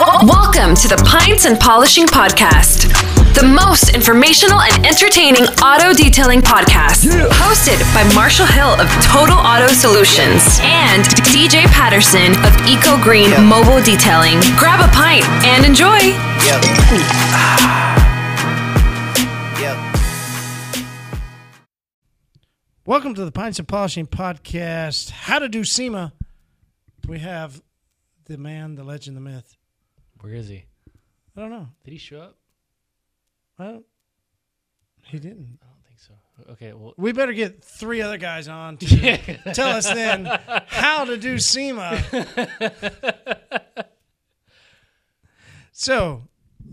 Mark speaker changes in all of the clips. Speaker 1: Welcome to the Pints and Polishing Podcast, the most informational and entertaining auto detailing podcast. Hosted by Marshall Hill of Total Auto Solutions and DJ Patterson of Eco Green Mobile Detailing. Grab a pint and enjoy.
Speaker 2: Yep. Ah. Yep.
Speaker 3: Welcome to the Pints of Polishing Podcast. How to do SEMA. We have the man, the legend, the myth.
Speaker 4: Where is he?
Speaker 3: I don't know.
Speaker 4: Did he show up?
Speaker 3: I don't, he didn't.
Speaker 4: I don't think so. Okay, well,
Speaker 3: We better get three other guys on to tell us then how to do SEMA. so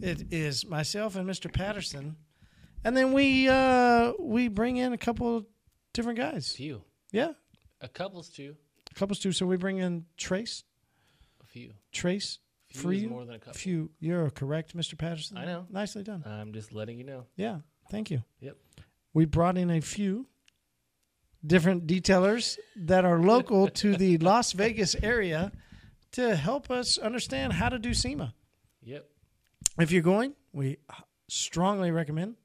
Speaker 3: it is myself and Mr. Patterson. And then we uh, we bring in a couple different guys.
Speaker 4: few.
Speaker 3: Yeah.
Speaker 4: A couple's two.
Speaker 3: Couples too. So we bring in Trace.
Speaker 4: A few.
Speaker 3: Trace
Speaker 4: Few
Speaker 3: for
Speaker 4: is
Speaker 3: you.
Speaker 4: more than a couple.
Speaker 3: Few. You're correct, Mr. Patterson.
Speaker 4: I know. Uh-huh.
Speaker 3: Nicely done.
Speaker 4: I'm just letting you know.
Speaker 3: Yeah. Thank you.
Speaker 4: Yep.
Speaker 3: We brought in a few different detailers that are local to the Las Vegas area to help us understand how to do SEMA.
Speaker 4: Yep.
Speaker 3: If you're going, we strongly recommend.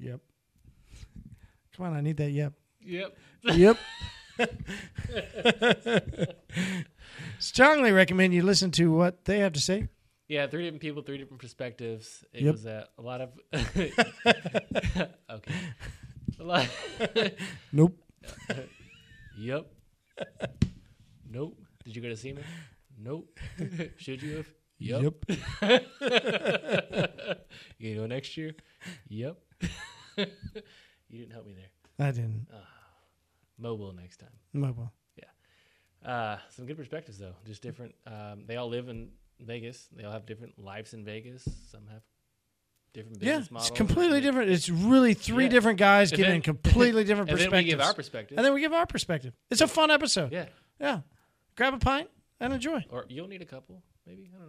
Speaker 3: Yep. Come on, I need that. Yep.
Speaker 4: Yep.
Speaker 3: Yep. strongly recommend you listen to what they have to say.
Speaker 4: Yeah, three different people, three different perspectives. It
Speaker 3: Yep.
Speaker 4: was uh, a lot of. okay. A lot.
Speaker 3: Nope.
Speaker 4: yep. Nope. Did you go to SEMA? Nope. Should you have? Yep. You gonna go next year? Yep. you didn't help me there.
Speaker 3: I didn't.
Speaker 4: Uh. Mobile next time.
Speaker 3: Mobile.
Speaker 4: Uh, some good perspectives though. Just different. Um, they all live in Vegas. They all have different lives in Vegas. Some have different
Speaker 3: Yeah,
Speaker 4: business models.
Speaker 3: it's completely different. It's really three
Speaker 4: Yeah.
Speaker 3: different guys
Speaker 4: And
Speaker 3: giving
Speaker 4: then-
Speaker 3: completely different
Speaker 4: And then
Speaker 3: perspectives.
Speaker 4: we give our perspective.
Speaker 3: And then we give our perspective. It's a fun episode.
Speaker 4: yeah.
Speaker 3: Yeah. Grab a pint and enjoy.
Speaker 4: Or you'll need a couple, maybe. I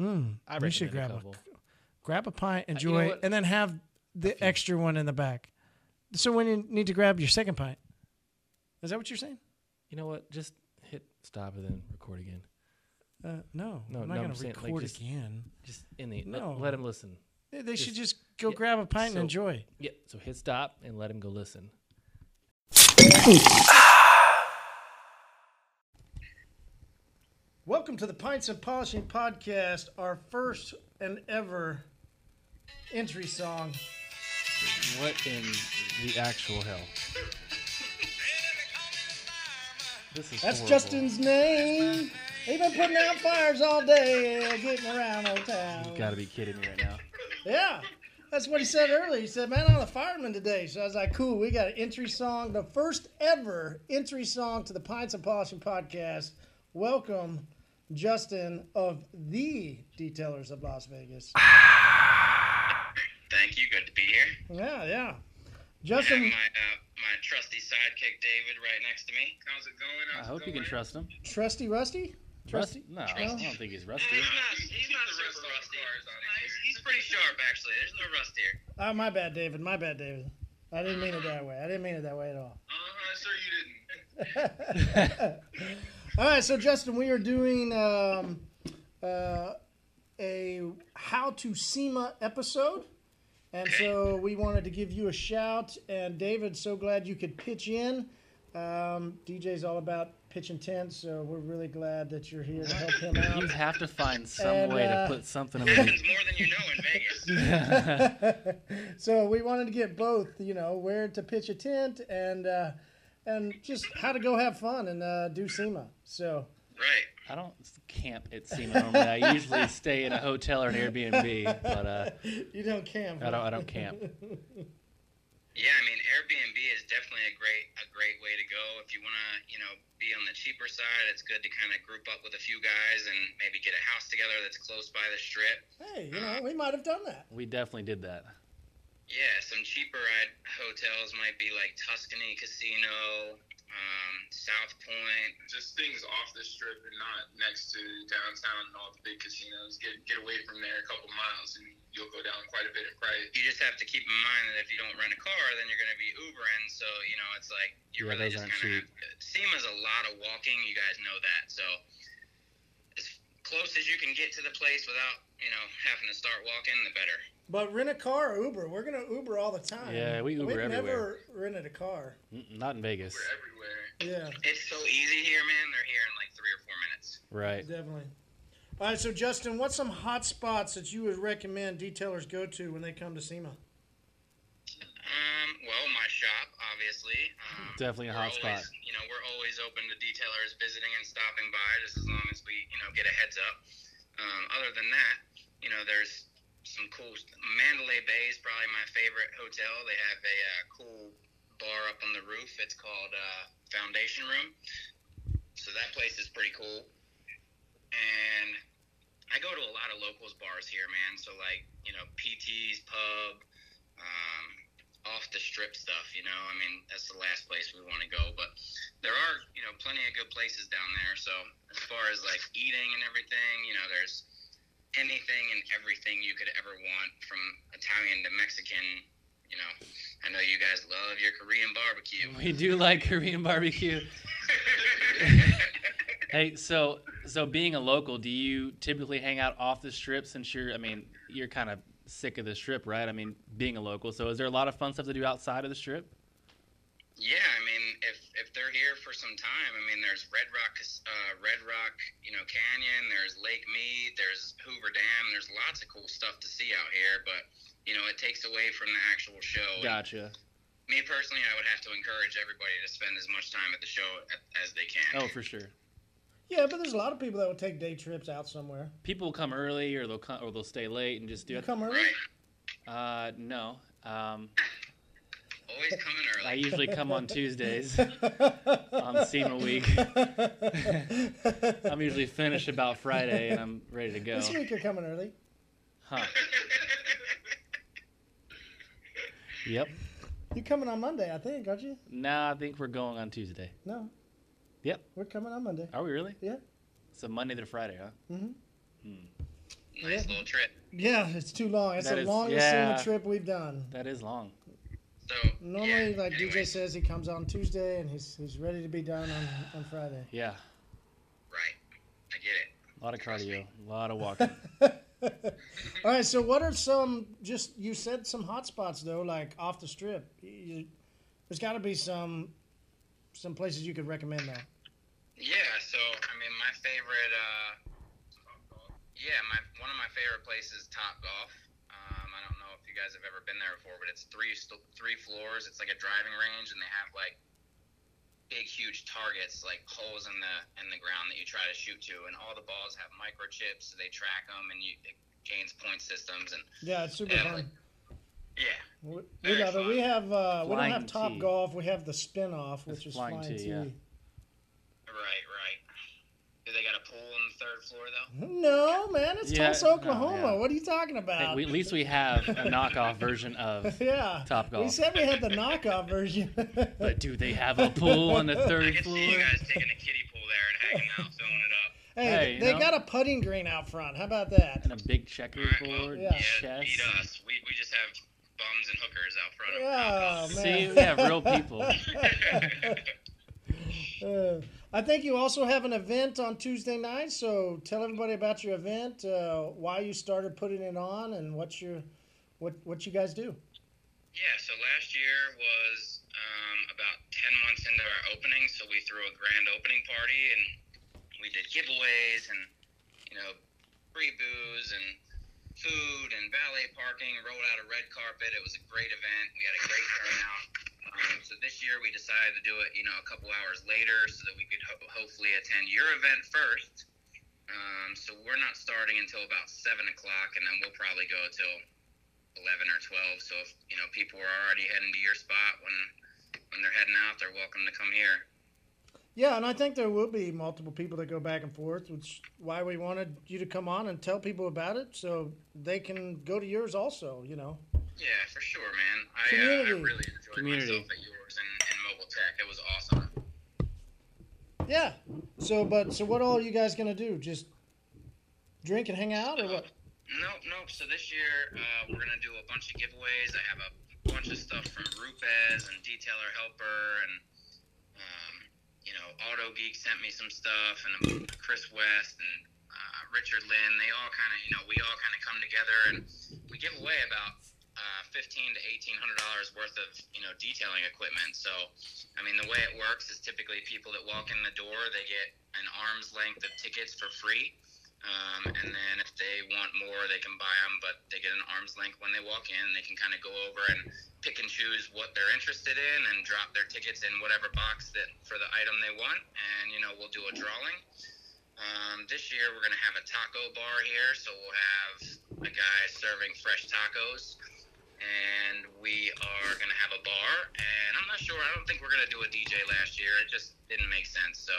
Speaker 4: don't know.
Speaker 3: Mm.
Speaker 4: I
Speaker 3: We should
Speaker 4: recommend
Speaker 3: grab
Speaker 4: a
Speaker 3: a-
Speaker 4: couple. Uh,
Speaker 3: Grab a pint,
Speaker 4: you know
Speaker 3: enjoy,
Speaker 4: what?
Speaker 3: and then have the extra one in the back. So when you need to grab your second pint, is that what you're saying?
Speaker 4: You know what? Just hit stop and then record again.
Speaker 3: Uh, no,
Speaker 4: No,
Speaker 3: I'm
Speaker 4: no,
Speaker 3: not
Speaker 4: I'm
Speaker 3: going to
Speaker 4: saying, like,
Speaker 3: record
Speaker 4: just-
Speaker 3: again.
Speaker 4: Just in the
Speaker 3: No.
Speaker 4: let, let him listen.
Speaker 3: They, they should just
Speaker 4: just-
Speaker 3: go
Speaker 4: yeah,
Speaker 3: grab a pint
Speaker 4: so-
Speaker 3: and enjoy.
Speaker 4: Yeah. So hit stop and let him go listen.
Speaker 3: Welcome to the Pints of Polishing podcast, our first and ever entry song.
Speaker 4: What in the actual hell? This is
Speaker 3: That's
Speaker 4: horrible.
Speaker 3: Justin's name. He's been putting out fires all day, getting around old town.
Speaker 4: You gotta be kidding me right now.
Speaker 3: Yeah, that's what he said earlier. He said, "Man, I'm a fireman today." So I was like, "Cool, we got an entry song, the first ever entry song to the Pints and Polishing podcast." Welcome, Justin of the Detailers of Las Vegas.
Speaker 5: Thank you. Good to be here.
Speaker 3: Yeah, yeah,
Speaker 5: Got my
Speaker 3: Justin,
Speaker 5: uh, my trusty sidekick David right next to me. How's it going?
Speaker 6: I
Speaker 5: How's
Speaker 6: hope
Speaker 5: it
Speaker 6: you can
Speaker 5: going?
Speaker 6: trust him.
Speaker 3: Trusty Rusty.
Speaker 6: Rusty? No, I don't think he's rusty.
Speaker 5: He's not, he's not super rusty. He's, he's pretty sharp, actually. There's no rust here.
Speaker 3: Oh, my bad, David. My bad, David. I didn't mean it that way. I didn't mean it that way at all.
Speaker 5: Uh huh. Sir, you didn't.
Speaker 3: All right, so Justin, we are doing um, uh, a how to SEMA episode, and so we wanted to give you a shout. And David, so glad you could pitch in. Um, DJ's all about pitching tents, so we're really glad that you're here to help him out.
Speaker 6: You have to find some
Speaker 3: And,
Speaker 6: way
Speaker 3: uh,
Speaker 6: to put something in the
Speaker 5: It's more than you know in Vegas.
Speaker 3: So we wanted to get both, you know, where to pitch a tent and uh, and just how to go have fun and uh, do SEMA. So.
Speaker 5: Right.
Speaker 6: I don't camp at SEMA normally. I usually stay in a hotel or an Airbnb, but uh,
Speaker 3: You don't camp.
Speaker 6: I don't. I don't camp.
Speaker 5: Yeah, I mean Airbnb is definitely a great a great way to go if you want to you know be on the cheaper side. It's good to kind of group up with a few guys and maybe get a house together that's close by the strip.
Speaker 3: Hey, you know, we might have done that.
Speaker 6: We definitely did that.
Speaker 5: Yeah, some cheaper i- hotels might be like Tuscany Casino, um, South Point.
Speaker 7: just things off the strip and not next to downtown and all the big casinos. Get get away from there a couple miles and you'll go down quite a bit in price.
Speaker 5: You just have to keep in mind that if you don't rent a car, then you're going to be Ubering. So you know, it's like you
Speaker 6: Yeah,
Speaker 5: really
Speaker 6: those
Speaker 5: just
Speaker 6: aren't
Speaker 5: kind of SEMA's a lot of walking. You guys know that. So as close as you can get to the place without you know having to start walking, the better.
Speaker 3: But rent a car or Uber. We're gonna Uber all the time.
Speaker 4: Yeah, we Uber
Speaker 3: We've never
Speaker 4: everywhere.
Speaker 3: rented a car.
Speaker 4: Mm, Not in Vegas.
Speaker 7: We're everywhere.
Speaker 3: Yeah,
Speaker 5: It's so easy here, man. They're here in like three or four minutes.
Speaker 4: Right.
Speaker 3: definitely. All right, so Justin, what's some hot spots that you would recommend detailers go to when they come to SEMA?
Speaker 5: Um, well, my shop, obviously. Um,
Speaker 4: Definitely a
Speaker 5: we're
Speaker 4: hot spot.
Speaker 5: always- You know, we're always open to detailers visiting and stopping by, just as long as we, you know, get a heads up. Um, other than that, you know, there's some cool. st- Mandalay Bay is probably my favorite hotel. They have a uh, cool bar up on the roof. It's called uh, Foundation Room. So that place is pretty cool. And I go to a lot of locals bars here, man. So like, you know, PT's Pub. Um, off the strip stuff, you know. I mean, that's the last place we want to go, but there are, you know, plenty of good places down there. So, as far as like eating and everything, you know, there's anything and everything you could ever want from Italian to Mexican, you know. I know you guys love your Korean barbecue.
Speaker 6: We do like Korean barbecue. Hey, so so being a local, do you typically hang out off the strip since you're I mean, you're kind of sick of the strip, right? I mean, being a local. So is there a lot of fun stuff to do outside of the strip?
Speaker 5: Yeah, I mean, if if they're here for some time, I mean, there's Red Rock, uh, Red Rock, you know, Canyon. There's Lake Mead. There's Hoover Dam. There's lots of cool stuff to see out here, but you know, it takes away from the actual show.
Speaker 6: Gotcha.
Speaker 5: Me personally, I would have to encourage everybody to spend as much time at the show a- as they can.
Speaker 6: Oh, for sure.
Speaker 3: Yeah, but there's a lot of people that will take day trips out somewhere.
Speaker 6: People will come early or they'll come or they'll stay late and just do
Speaker 3: You
Speaker 6: it.
Speaker 3: come early.
Speaker 5: Right.
Speaker 6: Uh no. Um,
Speaker 5: Always coming
Speaker 6: I
Speaker 5: early.
Speaker 6: usually come on Tuesdays on SEMA week. I'm usually finished about Friday and I'm ready to go.
Speaker 3: This week you're coming early.
Speaker 6: Huh. Yep.
Speaker 3: You're coming on Monday, I think, aren't you?
Speaker 6: Nah, I think we're going on Tuesday.
Speaker 3: No.
Speaker 6: Yep.
Speaker 3: We're coming on Monday.
Speaker 6: Are we really?
Speaker 3: Yeah. Mm-hmm.
Speaker 6: So Monday to Friday, huh?
Speaker 5: nice little trip.
Speaker 3: Yeah, it's too long. It's
Speaker 6: That
Speaker 3: the
Speaker 6: is-
Speaker 3: longest
Speaker 6: yeah.
Speaker 3: SEMA trip we've done.
Speaker 6: That is long.
Speaker 5: So
Speaker 3: Normally,
Speaker 5: yeah,
Speaker 3: like DJ
Speaker 5: anyways,
Speaker 3: says, he comes on Tuesday and he's he's ready to be done on, on Friday.
Speaker 6: Yeah.
Speaker 5: Right. I get it.
Speaker 6: A lot of cardio, a lot of walking.
Speaker 3: All right, so what are some just you said some hot spots though, like off the strip. You- there's got to be some some places you could recommend though.
Speaker 5: Yeah, so I mean, my favorite. Uh, yeah, my one of my favorite places, Top Golf. Um, I don't know if you guys have ever been there before, but it's three st- three floors. It's like a driving range, and they have like big, huge targets, like holes in the in the ground that you try to shoot to, and all the balls have microchips, so they track them, and you it gains point systems, and
Speaker 3: Yeah, it's super
Speaker 5: Yeah,
Speaker 3: fun.
Speaker 5: like- yeah,
Speaker 3: We, we
Speaker 5: very
Speaker 3: love it.
Speaker 5: fun.
Speaker 3: We have uh, we don't
Speaker 6: Flying
Speaker 3: have Top
Speaker 6: Tea.
Speaker 3: Golf. We have the spin off,
Speaker 6: That's
Speaker 3: which is
Speaker 6: Flying
Speaker 3: flying,
Speaker 6: Tea,
Speaker 3: tea.
Speaker 6: yeah.
Speaker 5: right, right. Do they got a pool on the third floor though?
Speaker 3: No, man, it's
Speaker 6: Yeah,
Speaker 3: Tulsa,
Speaker 6: no,
Speaker 3: Oklahoma.
Speaker 6: yeah.
Speaker 3: What are you talking
Speaker 6: Hey,
Speaker 3: about?
Speaker 6: we, at least we have a knockoff version of.
Speaker 3: yeah,
Speaker 6: Top
Speaker 3: We
Speaker 6: Golf.
Speaker 3: said we had the knockoff version.
Speaker 6: But do they have a pool on the
Speaker 5: I
Speaker 6: third
Speaker 5: can see you
Speaker 6: floor?
Speaker 5: guys taking a kiddie pool there and hanging out, filling it up.
Speaker 3: Hey,
Speaker 6: Hey,
Speaker 3: they
Speaker 6: you know.
Speaker 3: got a putting green out front. How about that?
Speaker 6: And a big checkerboard,
Speaker 3: Yeah.
Speaker 5: Yeah,
Speaker 6: chess.
Speaker 5: beat us. We, we just have bums and hookers out front. of
Speaker 3: Oh
Speaker 6: See,
Speaker 3: man.
Speaker 6: we have real people.
Speaker 3: Uh, I think you also have an event on Tuesday night, so tell everybody about your event, uh, why you started putting it on, and what your what what you guys do.
Speaker 5: Yeah, so last year was um, about 10 months into our opening, so we threw a grand opening party and we did giveaways and, you know, free booze and food and valet parking, rolled out a red carpet. It was a great event. We had a great turnout. Um, so this year we decided to do it, you know, a couple hours later so that we could ho- hopefully attend your event first. Um, so we're not starting until about 7 o'clock, and then we'll probably go till 11 or 12 so if you know people are already heading to your spot when when they're heading out they're welcome to come here
Speaker 3: Yeah, and I think there will be multiple people that go back and forth, which why we wanted you to come on and tell people about it, so they can go to yours also. You know.
Speaker 5: yeah for sure man i, uh, I
Speaker 3: Community.
Speaker 5: really enjoyed
Speaker 6: Community.
Speaker 5: myself at yours and, and mobile tech it was awesome
Speaker 3: Yeah. So, but so what all are you guys gonna do? Just drink and hang out, or what?
Speaker 5: Nope, nope. So this year uh, we're gonna do a bunch of giveaways. I have a bunch of stuff from Rupes and Detailer Helper, and um, you know, Auto Geek sent me some stuff, and Chris West and uh, Richard Lynn, they all kind of, you know, we all kind of come together and we give away about uh, fifteen to eighteen hundred dollars worth of, you know, detailing equipment. So, I mean, the way it works is typically people that walk in the door, they get an arm's length of tickets for free. Um, and then if they want more, they can buy them, but they get an arm's length when they walk in. And they can kind of go over and pick and choose what they're interested in and drop their tickets in whatever box that for the item they want. And, you know, we'll do a drawing. Um, this year we're going to have a taco bar here, so we'll have a guy serving fresh tacos. And we are going to have a bar. And I'm not sure, I don't think we're going to do a DJ last year. It just didn't make sense, so.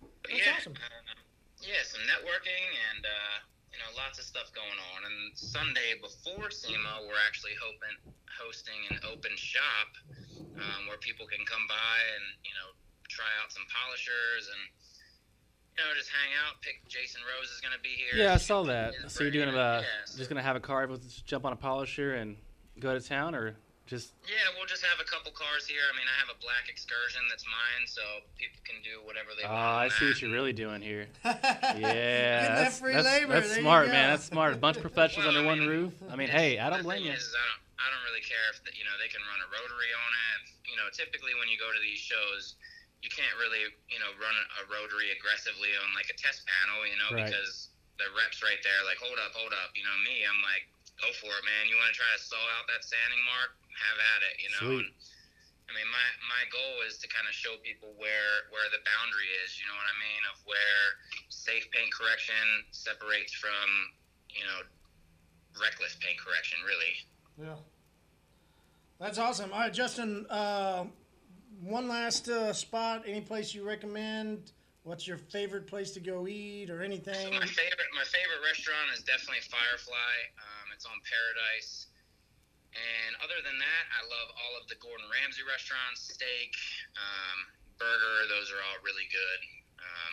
Speaker 5: But
Speaker 3: That's
Speaker 5: yeah,
Speaker 3: awesome.
Speaker 5: um, yeah, some networking and uh, you know lots of stuff going on. And Sunday before SEMA, we're actually hoping hosting an open shop um, where people can come by and you know try out some polishers and you know just hang out. Pick Jason Rose is going to be here.
Speaker 6: Yeah, I saw that.
Speaker 5: Yeah,
Speaker 6: So you're doing a
Speaker 5: yeah, so-
Speaker 6: just gonna have a car with jump on a polisher and go to town, or just
Speaker 5: Yeah, we'll just have a couple cars here. I mean, I have a black excursion that's mine, so people can do whatever
Speaker 6: oh,
Speaker 5: they
Speaker 6: I
Speaker 5: want. on
Speaker 6: see
Speaker 5: that.
Speaker 6: what you're really doing here.
Speaker 3: Give
Speaker 6: Yeah,
Speaker 3: that
Speaker 6: that's,
Speaker 3: free
Speaker 6: that's,
Speaker 3: labor,
Speaker 6: that's
Speaker 3: there you
Speaker 6: smart,
Speaker 3: go.
Speaker 6: man. That's smart. A bunch of professionals
Speaker 5: Well,
Speaker 6: under
Speaker 5: I
Speaker 6: one
Speaker 5: mean,
Speaker 6: roof. I mean, hey, I don't
Speaker 5: the
Speaker 6: blame you.
Speaker 5: thing Is, is I, don't, I don't really care if the, you know they can run a rotary on it. You know, typically when you go to these shows, you can't really you know run a rotary aggressively on like a test panel, you know,
Speaker 6: Right.
Speaker 5: because the reps right there like hold up, hold up. You know me, I'm like go for it, man. You want to try to saw out that sanding mark? Have at it, you know.
Speaker 6: Sweet.
Speaker 5: And, I mean, my, my goal is to kind of show people where where the boundary is. You know what I mean? Of where safe paint correction separates from you know reckless paint correction, really.
Speaker 3: Yeah. That's awesome. All right, Justin, uh, one last uh, spot, any place you recommend? What's your favorite place to go eat or anything?
Speaker 5: So my favorite, my favorite restaurant is definitely Firefly. Um, it's on Paradise. And other than that, I love all of the Gordon Ramsay restaurants, steak, um, burger. Those are all really good. Um,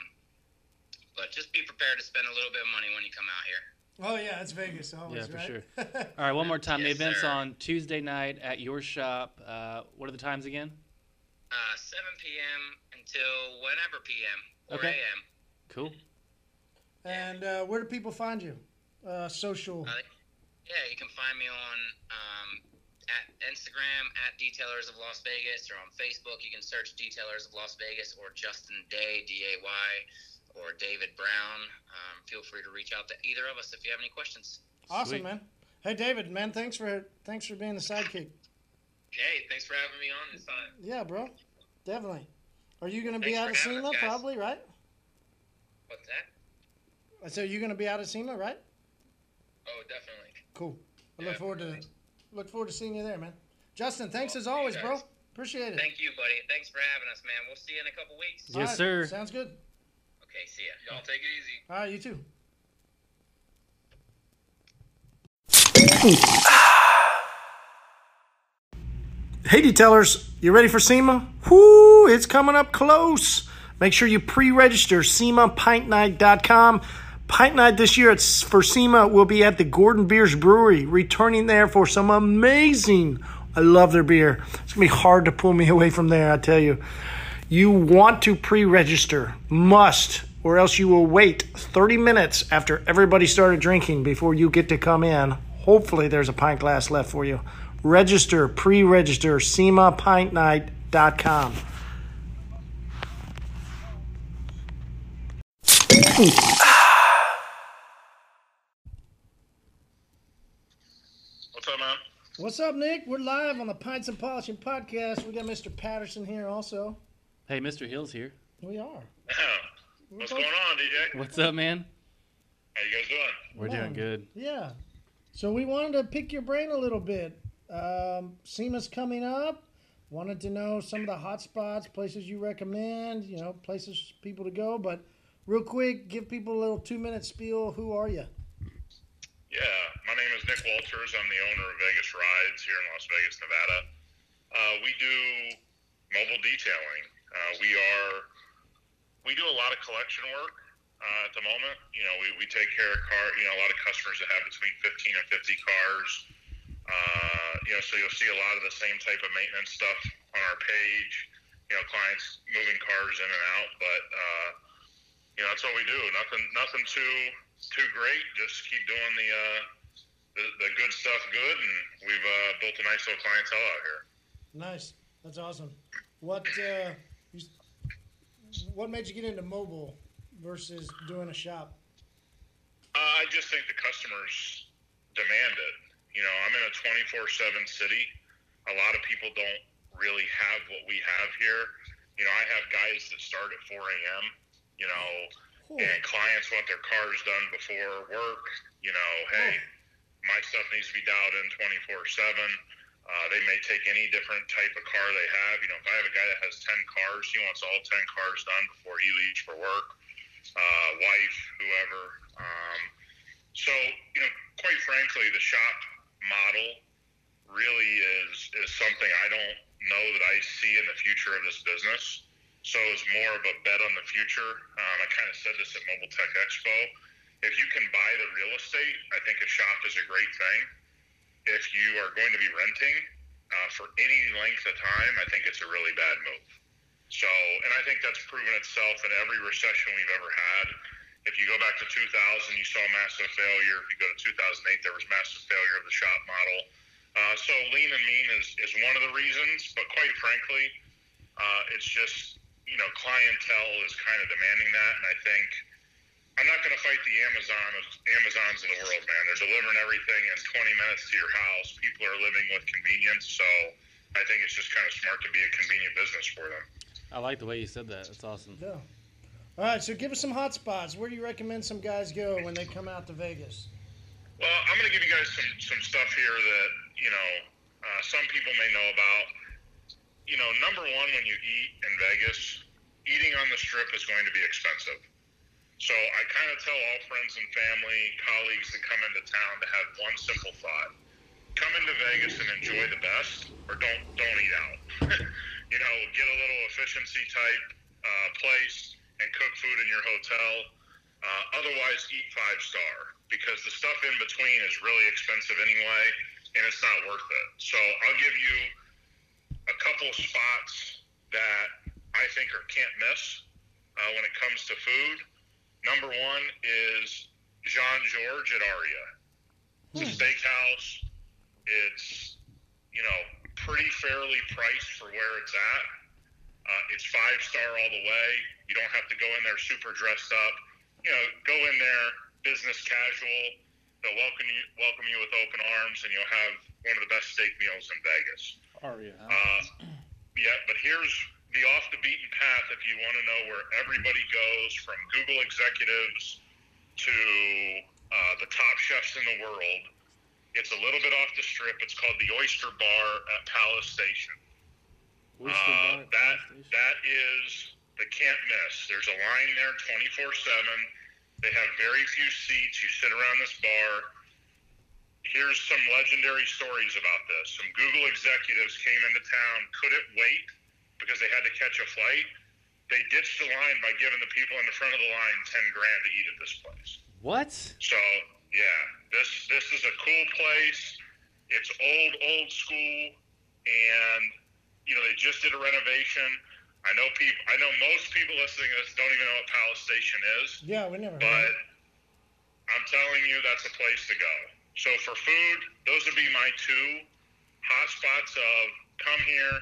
Speaker 5: but just be prepared to spend a little bit of money when you come out here.
Speaker 3: Oh, yeah, it's Vegas always,
Speaker 6: Yeah, for
Speaker 3: right?
Speaker 6: sure. All right, one more time.
Speaker 5: Yes,
Speaker 6: the event's
Speaker 5: sir.
Speaker 6: on Tuesday night at your shop. Uh, what are the times again?
Speaker 5: Uh, 7 p.m. until whenever p.m. or
Speaker 6: Okay.
Speaker 5: a.m.
Speaker 6: Cool.
Speaker 3: And uh, where do people find you? Uh, social.
Speaker 5: Uh, yeah, you can find me on um, at Instagram at Detailers of Las Vegas or on Facebook. You can search Detailers of Las Vegas or Justin Day D A Y or David Brown. Um, feel free to reach out to either of us if you have any questions.
Speaker 3: awesome,
Speaker 6: sweet.
Speaker 3: man. Hey, David, man, thanks for thanks for being the sidekick.
Speaker 5: Hey, thanks for having me on this time.
Speaker 3: Yeah, bro, definitely. Are you going to be out
Speaker 5: Thanks for
Speaker 3: of
Speaker 5: having
Speaker 3: SEMA?
Speaker 5: us, guys.
Speaker 3: Probably, right?
Speaker 5: What's that?
Speaker 3: So you're going to be out of SEMA, right?
Speaker 5: Oh, definitely.
Speaker 3: Cool. I
Speaker 5: Yeah.
Speaker 3: look forward to look forward to seeing you there, man. Justin, thanks as always, bro.
Speaker 5: guys.
Speaker 3: Appreciate it.
Speaker 5: Thank you, buddy. Thanks for having us, man. We'll see you in a couple weeks.
Speaker 3: All
Speaker 6: Yes,
Speaker 3: right,
Speaker 6: sir.
Speaker 3: Sounds good.
Speaker 5: Okay, see ya.
Speaker 7: Y'all take it easy.
Speaker 3: All right, you too. Hey, detailers, you ready for SEMA? Whoo, it's coming up close. Make sure you pre register SEMAPintnight.com. Pint Night this year it's for SEMA will be at the Gordon Beers Brewery, returning there for some amazing. I love their beer. It's going to be hard to pull me away from there, I tell you. You want to pre register, must, or else you will wait 30 minutes after everybody started drinking before you get to come in. Hopefully, there's a pint glass left for you. Register, pre register, semapintnight.com.
Speaker 7: What's up, man?
Speaker 3: What's up, Nick? We're live on the Pints and Polishing podcast. We got Mr. Patterson here also.
Speaker 6: Hey, Mr. Hill's here.
Speaker 3: We are.
Speaker 7: What's going on, DJ?
Speaker 6: What's up, man?
Speaker 7: How you guys doing?
Speaker 6: We're doing good.
Speaker 3: Yeah. So we wanted to pick your brain a little bit. Um, SEMA's coming up. Wanted to know some of the hot spots, places you recommend, you know, places people to go. But real quick, give people a little two minute spiel. Who are you?
Speaker 7: Yeah, my name is Nick Walters. I'm the owner of Vegas Rides here in Las Vegas, Nevada. Uh, we do mobile detailing. Uh, we are we do a lot of collection work uh, at the moment. You know, we, we take care of car. You know, a lot of customers that have between 15 and 50 cars. Uh, you know, so you'll see a lot of the same type of maintenance stuff on our page. You know, clients moving cars in and out, but uh, you know, that's what we do. Nothing, nothing too too great. Just keep doing the uh, the, the good stuff good, and we've uh, built a nice little clientele out here.
Speaker 3: Nice. That's awesome. What uh, you, s- what made you get into mobile versus doing a shop?
Speaker 7: Uh, I just think the customers demand it. You know, I'm in a 24 7 city. A lot of people don't really have what we have here. You know, I have guys that start at 4 a.m., you know,
Speaker 3: Cool.
Speaker 7: and clients want their cars done before work. You know, hey, my stuff needs to be dialed in 24 7. Uh, they may take any different type of car they have. You know, if I have a guy that has 10 cars, he wants all 10 cars done before he leaves for work uh, wife, whoever. Um, so, you know, quite frankly, the shop model really is is something I don't know that I see in the future of this business. So it's more of a bet on the future. Um, I kind of said this at Mobile Tech Expo. If you can buy the real estate, I think a shop is a great thing. If you are going to be renting uh, for any length of time, I think it's a really bad move. So, and I think that's proven itself in every recession we've ever had. If you go back to 2000, you saw massive failure. If you go to 2008, there was massive failure of the shop model. Uh, so, lean and mean is, is one of the reasons, but quite frankly, uh, it's just, you know, clientele is kind of demanding that. And I think I'm not going to fight the Amazon of, Amazons of the world, man. They're delivering everything in 20 minutes to your house. People are living with convenience. So, I think it's just kind of smart to be a convenient business for them.
Speaker 6: I like the way you said that. That's awesome.
Speaker 3: Yeah. All right, so give us some hot spots. Where do you recommend some guys go when they come out to Vegas?
Speaker 7: Well, I'm going to give you guys some, some stuff here that, you know, uh, some people may know about. You know, number one, when you eat in Vegas, eating on the strip is going to be expensive. So I kind of tell all friends and family, colleagues that come into town to have one simple thought. Come into Vegas and enjoy the best, or don't don't eat out. you know, get a little efficiency type uh, place and cook food in your hotel. Uh, otherwise, eat five star because the stuff in between is really expensive anyway, and it's not worth it. So I'll give you a couple spots that I think are can't miss uh, when it comes to food. Number one is Jean George at Aria. It's a steakhouse. It's you know pretty fairly priced for where it's at. Uh, it's five star all the way. You don't have to go in there super dressed up. You know, go in there business casual. They'll welcome you welcome you with open arms, and you'll have one of the best steak meals in Vegas.
Speaker 6: Aria.
Speaker 7: Uh, yeah, but here's the off the beaten path if you want to know where everybody goes from Google executives to uh, the top chefs in the world. It's a little bit off the strip. It's called the Oyster Bar at Palace Station. Uh, that that is the can't miss. There's a line there 24 7. They have very few seats. You sit around this bar. Here's some legendary stories about this. Some Google executives came into town, couldn't wait because they had to catch a flight. They ditched the line by giving the people in the front of the line 10 grand to eat at this place.
Speaker 6: What?
Speaker 7: So yeah, this this is a cool place. It's old, old school, and you know they just did a renovation. I know people. I know most people listening to this don't even know what Palace Station is,
Speaker 3: Yeah, we never heard.
Speaker 7: but
Speaker 3: of
Speaker 7: I'm telling you that's a place to go. So for food, those would be my two hot spots of come here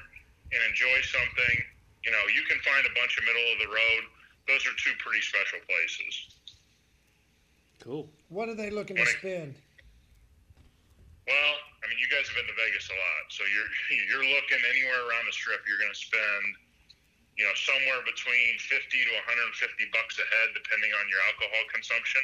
Speaker 7: and enjoy something. You know, you can find a bunch of middle of the road. Those are two pretty special places.
Speaker 6: Cool.
Speaker 3: it. What are they looking to spend?
Speaker 7: Well, I mean, you guys have been to Vegas a lot, so you're you're looking anywhere around the strip. You're going to spend, you know, somewhere between fifty to one hundred and fifty bucks a head, depending on your alcohol consumption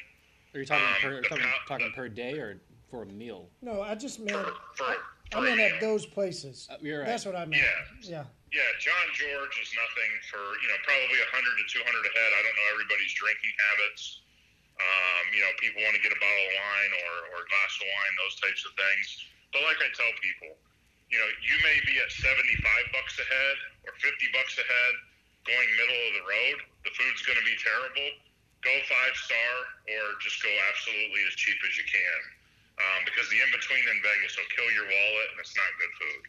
Speaker 6: Are you talking
Speaker 7: Um,
Speaker 6: per
Speaker 7: the
Speaker 6: talking,
Speaker 7: pa-
Speaker 6: talking
Speaker 7: the-
Speaker 6: per day or for a meal?
Speaker 3: No, I just meant
Speaker 7: for for,
Speaker 3: I
Speaker 7: for a
Speaker 3: meant
Speaker 7: meal.
Speaker 3: at those places.
Speaker 6: Uh, you're right.
Speaker 3: That's what I meant. Yeah.
Speaker 7: Yeah. Yeah, John George is nothing for you know probably hundred to two hundred a head. I don't know everybody's drinking habits. Um, you know, people want to get a bottle of wine or or a glass of wine, those types of things. But like I tell people, you know, you may be at seventy five bucks a head or fifty bucks a head, going middle of the road. The food's going to be terrible. Go five star or just go absolutely as cheap as you can, um, because the in between in Vegas will kill your wallet and it's not good food.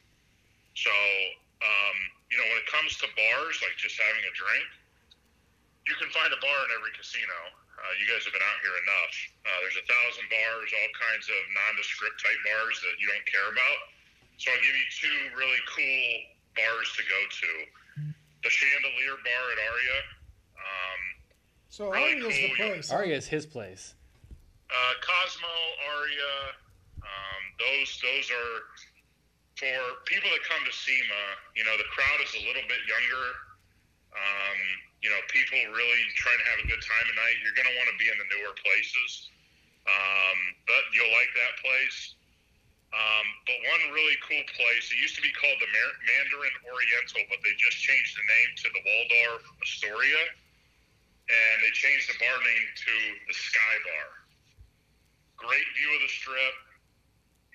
Speaker 7: So, um, you know, when it comes to bars, like just having a drink, you can find a bar in every casino. Uh, you guys have been out here enough. Uh, there's a thousand bars, all kinds of nondescript type bars that you don't care about. So I'll give you two really cool bars to go to. The Chandelier Bar at Aria. Um,
Speaker 3: So
Speaker 7: Really
Speaker 3: Aria's the
Speaker 7: cool, yeah.
Speaker 3: place.
Speaker 4: Aria is his place.
Speaker 7: uh, Cosmo, Aria, um, those those are for people that come to SEMA. You know, the crowd is a little bit younger. Um, you know, people really trying to have a good time at night. You're going to want to be in the newer places, um, but you'll like that place. Um, but one really cool place, it used to be called the Mar- Mandarin Oriental, but they just changed the name to the Waldorf Astoria, and they changed the bar name to the Sky Bar great view of the strip.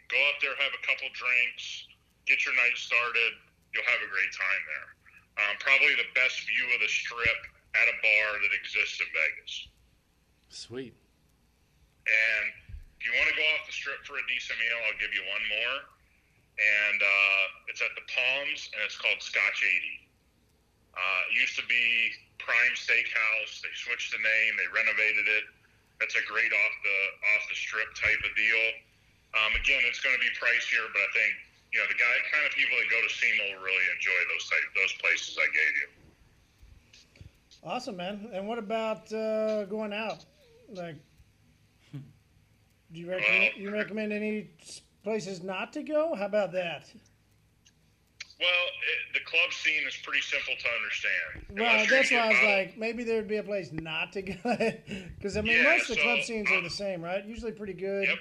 Speaker 7: Go up there, have a couple drinks, get your night started. You'll have a great time there. Um, probably the best view of the strip at a bar that exists in Vegas.
Speaker 4: Sweet.
Speaker 7: And if you want to go off the strip for a decent meal, I'll give you one more. And uh, it's at the Palms, and it's called Scotch 80. Uh, it used to be Prime Steakhouse. They switched the name. They renovated it. That's a great off the off the strip type of deal. Um, again, it's going to be pricier, but I think you know the guy kind of people that go to SEMA will really enjoy those type those places I gave you.
Speaker 3: Awesome, man. And what about uh, going out? Like, do you recommend you recommend any s- places not to go? How about that?
Speaker 7: Well, it, the club scene is pretty simple to understand.
Speaker 3: Well,
Speaker 7: Unless you're
Speaker 3: that's why
Speaker 7: gonna
Speaker 3: I was
Speaker 7: get bottled-
Speaker 3: like, maybe there'd be a place not to go, because I mean,
Speaker 7: Yeah,
Speaker 3: most of the club
Speaker 7: so,
Speaker 3: scenes are
Speaker 7: um,
Speaker 3: the same, right? Usually pretty good.
Speaker 7: Yep.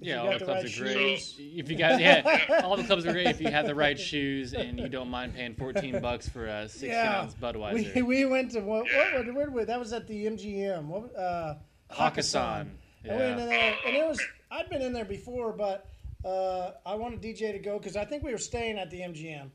Speaker 6: Yeah,
Speaker 3: got
Speaker 6: all
Speaker 3: the
Speaker 6: the clubs
Speaker 3: right
Speaker 6: are great.
Speaker 3: shoes.
Speaker 6: If you got yeah, all the clubs are great if you have the right shoes and you don't mind paying 14 bucks for a 16
Speaker 3: Yeah,
Speaker 6: ounce
Speaker 3: we,
Speaker 6: Budweiser.
Speaker 3: we went to what,
Speaker 7: Yeah.
Speaker 3: what, what, what that was at the MGM. What, uh,
Speaker 6: Hakkasan.
Speaker 3: I went in
Speaker 6: Yeah.
Speaker 3: there, and it was I'd been in there before, but uh, I wanted DJ to go because I think we were staying at the MGM.
Speaker 6: Uh,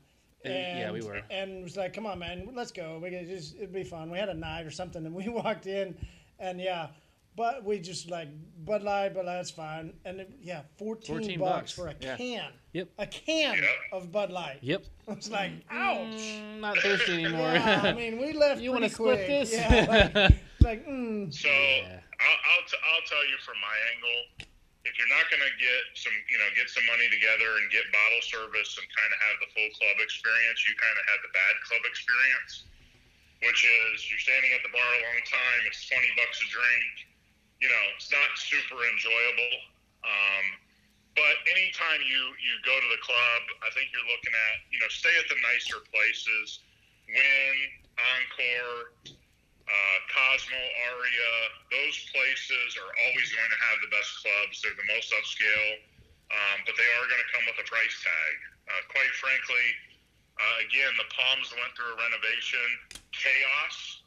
Speaker 6: yeah, we were.
Speaker 3: And it was like, come on, man, let's go. We could just it'd be fun. We had a night or something, and we walked in, and yeah, but we just like Bud Light, Bud Light's fine, and it, yeah, fourteen,
Speaker 6: 14
Speaker 3: bucks
Speaker 6: bucks,
Speaker 3: for a
Speaker 6: yeah.
Speaker 3: can.
Speaker 6: Yep. Mm.
Speaker 3: A can
Speaker 7: Yeah.
Speaker 3: of Bud Light.
Speaker 6: Yep.
Speaker 3: I was like, ouch.
Speaker 6: I'm not thirsty anymore.
Speaker 3: Yeah, I mean, we left.
Speaker 6: You
Speaker 3: want to
Speaker 6: split this?
Speaker 3: Yeah, like, like mm,
Speaker 7: So I'll, I'll, t- I'll tell you from my angle, if you're not going to get some, you know, get some money together and get bottle service and kind of have the full club experience, you kind of had the bad club experience, which is you're standing at the bar a long time. It's 20 bucks a drink. You know, it's not super enjoyable. Um, but anytime you, you go to the club, I think you're looking at, you know, stay at the nicer places, Win, Encore, uh, Cosmo, Aria, those places are always going to have the best clubs. They're the most upscale, um, but they are going to come with a price tag. Uh, quite frankly, uh, again, the Palms went through a renovation. Chaos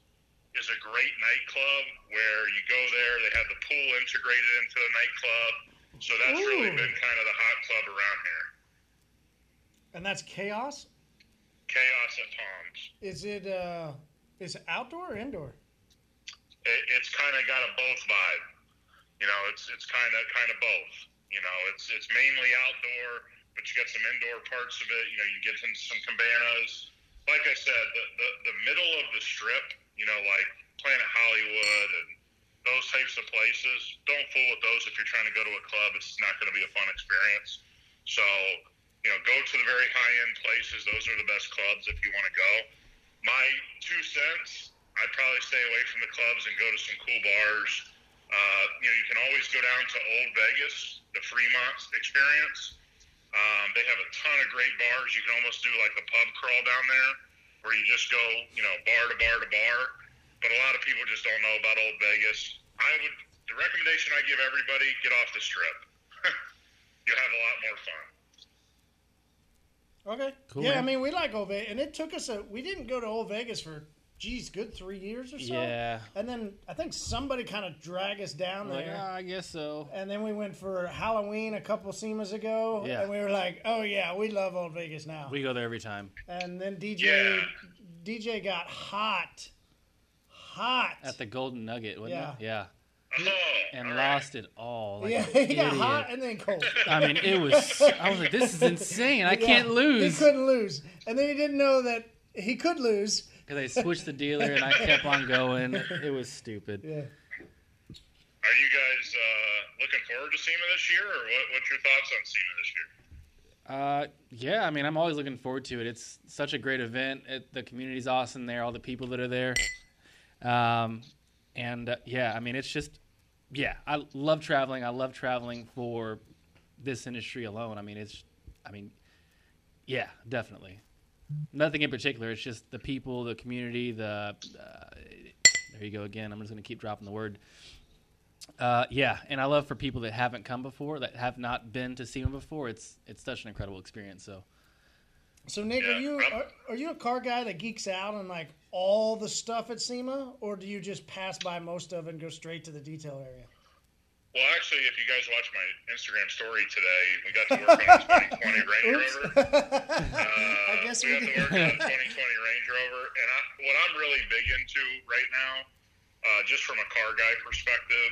Speaker 7: is a great nightclub where you go there, they have the pool integrated into the nightclub. So that's really
Speaker 3: Ooh.
Speaker 7: been kind of the hot club around here.
Speaker 3: and that's chaos.
Speaker 7: Chaos at Palms.
Speaker 3: Is it uh is it outdoor or indoor?
Speaker 7: it, it's kind of got a both vibe. You know, it's it's kind of kind of both. You know, it's it's mainly outdoor, but you got some indoor parts of it. You know, you get some some cabanas. Like I said, the the, the middle of the strip. You know, like Planet Hollywood and those types of places. Don't fool with those if you're trying to go to a club. It's not going to be a fun experience. So, you know, go to the very high end places. Those are the best clubs if you want to go. My two cents, I'd probably stay away from the clubs and go to some cool bars. Uh, you know, you can always go down to Old Vegas, the Fremont experience. Um, they have a ton of great bars. You can almost do like the pub crawl down there, where you just go, you know, bar to bar to bar. But a lot of people just don't know about Old Vegas. I would, the recommendation I give everybody: get off the strip. You'll have a lot more fun.
Speaker 3: Okay.
Speaker 4: Cool,
Speaker 3: yeah,
Speaker 4: man.
Speaker 3: I mean we like Old Vegas, and it took us a we didn't go to Old Vegas for geez, good three years or so.
Speaker 6: Yeah.
Speaker 3: And then I think somebody kind of dragged us down
Speaker 6: Like,
Speaker 3: there.
Speaker 6: "Ah, I guess so.
Speaker 3: and then we went for Halloween a couple semas ago,
Speaker 6: Yeah.
Speaker 3: and we were like, "Oh yeah, we love Old Vegas now."
Speaker 6: We go there every time.
Speaker 3: and then DJ
Speaker 7: Yeah.
Speaker 3: DJ got hot, hot.
Speaker 6: At the Golden Nugget, wasn't it? Yeah.
Speaker 7: Oh,
Speaker 6: And
Speaker 7: all right.
Speaker 6: lost it all. Like
Speaker 3: yeah,
Speaker 6: an
Speaker 3: he got
Speaker 6: idiot.
Speaker 3: hot and then cold.
Speaker 6: I mean, it was. I was like, this is insane. I can't
Speaker 3: Yeah,
Speaker 6: lose.
Speaker 3: He couldn't lose, and then he didn't know that he could lose,
Speaker 6: because they switched the dealer and I kept on going. It was stupid.
Speaker 3: Yeah.
Speaker 7: Are you guys uh, looking forward to SEMA this year, or what, what's your thoughts on SEMA this year?
Speaker 6: Uh, yeah, I mean, I'm always looking forward to it. It's such a great event. It, the community's awesome there. All the people that are there. Um, and uh, yeah, I mean, it's just, yeah, I love traveling. I love traveling for this industry alone. I mean, it's, I mean, yeah, definitely. Nothing in particular. It's just the people, the community, the. Uh, there you go again. I'm just gonna keep dropping the word. Uh, yeah, and I love for people that haven't come before, that have not been to SEMA before. It's it's such an incredible experience. So
Speaker 3: So Nick,
Speaker 7: Yeah,
Speaker 3: are you
Speaker 7: I'm-
Speaker 3: are, are you a car guy that geeks out on like all the stuff at SEMA, or do you just pass by most of it and go straight to the detail area?
Speaker 7: Well, actually, if you guys watch my Instagram story today, we got to work on a 2020 Range
Speaker 3: Oops.
Speaker 7: Rover.
Speaker 3: I
Speaker 7: Uh,
Speaker 3: guess
Speaker 7: we
Speaker 3: we did.
Speaker 7: got to work on a 2020 Range Rover, and I, what I'm really big into right now, uh, just from a car guy perspective,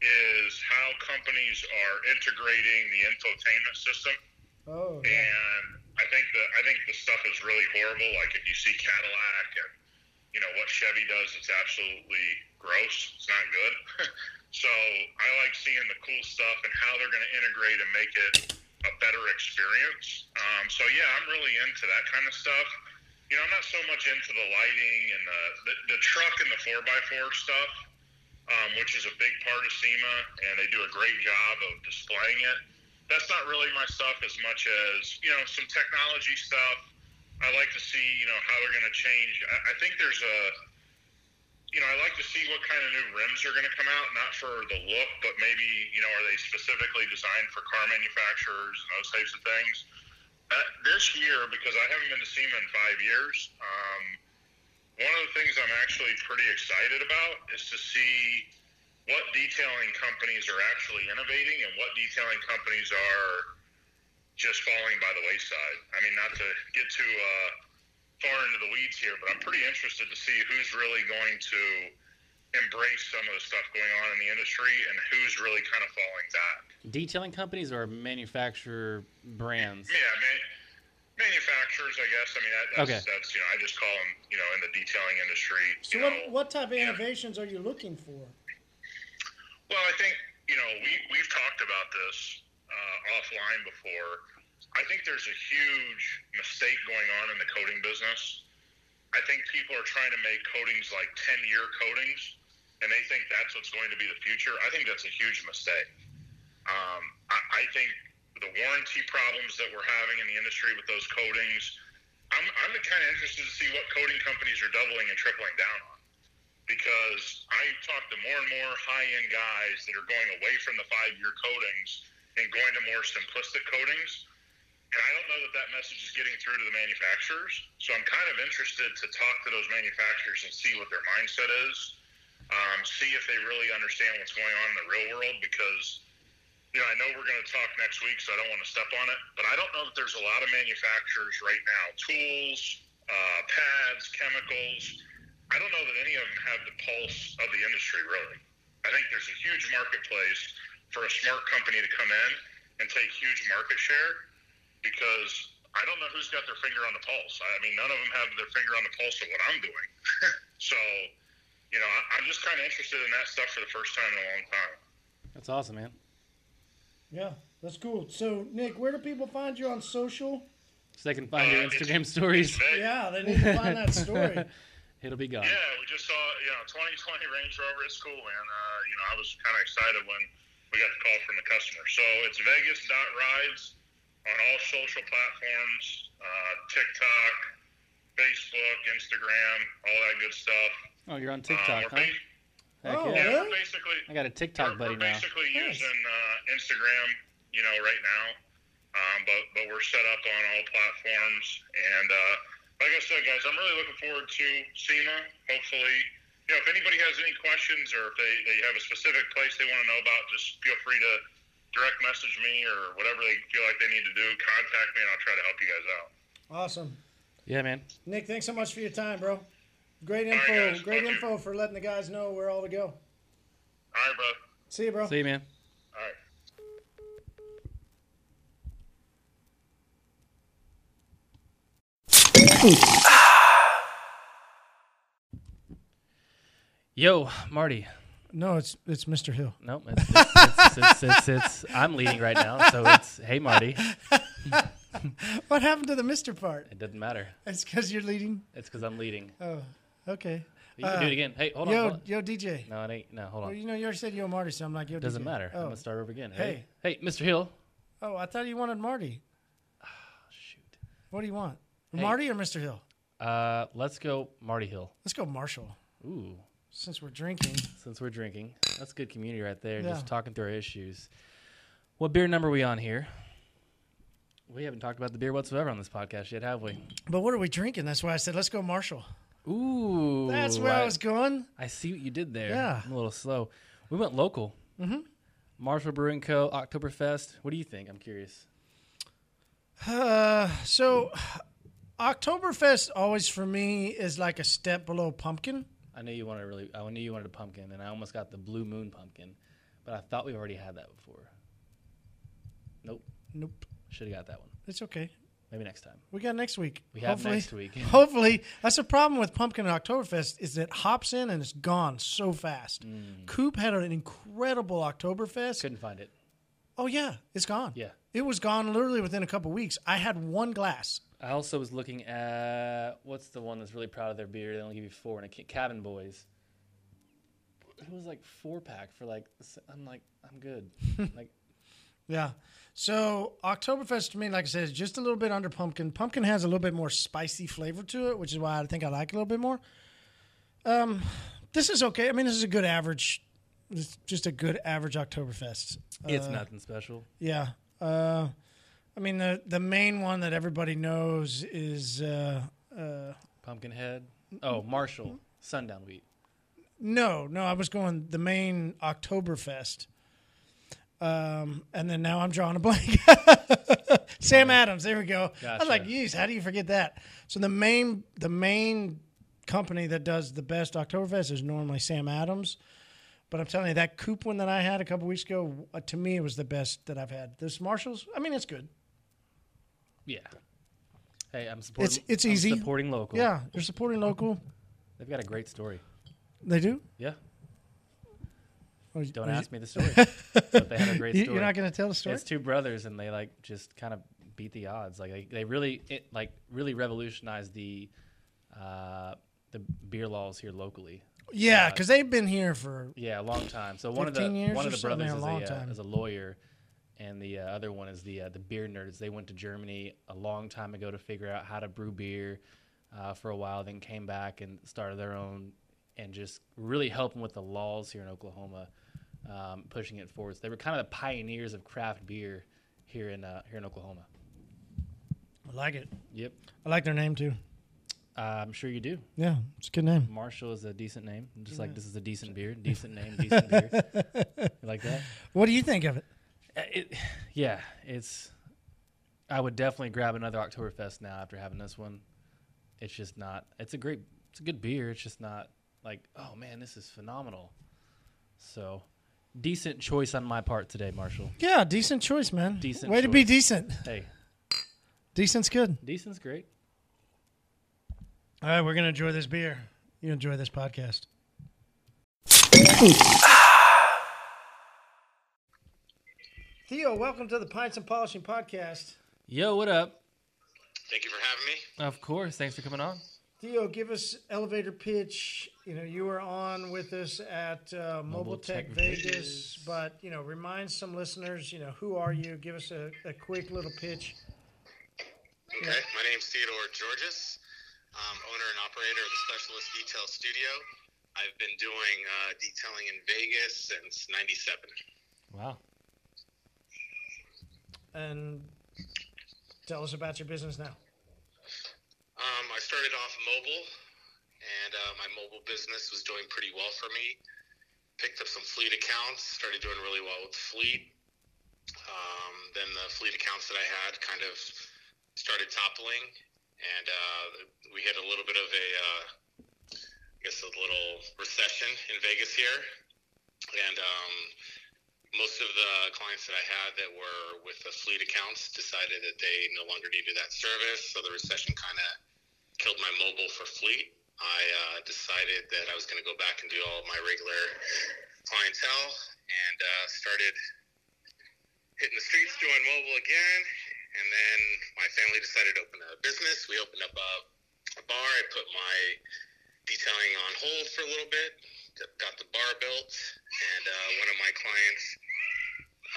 Speaker 7: is how companies are integrating the infotainment system.
Speaker 3: Oh, yeah.
Speaker 7: And I think the I think the stuff is really horrible. Like if you see Cadillac and you know what Chevy does, it's absolutely gross. It's not good. so I like seeing the cool stuff and how they're going to integrate and make it a better experience. Um, so yeah, I'm really into that kind of stuff. You know, I'm not so much into the lighting and the the, the truck and the four x four stuff, um, which is a big part of SEMA, and they do a great job of displaying it. That's not really my stuff as much as you know some technology stuff. I like to see you know how they're going to change. I, I think there's a you know I like to see what kind of new rims are going to come out, not for the look, but maybe you know are they specifically designed for car manufacturers and those types of things. Uh, this year, because I haven't been to SEMA in five years, um, one of the things I'm actually pretty excited about is to see what detailing companies are actually innovating and what detailing companies are just falling by the wayside. I mean, not to get too uh, far into the weeds here, but I'm pretty interested to see who's really going to embrace some of the stuff going on in the industry and who's really kind of falling back.
Speaker 6: detailing companies or manufacturer brands.
Speaker 7: Yeah, man, manufacturers, I guess. I mean, that, that's,
Speaker 6: Okay.
Speaker 7: that's you know, I just call them, you know, in the detailing industry.
Speaker 3: So
Speaker 7: you
Speaker 3: what,
Speaker 7: know,
Speaker 3: what type of innovations are you looking for?
Speaker 7: Well, I think you know we we've talked about this uh, offline before. I think there's a huge mistake going on in the coating business. I think people are trying to make coatings like 10 year coatings, and they think that's what's going to be the future. I think that's a huge mistake. Um, I, I think the warranty problems that we're having in the industry with those coatings, I'm, I'm kind of interested to see what coating companies are doubling and tripling down on because I talk to more and more high end guys that are going away from the five year coatings and going to more simplistic coatings. And I don't know that that message is getting through to the manufacturers. So I'm kind of interested to talk to those manufacturers and see what their mindset is, um, see if they really understand what's going on in the real world because. You know, I know we're going to talk next week, so I don't want to step on it. But I don't know that there's a lot of manufacturers right now, tools, uh, pads, chemicals, I don't know that any of them have the pulse of the industry, really. I think there's a huge marketplace for a smart company to come in and take huge market share because I don't know who's got their finger on the pulse. I mean, none of them have their finger on the pulse of what I'm doing. so, you know, I, I'm just kind of interested in that stuff for the first time in a long time.
Speaker 6: That's awesome, man.
Speaker 3: Yeah, that's cool. So Nick, where do people find you on social?
Speaker 6: So they can find your
Speaker 7: Uh, it's-
Speaker 6: Instagram stories.
Speaker 7: Hey,
Speaker 3: Yeah, they need to find that story.
Speaker 6: It'll be gone.
Speaker 7: Yeah, we just saw you know 2020 Range Rover. It's cool, man. Uh, you know, I was kind of excited when we got the call from the customer. So it's Vegas Rides on all social platforms, uh, TikTok, Facebook, Instagram, all that good stuff.
Speaker 6: Oh, you're on
Speaker 7: Uh,
Speaker 6: TikTok, huh?
Speaker 7: we're ba-
Speaker 6: Heck
Speaker 3: Oh,
Speaker 6: yeah.
Speaker 3: really?
Speaker 7: yeah, we're basically
Speaker 6: I got a TikTok
Speaker 7: we're,
Speaker 6: buddy
Speaker 7: we're
Speaker 6: now.
Speaker 7: basically
Speaker 3: Nice.
Speaker 7: using uh, Instagram, you know, right now. Um, but but we're set up on all platforms, and uh, like I said, guys, I'm really looking forward to SEMA. Hopefully, you know, if anybody has any questions or if they, they have a specific place they want to know about, just feel free to direct message me or whatever they feel like they need to do. Contact me, and I'll try to help you guys out.
Speaker 3: Awesome.
Speaker 6: Yeah, man.
Speaker 3: Nick, thanks so much for your time, bro. Great
Speaker 7: right,
Speaker 3: info.
Speaker 7: guys.
Speaker 3: Great
Speaker 7: Thank you.
Speaker 3: info for letting the guys know where all to go.
Speaker 7: All right, bro.
Speaker 3: See you, bro.
Speaker 6: See you, man.
Speaker 7: All right.
Speaker 6: Yo, Marty.
Speaker 3: No, it's it's Mr. Hill.
Speaker 6: No, it's, it's, it's, it's, it's, it's, I'm leading right now, so it's hey Marty.
Speaker 3: What happened to the Mr. part?
Speaker 6: It doesn't matter.
Speaker 3: It's because you're leading.
Speaker 6: It's because I'm leading.
Speaker 3: Oh, okay.
Speaker 6: You can do it again. Hey, hold on. hold
Speaker 3: Yo,
Speaker 6: on.
Speaker 3: yo, DJ.
Speaker 6: No, it ain't. No, hold
Speaker 3: Well,
Speaker 6: on.
Speaker 3: Oh, you know, you already said yo, Marty, so I'm like yo.
Speaker 6: It doesn't
Speaker 3: DJ.
Speaker 6: matter. I'm
Speaker 3: Oh.
Speaker 6: gonna start over again.
Speaker 3: Hey.
Speaker 6: hey, hey, Mr. Hill.
Speaker 3: oh, I thought you wanted Marty.
Speaker 6: Shoot.
Speaker 3: What do you want, Marty or Mr. Hill?
Speaker 6: Uh, let's go, Marty Hill.
Speaker 3: Let's go Marshall.
Speaker 6: Ooh,
Speaker 3: Since we're drinking,
Speaker 6: since we're drinking, that's good community right there.
Speaker 3: Yeah.
Speaker 6: Just talking through our issues. What beer number are we on here? We haven't talked about the beer whatsoever on this podcast yet, have we?
Speaker 3: but what are we drinking? That's why I said let's go Marshall.
Speaker 6: Ooh,
Speaker 3: That's where I was going.
Speaker 6: I see what you did there.
Speaker 3: Yeah.
Speaker 6: I'm a little slow. We went local. Mm-hmm. Marshall Brewing Co. Oktoberfest. What do you think? I'm curious.
Speaker 3: Uh, so Oktoberfest always for me is like a step below pumpkin.
Speaker 6: I knew you wanted a really. I knew you wanted a pumpkin, and I almost got the Blue Moon pumpkin, but I thought we already had that before. Nope.
Speaker 3: Nope,
Speaker 6: Should have got that one.
Speaker 3: it's okay.
Speaker 6: Maybe next time.
Speaker 3: We got next week.
Speaker 6: We have next week.
Speaker 3: Hopefully, that's the problem with pumpkin and Oktoberfest is that it hops in and it's gone so fast.
Speaker 6: Mm.
Speaker 3: Coop had an incredible Oktoberfest.
Speaker 6: Couldn't find it.
Speaker 3: Oh yeah, it's gone.
Speaker 6: Yeah.
Speaker 3: it was gone literally within a couple weeks. I had one glass.
Speaker 6: I also was looking at what's the one that's really proud of their beer. They only give you four, and a ca- Cabin Boys. It was like four pack for like. s- I'm like I'm good. like
Speaker 3: Yeah. So Oktoberfest to me, like I said, is just a little bit under pumpkin. Pumpkin has a little bit more spicy flavor to it, which is why I think I like it a little bit more. Um, this is okay. I mean, this is a good average. It's just a good average Oktoberfest.
Speaker 6: it's nothing special.
Speaker 3: Yeah. Uh, I mean, the the main one that everybody knows is uh, uh,
Speaker 6: Pumpkinhead. Oh, Marshall. Sundown Wheat.
Speaker 3: no, no. I was going the main Oktoberfest. Um, and then now I'm drawing a blank. Sam Adams. There we go. I was like,
Speaker 6: Gotcha.
Speaker 3: "Geez, how do you forget that?" So the main the main company that does the best Oktoberfest is normally Sam Adams. But I'm telling you, that coupe one that I had a couple weeks ago, uh, to me, it was the best that I've had. This Marshalls, I mean, it's good.
Speaker 6: Yeah. Hey, I'm supporting.
Speaker 3: It's- it's
Speaker 6: I'm
Speaker 3: easy.
Speaker 6: supporting local.
Speaker 3: Yeah, they're supporting local.
Speaker 6: They've got a great story.
Speaker 3: They do.
Speaker 6: Yeah.
Speaker 3: Or-
Speaker 6: Don't
Speaker 3: or
Speaker 6: ask me the story. but they had a great
Speaker 3: You,
Speaker 6: story.
Speaker 3: you're not going to tell the story.
Speaker 6: It's two brothers, and they like just kind of beat the odds. Like they, they really it, like really revolutionized the uh, the beer laws here locally.
Speaker 3: yeah, because they've been here for.
Speaker 6: Yeah, a long time. So one of the
Speaker 3: 15 years
Speaker 6: one of
Speaker 3: or
Speaker 6: the
Speaker 3: so? I mean,
Speaker 6: brothers
Speaker 3: a
Speaker 6: is,
Speaker 3: long
Speaker 6: a, uh,
Speaker 3: time.
Speaker 6: is a lawyer, and the uh, other one is the uh, the beer nerds. They went to Germany a long time ago to figure out how to brew beer uh, for a while, then came back and started their own, and just really helping with the laws here in Oklahoma, um, pushing it forward. So they were kind of the pioneers of craft beer here in uh, here in Oklahoma.
Speaker 3: I like it.
Speaker 6: Yep,
Speaker 3: I like their name too.
Speaker 6: uh, I'm sure you do.
Speaker 3: Yeah, it's a good name.
Speaker 6: Marshall is a decent name, just like this is a decent beer, decent name, decent beer. You like that?
Speaker 3: What do you think of it?
Speaker 6: Uh, it, yeah, it's. I would definitely grab another Oktoberfest now after having this one. It's just not. It's a great. It's a good beer. It's just not like, oh man, this is phenomenal. So, decent choice on my part today, Marshall.
Speaker 3: Yeah, decent choice, man.
Speaker 6: Decent
Speaker 3: Way to be
Speaker 6: choice.
Speaker 3: decent.
Speaker 6: Hey,
Speaker 3: Decent's good.
Speaker 6: decent's great.
Speaker 3: All right, we're gonna enjoy this beer. You enjoy this podcast. Theo, welcome to the Pints and Polishing Podcast.
Speaker 6: Yo, what up?
Speaker 5: Thank you for having me.
Speaker 6: Of course, thanks for coming on.
Speaker 3: Theo, give us elevator pitch. You know, you were on with us at uh, Mobile Tech,
Speaker 6: Tech
Speaker 3: Vegas,
Speaker 6: Vegas.
Speaker 3: but you know, remind some listeners. You know, who are you? Give us a, a quick little pitch.
Speaker 5: Okay, my name's Theodore Georges. I'm owner and operator of the Specialist Detail Studio. I've been doing uh, detailing in Vegas since '97.
Speaker 6: Wow.
Speaker 3: and tell us about your business now.
Speaker 5: Um, I started off mobile, and uh, my mobile business was doing pretty well for me. Picked up some fleet accounts, started doing really well with fleet. Um, then the fleet accounts that I had kind of started toppling, and uh, we hit a little bit of a, uh, I guess, a little recession in Vegas here. And um, most of the clients that I had that were with the fleet accounts decided that they no longer needed that service, so the recession kind of killed my mobile for fleet.
Speaker 4: I uh, decided that I was going to go back and do all my regular clientele and uh, started hitting the streets doing mobile again. And then my family decided to open a business. We opened up a, a bar. I put my detailing on hold for a little bit, got- got the bar built, and uh, one of my clients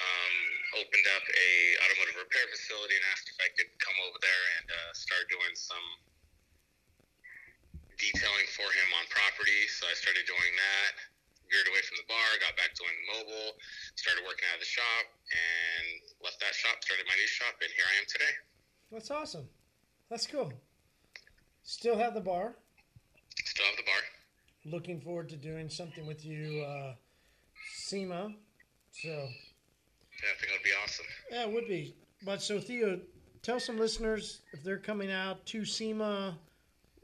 Speaker 4: um, opened up a automotive repair facility and asked if I could come over there and uh, start doing some detailing for him on property. So I started doing that. Veered away from the bar, got back doing mobile, started working out of the shop, and left that shop, started my new shop, and here I am today.
Speaker 3: That's awesome. That's cool. Still have the bar.
Speaker 4: Still have the bar.
Speaker 3: Looking forward to doing something with you, uh, SEMA. So
Speaker 4: Yeah, I think it'll be awesome.
Speaker 3: yeah, it would be. But so Theo, tell some listeners if they're coming out to SEMA,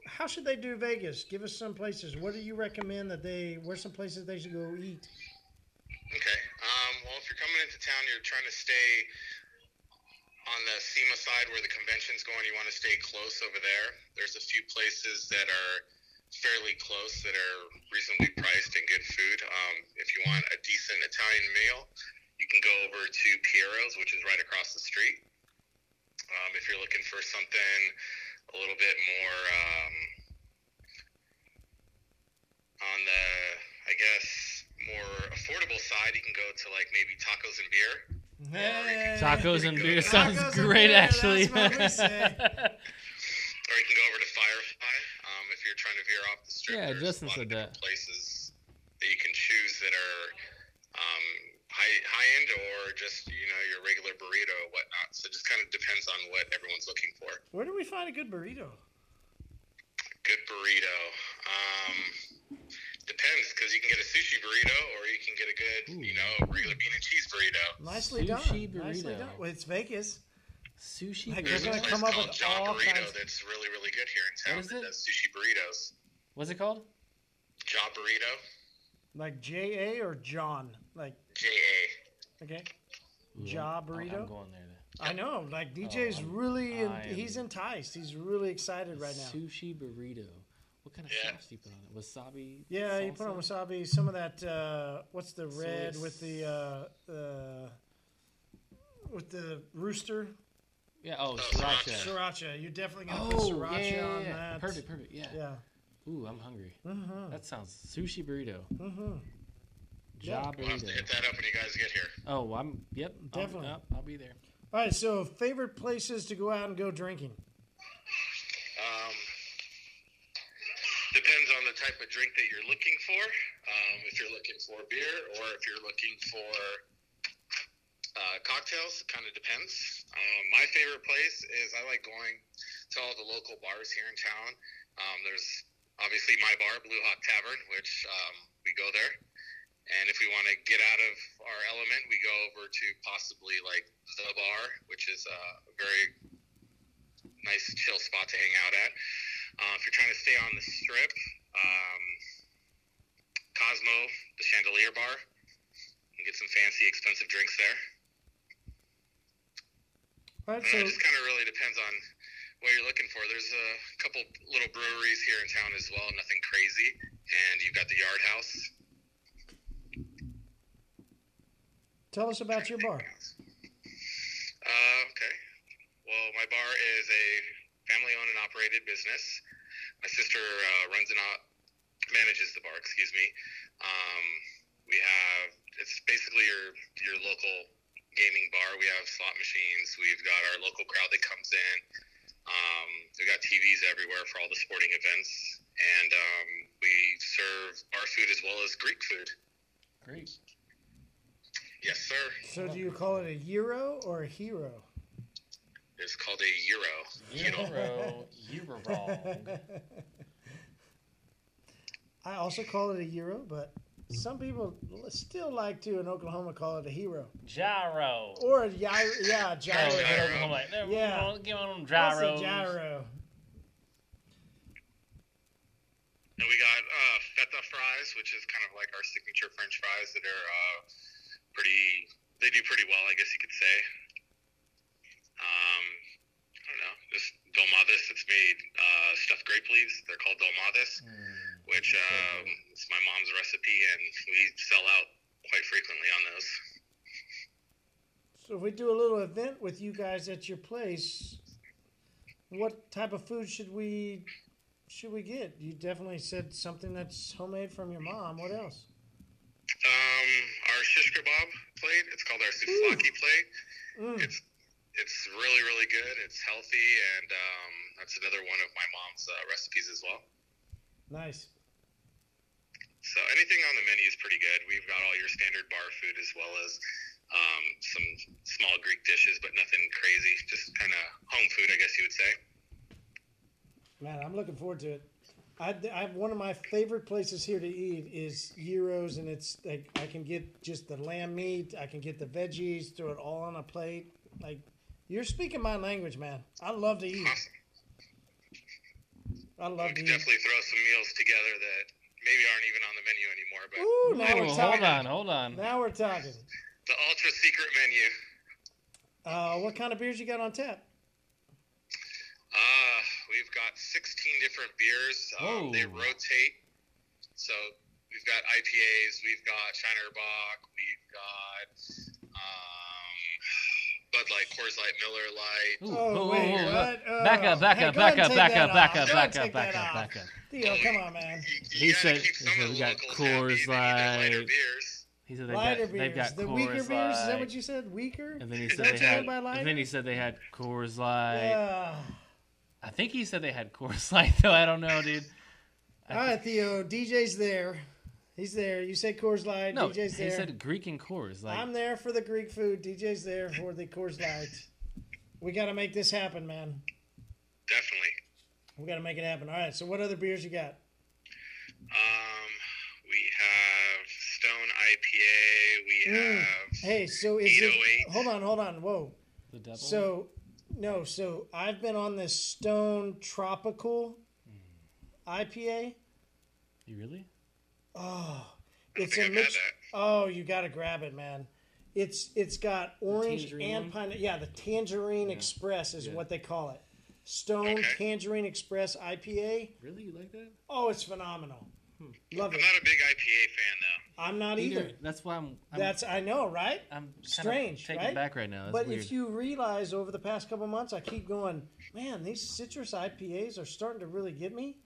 Speaker 3: how should they do Vegas? Give us some places. What do you recommend that they? Where's some places they should go eat?
Speaker 4: Okay. Um, well, if you're coming into town, you're trying to stay on the SEMA side where the convention's going. You want to stay close over there. There's a few places that are fairly close that are reasonably priced and good food. Um, if you want a decent Italian meal, you can go over to Piero's, which is right across the street. Um, if you're looking for something a little bit more um, on the, I guess, more affordable side, you can go to like maybe tacos and beer.
Speaker 3: Hey.
Speaker 6: Tacos and beer sounds
Speaker 3: Tacos and
Speaker 6: great,
Speaker 3: beer,
Speaker 6: actually.
Speaker 3: That's what we say.
Speaker 4: Or you can go over to Firefly um, if you're trying to veer off the strip.
Speaker 6: Yeah,
Speaker 4: there's
Speaker 6: Justin
Speaker 4: a lot
Speaker 6: said
Speaker 4: of different
Speaker 6: that.
Speaker 4: Places that you can choose that are um, high high end or just you know your regular burrito or whatnot. So it just kind of depends on what everyone's looking for.
Speaker 3: Where do we find a good burrito?
Speaker 4: Good burrito. Um, depends because you can get a sushi burrito or you can get a good you know regular bean and cheese burrito.
Speaker 3: Nicely done.
Speaker 6: Sushi
Speaker 3: Nicely
Speaker 6: burrito.
Speaker 3: done. Well, it's Vegas.
Speaker 6: Sushi.
Speaker 3: Like,
Speaker 6: burger.
Speaker 4: There's a
Speaker 3: gonna
Speaker 4: place
Speaker 3: come up
Speaker 4: called
Speaker 3: with
Speaker 4: John
Speaker 3: all
Speaker 4: Burrito
Speaker 3: kinds-
Speaker 4: that's really really good here in town
Speaker 6: is
Speaker 4: that
Speaker 6: it?
Speaker 4: does sushi burritos.
Speaker 6: What's it called?
Speaker 4: John Burrito,
Speaker 3: Like J A or John? Like
Speaker 4: J A.
Speaker 3: okay. Ja burrito.
Speaker 6: Mm-hmm. Oh, I'm going there. then.
Speaker 3: I know. Like DJ's
Speaker 6: I'm-
Speaker 3: really, in,
Speaker 6: I am-
Speaker 3: he's enticed. He's really excited right now.
Speaker 6: Sushi burrito. What kind of
Speaker 4: Yeah.
Speaker 6: sauce do you put on it? Wasabi.
Speaker 3: Yeah, you put on
Speaker 6: salsa?
Speaker 3: wasabi. Some of that. Uh, what's the
Speaker 6: Soy
Speaker 3: red with the uh, uh, with the rooster
Speaker 6: Yeah. Oh,
Speaker 4: Oh,
Speaker 6: sriracha.
Speaker 3: sriracha? You're definitely gonna put
Speaker 6: Oh,
Speaker 3: sriracha
Speaker 6: yeah, yeah,
Speaker 3: on
Speaker 6: yeah.
Speaker 3: that.
Speaker 6: Perfect. Perfect. Yeah.
Speaker 3: Yeah. Mm-hmm.
Speaker 6: Ooh, I'm hungry. That sounds sushi burrito. Mm-hmm. Ja
Speaker 3: Yeah.
Speaker 4: We'll have to
Speaker 6: burrito.
Speaker 4: hit that up when you guys get here.
Speaker 6: Oh, I'm yep. I'll-
Speaker 3: Definitely.
Speaker 6: I'll, I'll be there.
Speaker 3: All right. So favorite places to go out and go drinking.
Speaker 4: Um, depends on the type of drink that you're looking for. Um, if you're looking for beer or if you're looking for uh, cocktails, it kind of depends. Um, my favorite place is I like going to all the local bars here in town. Um, there's obviously my bar, Blue Hawk Tavern, which um, we go there. And if we want to get out of our element, we go over to possibly like the bar, which is uh, a very nice chill spot to hang out at. Uh, if you're trying to stay on the strip, um, Cosmo, the Chandelier Bar, you can get some fancy, expensive drinks there.
Speaker 3: All right.
Speaker 4: And
Speaker 3: So
Speaker 4: it just kind of really depends on what you're looking for. There's a couple little breweries here in town as well, nothing crazy. And you've got the Yard House.
Speaker 3: tell us about your bar.
Speaker 4: Uh, okay. Well, my bar is a family-owned and operated business. My sister uh, runs and op- manages the bar. Excuse me. Um, we have it's basically your your local gaming bar. We have slot machines. We've got our local crowd that comes in. Um, we've got TVs everywhere for all the sporting events, and um, we serve bar food as well as Greek food.
Speaker 6: Great.
Speaker 4: Yes, sir.
Speaker 3: So do you call it a euro or a hero?
Speaker 4: It's called a gyro.
Speaker 6: Euro. you were wrong.
Speaker 3: I also call it a euro, but some people still like to in Oklahoma call it a hero
Speaker 6: Gyro.
Speaker 3: or a gyro. Oh, Yeah,
Speaker 6: Oh,
Speaker 3: gyro.
Speaker 4: Gyro.
Speaker 3: Yeah.
Speaker 6: Give on
Speaker 3: That's a
Speaker 6: gyro.
Speaker 3: gyro.
Speaker 4: And we got uh, feta fries, which is kind of like our signature French fries that are uh, pretty. They do pretty well, I guess you could say. Um, I don't know. Just go Dalmadas that's made uh, stuffed grape leaves. They're called Dalmadas, which um, it's my mom's recipe, and we sell out quite frequently on those.
Speaker 3: So if we do a little event with you guys at your place, what type of food should we should we get? You definitely said something that's homemade from your mom. What else?
Speaker 4: Um, our shish kebab plate. It's called our souvlaki plate. It's it's really really good. It's healthy, and um, that's another one of my mom's uh, recipes as well.
Speaker 3: Nice.
Speaker 4: So anything on the menu is pretty good. We've got all your standard bar food as well as um, some small Greek dishes, but nothing crazy. Just kind of home food, I guess you would say.
Speaker 3: Man, I'm looking forward to it. I, I one of my favorite places here to eat is Euros, and it's like I can get just the lamb meat, I can get the veggies, throw it all on a plate. Like you're speaking my language, man. I love to eat.
Speaker 4: Awesome.
Speaker 3: I
Speaker 4: We
Speaker 3: love to
Speaker 4: could
Speaker 3: eat.
Speaker 4: definitely throw some meals together that maybe aren't even on the menu anymore, but
Speaker 3: Ooh, now
Speaker 6: Oh,
Speaker 3: we're
Speaker 6: hold
Speaker 3: talking.
Speaker 6: on, hold on.
Speaker 3: Now we're talking.
Speaker 4: the ultra secret menu.
Speaker 3: Uh, what kind of beers you got on tap?
Speaker 4: Uh, we've got 16 different beers.
Speaker 6: Whoa.
Speaker 4: Um, they rotate. So we've got IPAs, we've got Shinerbach, we've got um, Bud Light, Coors Light, Miller Light.
Speaker 6: Ooh,
Speaker 3: Oh,
Speaker 6: whoa, whoa,
Speaker 3: wait,
Speaker 6: whoa,
Speaker 3: what?
Speaker 6: whoa. Back
Speaker 3: Oh.
Speaker 6: up, back
Speaker 3: Hey,
Speaker 6: up,
Speaker 3: go ahead
Speaker 6: back up,
Speaker 3: and
Speaker 6: back
Speaker 3: take
Speaker 6: up,
Speaker 3: that
Speaker 6: back
Speaker 3: off.
Speaker 6: up,
Speaker 3: Go
Speaker 6: back
Speaker 3: ahead
Speaker 6: up,
Speaker 3: and take
Speaker 6: back
Speaker 3: that
Speaker 6: up,
Speaker 3: off.
Speaker 6: back up.
Speaker 3: Theo, come on, man.
Speaker 4: You,
Speaker 6: He
Speaker 4: you gotta
Speaker 6: said-
Speaker 4: keep
Speaker 6: he
Speaker 4: some
Speaker 6: said
Speaker 4: of the
Speaker 6: we got
Speaker 4: locals
Speaker 6: Coors
Speaker 4: happy. They need their lighter
Speaker 6: Light.
Speaker 4: beers.
Speaker 6: He said they've
Speaker 3: Lighter
Speaker 6: got, they've
Speaker 3: beers,
Speaker 6: got
Speaker 3: the
Speaker 6: Coors
Speaker 3: weaker beers. Is that
Speaker 6: Light.
Speaker 3: what you said? Weaker.
Speaker 6: And then he
Speaker 3: Is
Speaker 6: said
Speaker 3: that
Speaker 6: they
Speaker 3: what you
Speaker 6: had.
Speaker 3: meant by
Speaker 6: And
Speaker 3: lighter?
Speaker 6: then he said they had Coors Light.
Speaker 3: Yeah.
Speaker 6: I think he said they had Coors Light though. I don't know, dude.
Speaker 3: All right, Theo. DJ's there. He's there. You say Coors Light.
Speaker 6: No,
Speaker 3: DJ's
Speaker 6: he
Speaker 3: there.
Speaker 6: said Greek and Coors. Like,
Speaker 3: I'm there for the Greek food. DJ's there for the Coors Light. We got to make this happen, man.
Speaker 4: Definitely.
Speaker 3: We got to make it happen. All right. So, what other beers you got?
Speaker 4: Um, we have Uh, Stone IPA. We have
Speaker 3: Hey, so is it?
Speaker 4: 808.
Speaker 3: Hold on, hold on. Whoa.
Speaker 6: the devil.
Speaker 3: So,
Speaker 6: Mm.
Speaker 3: no. So I've been on this Stone Tropical IPA.
Speaker 6: you really?
Speaker 3: It's
Speaker 4: think
Speaker 3: a
Speaker 4: I've
Speaker 3: mix.
Speaker 4: had that.
Speaker 3: Oh, you got to grab it, man. It's it's got orange
Speaker 6: tangerine
Speaker 3: and
Speaker 6: one?
Speaker 3: pineapple. Yeah, the Tangerine Express is what they call it. Stone
Speaker 4: Okay.
Speaker 3: Tangerine Express IPA.
Speaker 6: Really, you like that?
Speaker 3: Oh, it's phenomenal.
Speaker 6: Hmm.
Speaker 3: Love it.
Speaker 4: I'm not a big IPA fan though.
Speaker 3: I'm not either.
Speaker 6: That's why I'm. I'm
Speaker 3: That's I know, right?
Speaker 6: I'm kind
Speaker 3: strange,
Speaker 6: Of taken
Speaker 3: right?
Speaker 6: back right now. That's
Speaker 3: but
Speaker 6: weird.
Speaker 3: if you realize over the past couple months, I keep going, man, these citrus IPAs are starting to really get me.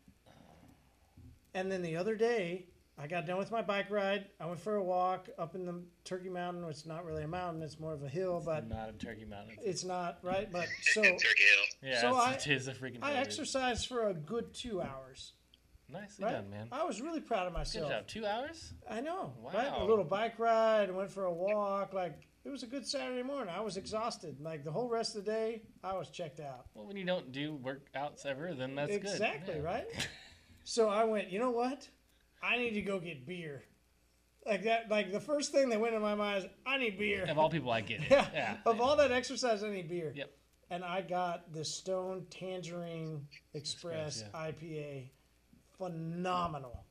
Speaker 3: And then the other day, I got done with my bike ride. I went for a walk up in the Turkey Mountain. which is not really a mountain; it's more of a hill, but
Speaker 6: I'm not in Turkey Mountain.
Speaker 3: it's not right. But so
Speaker 4: Turkey Hill.
Speaker 6: Yeah,
Speaker 3: so
Speaker 6: it's,
Speaker 3: I-
Speaker 6: it is a freaking.
Speaker 3: I
Speaker 6: hill, dude.
Speaker 3: exercised for a good two hours.
Speaker 6: Nicely
Speaker 3: Right?
Speaker 6: done, man.
Speaker 3: I was really proud of
Speaker 6: Good
Speaker 3: myself.
Speaker 6: job. Two hours.
Speaker 3: I know. Right? A
Speaker 6: Wow.
Speaker 3: little bike ride, went for a walk. Like, it was a good Saturday morning. I was exhausted. Like, the whole rest of the day, I was checked out.
Speaker 6: Well, when you don't do workouts ever, then that's good.
Speaker 3: exactly,
Speaker 6: Yeah.
Speaker 3: right? so I went, you know what? I need to go get beer. Like, that, like the first thing that went in my mind is, I need beer.
Speaker 6: Of all people, I get it. yeah.
Speaker 3: Of all that exercise, I need beer.
Speaker 6: Yep.
Speaker 3: And I got the Stone Tangerine Express
Speaker 6: Express,
Speaker 3: IPA. Phenomenal.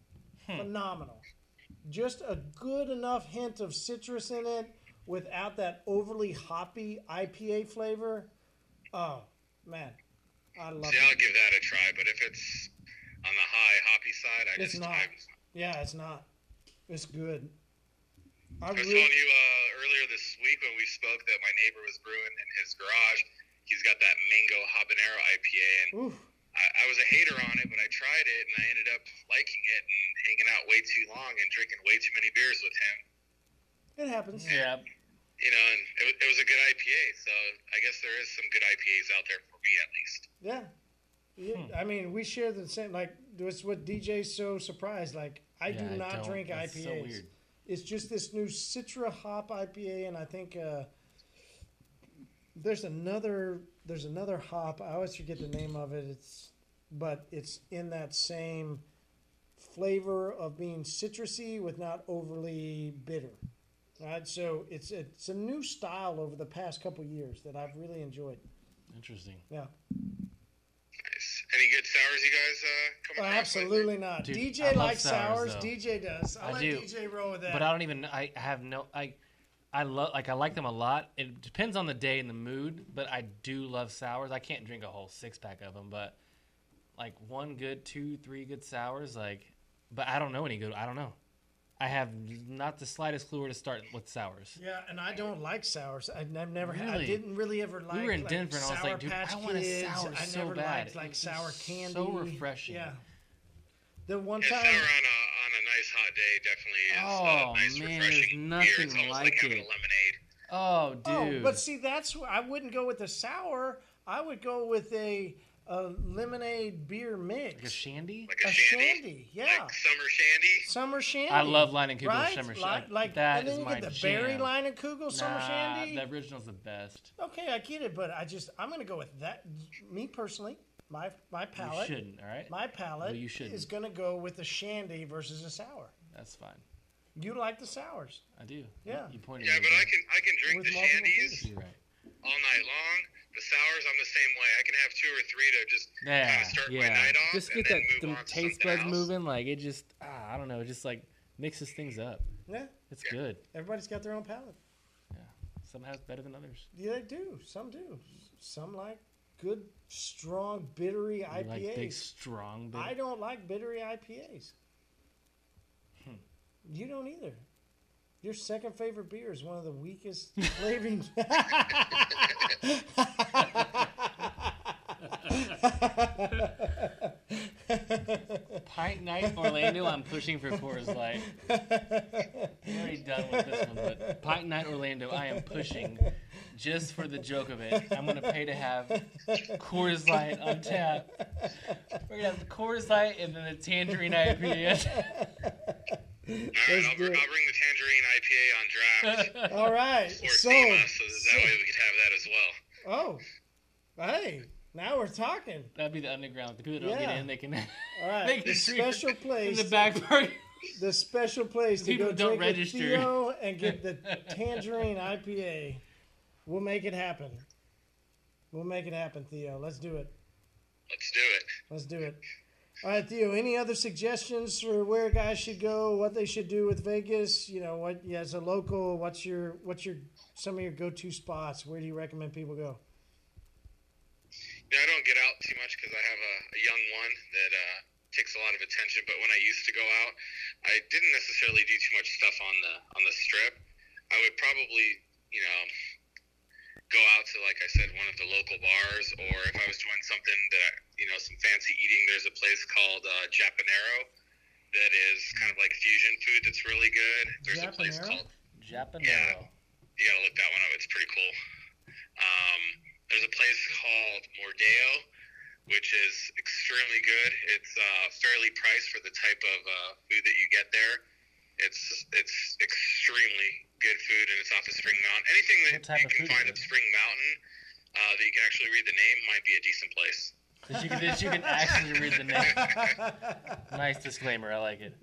Speaker 3: Phenomenal. Just a good enough hint of citrus in it without that overly hoppy IPA flavor. Oh, man. I love
Speaker 4: See, I'll
Speaker 3: it.
Speaker 4: give that a try, but if it's on the high hoppy side, I
Speaker 3: It's
Speaker 4: just
Speaker 3: not.
Speaker 4: I'm,
Speaker 3: Yeah, it's not. It's good. I
Speaker 4: I was
Speaker 3: really,
Speaker 4: telling you uh, earlier this week when we spoke that my neighbor was brewing in his garage. He's got that mango habanero IPA, and
Speaker 3: Oof.
Speaker 4: I, I was a hater on it, but I tried it and I ended up liking it and hanging out way too long and drinking way too many beers with him.
Speaker 3: it happens.
Speaker 6: Yeah.
Speaker 4: You know, and it, wa- it was a good IPA, so I guess there is some good IPAs out there for me at least.
Speaker 3: Yeah. Yeah,
Speaker 6: Hmm.
Speaker 3: I mean, we share the same. Like, it's what DJ's so surprised. Like, I
Speaker 6: Yeah,
Speaker 3: do
Speaker 6: I
Speaker 3: not
Speaker 6: don't.
Speaker 3: drink
Speaker 6: That's
Speaker 3: IPAs.
Speaker 6: so weird.
Speaker 3: It's just this new Citra Hop IPA, and I think uh, there's another there's another hop. I always forget the name of it. It's but it's in that same flavor of being citrusy with not overly bitter. All right, so it's it's a new style over the past couple years that I've really enjoyed.
Speaker 6: Interesting.
Speaker 3: Yeah.
Speaker 4: Nice. Any good sours you guys uh, come
Speaker 3: Oh,
Speaker 4: across? lately?
Speaker 3: absolutely not.
Speaker 6: Dude, I
Speaker 3: DJ
Speaker 6: love
Speaker 3: likes sours.
Speaker 6: sours, though.
Speaker 3: DJ does. I'll
Speaker 6: I
Speaker 3: let
Speaker 6: do.
Speaker 3: DJ roll with that.
Speaker 6: But I don't even. I have no. I I love like I like them a lot. It depends on the day and the mood, but I do love sours. I can't drink a whole six pack of them, but like one good, two, three good sours, like. But I don't know any good. I don't know. I have not the slightest clue where to start with sours.
Speaker 3: Yeah, and I don't like sours. I've nev- never, had, I
Speaker 6: Really?
Speaker 3: didn't really ever like.
Speaker 6: we were in
Speaker 3: like,
Speaker 6: Denver, and I was
Speaker 3: Sour
Speaker 6: like, dude,
Speaker 3: Patch
Speaker 6: I want a
Speaker 3: Kids.
Speaker 6: sour
Speaker 3: I
Speaker 6: so
Speaker 3: never
Speaker 6: bad.
Speaker 3: liked like
Speaker 6: It's
Speaker 3: sour
Speaker 6: just
Speaker 3: candy.
Speaker 6: so refreshing.
Speaker 3: Yeah. The one
Speaker 4: Yeah,
Speaker 3: time.
Speaker 4: sour on a on a nice hot day definitely is
Speaker 6: Oh,
Speaker 4: a nice
Speaker 6: man, there's
Speaker 4: refreshing beer. It's
Speaker 6: nothing
Speaker 4: almost
Speaker 6: like
Speaker 4: like having
Speaker 6: it.
Speaker 4: a lemonade.
Speaker 6: Oh, dude.
Speaker 3: Oh, but see, that's wh- I wouldn't go with a sour. I would go with a, a lemonade beer mix.
Speaker 6: Like a shandy?
Speaker 4: Like a,
Speaker 3: A shandy, yeah.
Speaker 4: Like summer shandy.
Speaker 3: Summer shandy.
Speaker 6: I love Leinenkugel's
Speaker 3: right?
Speaker 6: summer shandy.
Speaker 3: Like, like
Speaker 6: That
Speaker 3: and then
Speaker 6: is
Speaker 3: you
Speaker 6: my
Speaker 3: get the berry
Speaker 6: jam.
Speaker 3: line and Kugel summer
Speaker 6: Nah,
Speaker 3: shandy.
Speaker 6: The original's the best.
Speaker 3: Okay, I get it, but I just I'm gonna go with that. Me personally, my my palate.
Speaker 6: You shouldn't, all right?
Speaker 3: My palate
Speaker 6: No, you shouldn't.
Speaker 3: is gonna go with a shandy versus a sour.
Speaker 6: That's fine.
Speaker 3: You like the sours.
Speaker 6: I do.
Speaker 3: Yeah.
Speaker 6: You pointed
Speaker 4: Yeah,
Speaker 6: me
Speaker 4: but I
Speaker 6: at
Speaker 4: can I can drink
Speaker 3: With
Speaker 4: the
Speaker 3: multiple
Speaker 4: shandies
Speaker 6: that. You're right.
Speaker 4: all night long. The sours, I'm the same way. I can have two or three to just kind
Speaker 6: Yeah,
Speaker 4: of start my
Speaker 6: yeah.
Speaker 4: night off.
Speaker 6: just
Speaker 4: and
Speaker 6: get
Speaker 4: then
Speaker 6: that
Speaker 4: move
Speaker 6: them
Speaker 4: on to
Speaker 6: taste
Speaker 4: something
Speaker 6: buds
Speaker 4: else.
Speaker 6: moving. Like it just, ah, I don't know. It just like mixes things up.
Speaker 3: Yeah,
Speaker 6: It's good.
Speaker 3: everybody's got their own palate.
Speaker 6: Some have better than others.
Speaker 3: Yeah, they do. Some do. Some like good, strong, bittery
Speaker 6: You like big,
Speaker 3: IPAs.
Speaker 6: strong. Bit.
Speaker 3: I don't like bittery IPAs.
Speaker 6: Hmm.
Speaker 3: You don't either. Your second favorite beer is one of the weakest flavoring.
Speaker 6: Pint night Orlando. I'm pushing for Coors Light. I'm already done with this one, but Pint night Orlando. I am pushing just for the joke of it. I'm gonna pay to have Coors Light on tap. We're gonna have the Coors Light and then the Tangerine IPA.
Speaker 4: All right,
Speaker 3: Let's do
Speaker 4: I'll, br-
Speaker 3: it.
Speaker 4: I'll bring the tangerine IPA on draft
Speaker 3: All right.
Speaker 4: or
Speaker 3: So,
Speaker 4: FEMA, so that, that way we could have that as well.
Speaker 3: oh, hey, now we're talking.
Speaker 6: That'd be the underground. The people that don't
Speaker 3: Yeah.
Speaker 6: get in, they can.
Speaker 3: All right.
Speaker 6: Make
Speaker 3: The
Speaker 6: the drink
Speaker 3: special
Speaker 6: in
Speaker 3: place.
Speaker 6: the back part.
Speaker 3: the special place to
Speaker 6: People
Speaker 3: go
Speaker 6: don't
Speaker 3: drink
Speaker 6: register.
Speaker 3: with Theo and get the tangerine IPA. We'll make it happen. We'll make it happen, Theo. Let's do it.
Speaker 4: Let's do it.
Speaker 3: Let's do it. All right, Theo. Any other suggestions for where guys should go, what they should do with Vegas? You know, what yeah, as a local, what's your what's your some of your go to spots? Where do you recommend people go?
Speaker 4: Yeah, I don't get out too much because I have a, a young one that uh, takes a lot of attention. But when I used to go out, I didn't necessarily do too much stuff on the on the strip. I would probably, you know, go out to like I said, one of the local bars, or if I was doing something that I, you know, some fancy eating. There's a place called uh, Japanero that is kind of like fusion food that's really good. There's a place
Speaker 3: Japanero?
Speaker 4: called
Speaker 6: Japanero.
Speaker 4: Yeah. you gotta look that one up. It's pretty cool. Um, there's a place called Mordeo, which is extremely good. It's uh, fairly priced for the type of uh, food that you get there. It's it's extremely good food, and it's off of Spring Mountain. Anything that
Speaker 6: What type
Speaker 4: you
Speaker 6: of
Speaker 4: can
Speaker 6: food is
Speaker 4: find
Speaker 6: it?
Speaker 4: up Spring Mountain uh, that you can actually read the name might be a decent place.
Speaker 6: That you, can, that you can actually read the name. nice disclaimer. I like it.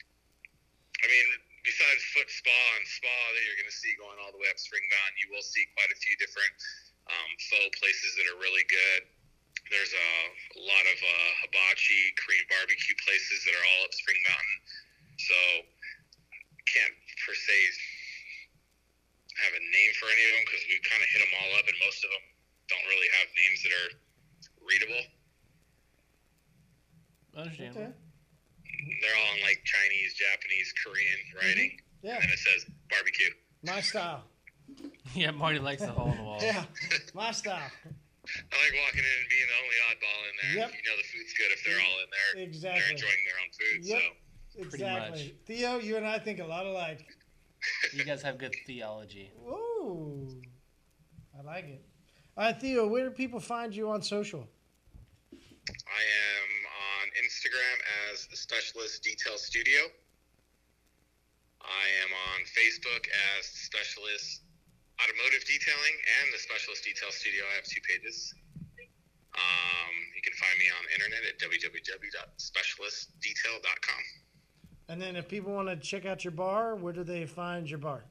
Speaker 4: I mean, besides foot spa and spa that you're going to see going all the way up Spring Mountain, you will see quite a few different um, faux places that are really good. There's a lot of uh, hibachi Korean barbecue places that are all up Spring Mountain. So can't per se have a name for any of them because we kind of hit them all up, and most of them don't really have names that are readable.
Speaker 6: Understandable.
Speaker 3: Okay.
Speaker 4: They're all in like Chinese, Japanese, Korean writing,
Speaker 6: Mm-hmm.
Speaker 3: Yeah,
Speaker 4: and it says barbecue.
Speaker 3: my style.
Speaker 6: Yeah, Marty likes the hole in the wall.
Speaker 3: Yeah, my style.
Speaker 4: I like walking in and being the only oddball in there.
Speaker 3: Yep.
Speaker 4: You know the food's good if they're all in there.
Speaker 3: Exactly.
Speaker 4: They're enjoying their own food.
Speaker 3: Yep.
Speaker 4: So
Speaker 3: Exactly. Theo, you and I think a lot alike.
Speaker 6: You guys have good theology.
Speaker 3: Ooh, I like it. All right, Theo, where do people find you on social?
Speaker 4: I am on Instagram as the Specialist Detail Studio. I am on Facebook as Specialist Automotive Detailing and the Specialist Detail Studio. I have two pages. Um, you can find me on the internet at www.specialistdetail.com.
Speaker 3: And then if people want to check out your bar, where do they find your bar?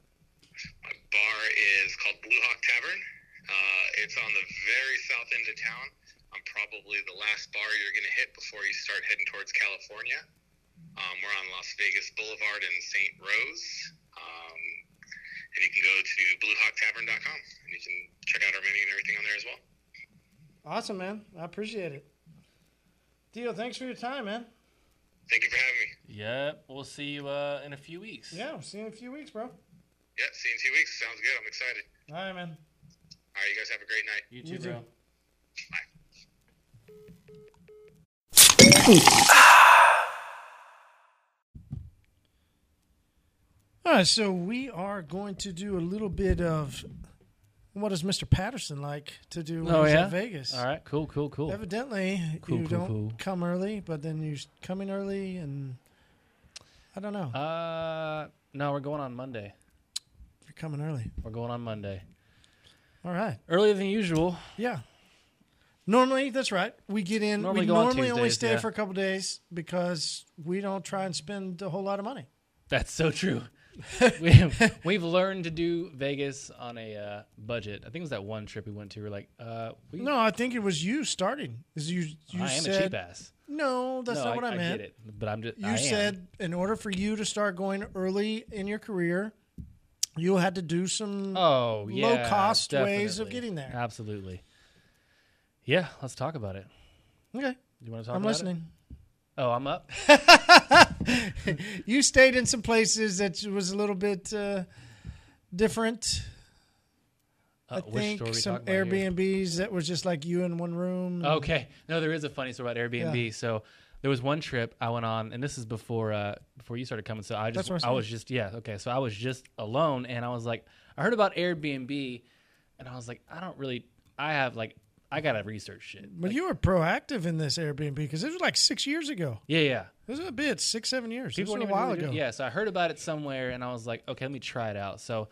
Speaker 4: My bar is called Blue Hawk Tavern. Uh, it's on the very south end of town. I'm probably the last bar you're going to hit before you start heading towards California. Um, we're on Las Vegas Boulevard and St. Rose. Um,
Speaker 5: and you can go to bluehawktavern.com and you can check out our menu and everything on there as well.
Speaker 3: Awesome, man. I appreciate it. Dio, thanks for your time, man.
Speaker 5: Thank you for having me.
Speaker 4: Yep. We'll see you uh, in a few weeks.
Speaker 3: Yeah, we'll see you in a few weeks, bro. All
Speaker 5: Yeah, see you in two weeks. Sounds good. I'm excited.
Speaker 3: right, man.
Speaker 5: All right, you guys have a great night.
Speaker 4: You too,
Speaker 3: You too.
Speaker 4: bro.
Speaker 5: Bye.
Speaker 3: All right, so we are going to do a little bit of what does Mr. Patterson like to do when he's at Vegas?
Speaker 6: Oh, All right, cool, cool, cool.
Speaker 3: Evidently,
Speaker 6: Cool,
Speaker 3: you
Speaker 6: cool,
Speaker 3: don't
Speaker 6: cool.
Speaker 3: come early, but then you s- come in early, and I don't know.
Speaker 6: Uh, no, we're going on Monday.
Speaker 3: you're coming early.
Speaker 6: We're going on Monday.
Speaker 3: All right.
Speaker 6: Earlier than usual.
Speaker 3: Yeah. Normally, that's right. We get in.
Speaker 6: Normally
Speaker 3: we
Speaker 6: go on
Speaker 3: normally only
Speaker 6: Tuesdays,
Speaker 3: stay
Speaker 6: yeah.
Speaker 3: for a couple days because we don't try and spend a whole lot of money.
Speaker 6: That's so true. we, we've learned to do Vegas on a uh, budget. I think it was that one trip we went to. We're like, uh, we,
Speaker 3: No, I think it was you starting. Is you you
Speaker 6: I am
Speaker 3: said
Speaker 6: a cheap ass.
Speaker 3: no? That's
Speaker 6: no,
Speaker 3: not
Speaker 6: I,
Speaker 3: what I,
Speaker 6: I
Speaker 3: meant.
Speaker 6: get it, but I'm just.
Speaker 3: You
Speaker 6: I am.
Speaker 3: said in order for you to start going early in your career, you had to do some.
Speaker 6: oh yeah,
Speaker 3: low-cost ways of
Speaker 6: definitely.
Speaker 3: getting there.
Speaker 6: Absolutely. Yeah, let's talk about it.
Speaker 3: okay,
Speaker 6: You want to talk?
Speaker 3: I'm
Speaker 6: about it?
Speaker 3: listening.
Speaker 6: Oh, I'm up.
Speaker 3: You stayed in some places that was a little bit uh, different.
Speaker 6: Uh,
Speaker 3: I
Speaker 6: which story
Speaker 3: think
Speaker 6: we
Speaker 3: some
Speaker 6: talking about here? Uh,
Speaker 3: Airbnbs that was just like you in one room.
Speaker 6: Okay. No, there is a funny story about Airbnb. So there was one trip I went on, and this is before uh, before you started coming. So I
Speaker 3: That's
Speaker 6: just
Speaker 3: what I
Speaker 6: I was just yeah okay. So I was just alone, and I was like, I heard about Airbnb, and I was like, I don't really. I have like I gotta research shit.
Speaker 3: But you were proactive in this Airbnb because it was like six years ago.
Speaker 6: Yeah, yeah.
Speaker 3: It was a bit six, seven years.
Speaker 6: People
Speaker 3: it was a
Speaker 6: weren't even
Speaker 3: while
Speaker 6: really
Speaker 3: ago.
Speaker 6: doing- Yeah, so I heard about it somewhere, and I was like, okay, let me try it out. So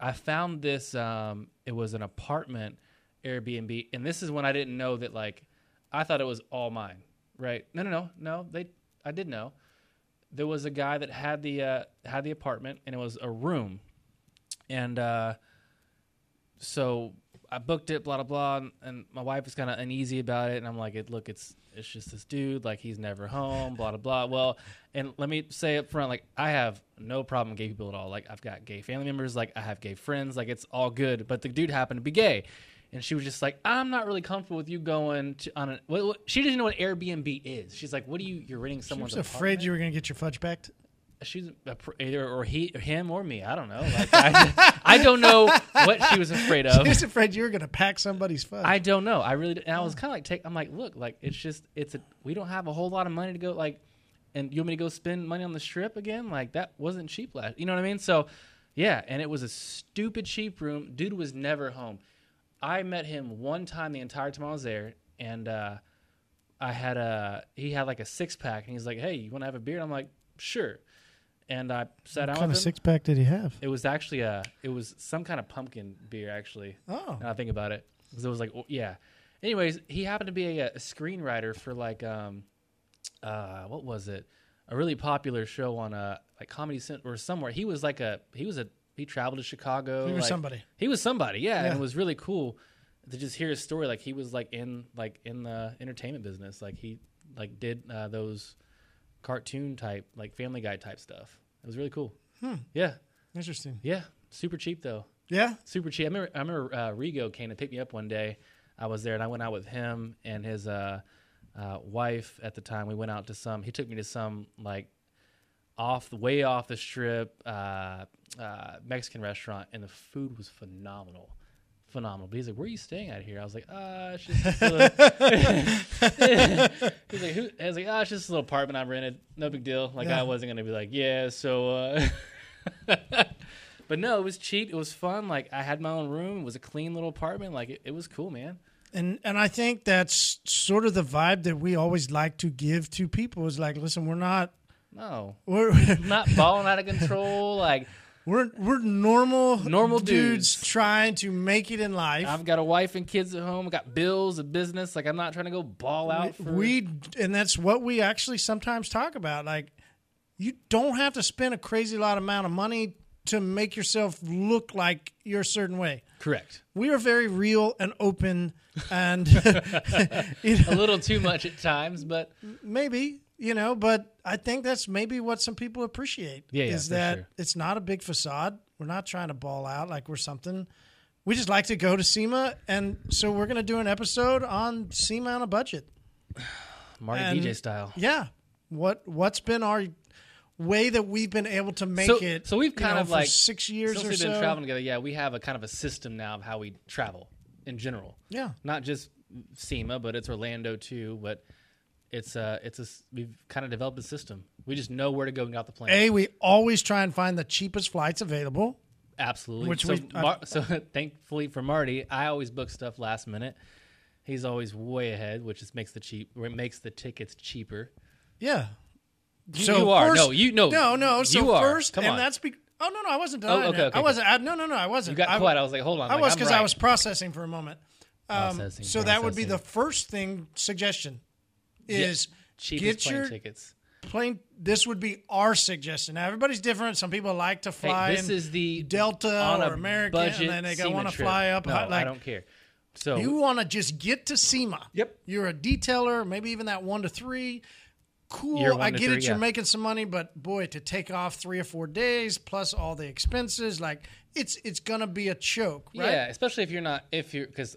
Speaker 6: I found this. Um, it was an apartment Airbnb, and this is when I didn't know that. Like, I thought it was all mine, right? No, no, no, no. They, I did know. There was a guy that had the uh, had the apartment, and it was a room, and uh, so I booked it, blah blah blah, and, and my wife was kind of uneasy about it, and I'm like, it, look, it's it's just this dude, like he's never home, blah blah blah. Well, and let me say up front, like I have no problem with gay people at all. Like I've got gay family members, like I have gay friends, like it's all good. But the dude happened to be gay, and she was just like, I'm not really comfortable with you going to, on a. Well, she didn't know what Airbnb is. She's like, what are you? You're renting
Speaker 3: I
Speaker 6: someone's
Speaker 3: was afraid you were going to get your fudge packed.
Speaker 6: she's a, pr- either or he or him or me. I don't know. Like, I, I don't know what she was afraid of.
Speaker 3: I was afraid you were going to pack somebody's fudge.
Speaker 6: Um, I don't know. I really. And I was kind of like, take. I'm like, look, like it's just, it's a. We don't have a whole lot of money to go like, and you want me to go spend money on the strip again? Like that wasn't cheap last. You know what I mean? So, yeah. And it was a stupid cheap room. Dude was never home. I met him one time the entire time I was there, and uh, I had a. He had like a six pack, and he's like, hey, you want to have a beer? And I'm like, sure. And I sat down
Speaker 3: what kind
Speaker 6: with
Speaker 3: of
Speaker 6: him.
Speaker 3: six pack did he have?
Speaker 6: It was actually a. It was some kind of pumpkin beer, actually.
Speaker 3: Oh.
Speaker 6: Now I think about it, because it was like, oh, yeah. Anyways, he happened to be a, a screenwriter for like, um, uh, what was it? A really popular show on uh like Comedy Cent or somewhere. He was like a. He was a. He traveled to Chicago.
Speaker 3: He was
Speaker 6: like-
Speaker 3: somebody.
Speaker 6: He was somebody. Yeah,
Speaker 3: Yeah.
Speaker 6: and it was really cool to just hear his story. Like he was like in like in the entertainment business. Like he like did uh, those cartoon type like Family Guy type stuff. It was really cool.
Speaker 3: Hmm.
Speaker 6: Yeah.
Speaker 3: Interesting.
Speaker 6: Yeah, super cheap though.
Speaker 3: Yeah.
Speaker 6: Super cheap. I remember, I remember uh, Rigo came to pick me up one day. I was there and I went out with him and his uh, uh, wife at the time. We went out to some. He took me to some like off way off the strip uh, uh, Mexican restaurant, and the food was phenomenal. Phenomenal. But he's like, "Where are you staying at here?" I was like, "Uh, it's just this little... he's like, "Who?" I was like, "Ah, it's just a little apartment I rented. No big deal." Like
Speaker 3: Yeah.
Speaker 6: I wasn't gonna be like, "Yeah, so." Uh... but no, it was cheap. It was fun. Like I had my own room. It was a clean little apartment. Like it, it was cool, man.
Speaker 3: And and I think that's sort of the vibe that we always like to give to people is like, listen, we're not
Speaker 6: No,
Speaker 3: we're
Speaker 6: not balling out of control. Like
Speaker 3: we're we're normal
Speaker 6: Normal
Speaker 3: dudes,
Speaker 6: dudes.
Speaker 3: trying to make it in life.
Speaker 6: I've got a wife and kids at home. I got bills, a business. Like I'm not trying to go ball out. for...
Speaker 3: we and that's what we actually sometimes talk about. Like you don't have to spend a crazy lot amount of money to make yourself look like you're a certain way.
Speaker 6: correct
Speaker 3: We are very real and open and you know,
Speaker 6: a little too much at times, but
Speaker 3: maybe you know but i think that's maybe what some people appreciate
Speaker 6: Yeah, yeah,
Speaker 3: is
Speaker 6: for
Speaker 3: that
Speaker 6: sure.
Speaker 3: it's not a big facade We're not trying to ball out like we're something. We just like to go to SEMA, and so we're going to do an episode on SEMA on a budget.
Speaker 6: Marty
Speaker 3: And-
Speaker 6: DJ style.
Speaker 3: Yeah, what what's been our way that we've been able to make
Speaker 6: so,
Speaker 3: it?
Speaker 6: so we've
Speaker 3: you
Speaker 6: kind
Speaker 3: know,
Speaker 6: of
Speaker 3: for
Speaker 6: like
Speaker 3: six years
Speaker 6: since
Speaker 3: or
Speaker 6: we've been
Speaker 3: so.
Speaker 6: traveling together. Yeah, we have a kind of a system now of how we travel in general.
Speaker 3: Yeah.
Speaker 6: not just SEMA, but it's Orlando too. But it's uh it's a s- we've kind of developed a system. We just know where to go and get off the plane.
Speaker 3: A, we always try and find the cheapest flights available.
Speaker 6: Absolutely.
Speaker 3: Which
Speaker 6: so,
Speaker 3: we- uh, I-
Speaker 6: Mar- so thankfully for Marty, I always book stuff last minute. He's always way ahead, which just makes the cheap or it makes the tickets cheaper.
Speaker 3: Yeah.
Speaker 6: You- you are. No, you- no.
Speaker 3: No, no. So
Speaker 6: You are.
Speaker 3: first,
Speaker 6: Come
Speaker 3: and
Speaker 6: on.
Speaker 3: that's be- Oh no, no, I wasn't denying
Speaker 6: okay,
Speaker 3: it.
Speaker 6: okay,
Speaker 3: I wasn't. I, no, no, no, I wasn't.
Speaker 6: You got
Speaker 3: I,
Speaker 6: quiet. I was like, hold on.
Speaker 3: I
Speaker 6: like,
Speaker 3: was
Speaker 6: I'm
Speaker 3: because I
Speaker 6: right.
Speaker 3: was processing for a moment. Um,
Speaker 6: Processing,
Speaker 3: so that would be the
Speaker 6: processing.
Speaker 3: first thing suggestion is
Speaker 6: cheapest
Speaker 3: get your
Speaker 6: plane tickets.
Speaker 3: plane. This would be our suggestion. Now everybody's different. Some people like to
Speaker 6: Hey,
Speaker 3: fly.
Speaker 6: this
Speaker 3: in
Speaker 6: is the
Speaker 3: Delta
Speaker 6: on
Speaker 3: or
Speaker 6: a
Speaker 3: American,
Speaker 6: budget
Speaker 3: and then they
Speaker 6: SEMA
Speaker 3: want to
Speaker 6: trip.
Speaker 3: fly up.
Speaker 6: No,
Speaker 3: high, like,
Speaker 6: I don't care. So
Speaker 3: you want to just get to SEMA.
Speaker 6: Oh. Yep.
Speaker 3: You're a detailer, maybe even that one to three.
Speaker 6: Year
Speaker 3: Cool.
Speaker 6: one
Speaker 3: I
Speaker 6: to
Speaker 3: get it.
Speaker 6: three,
Speaker 3: You're
Speaker 6: yeah.
Speaker 3: making some money, but boy, to take off three or four days plus all the expenses, like it's it's gonna be a choke, right?
Speaker 6: Yeah, especially if you're not if you're because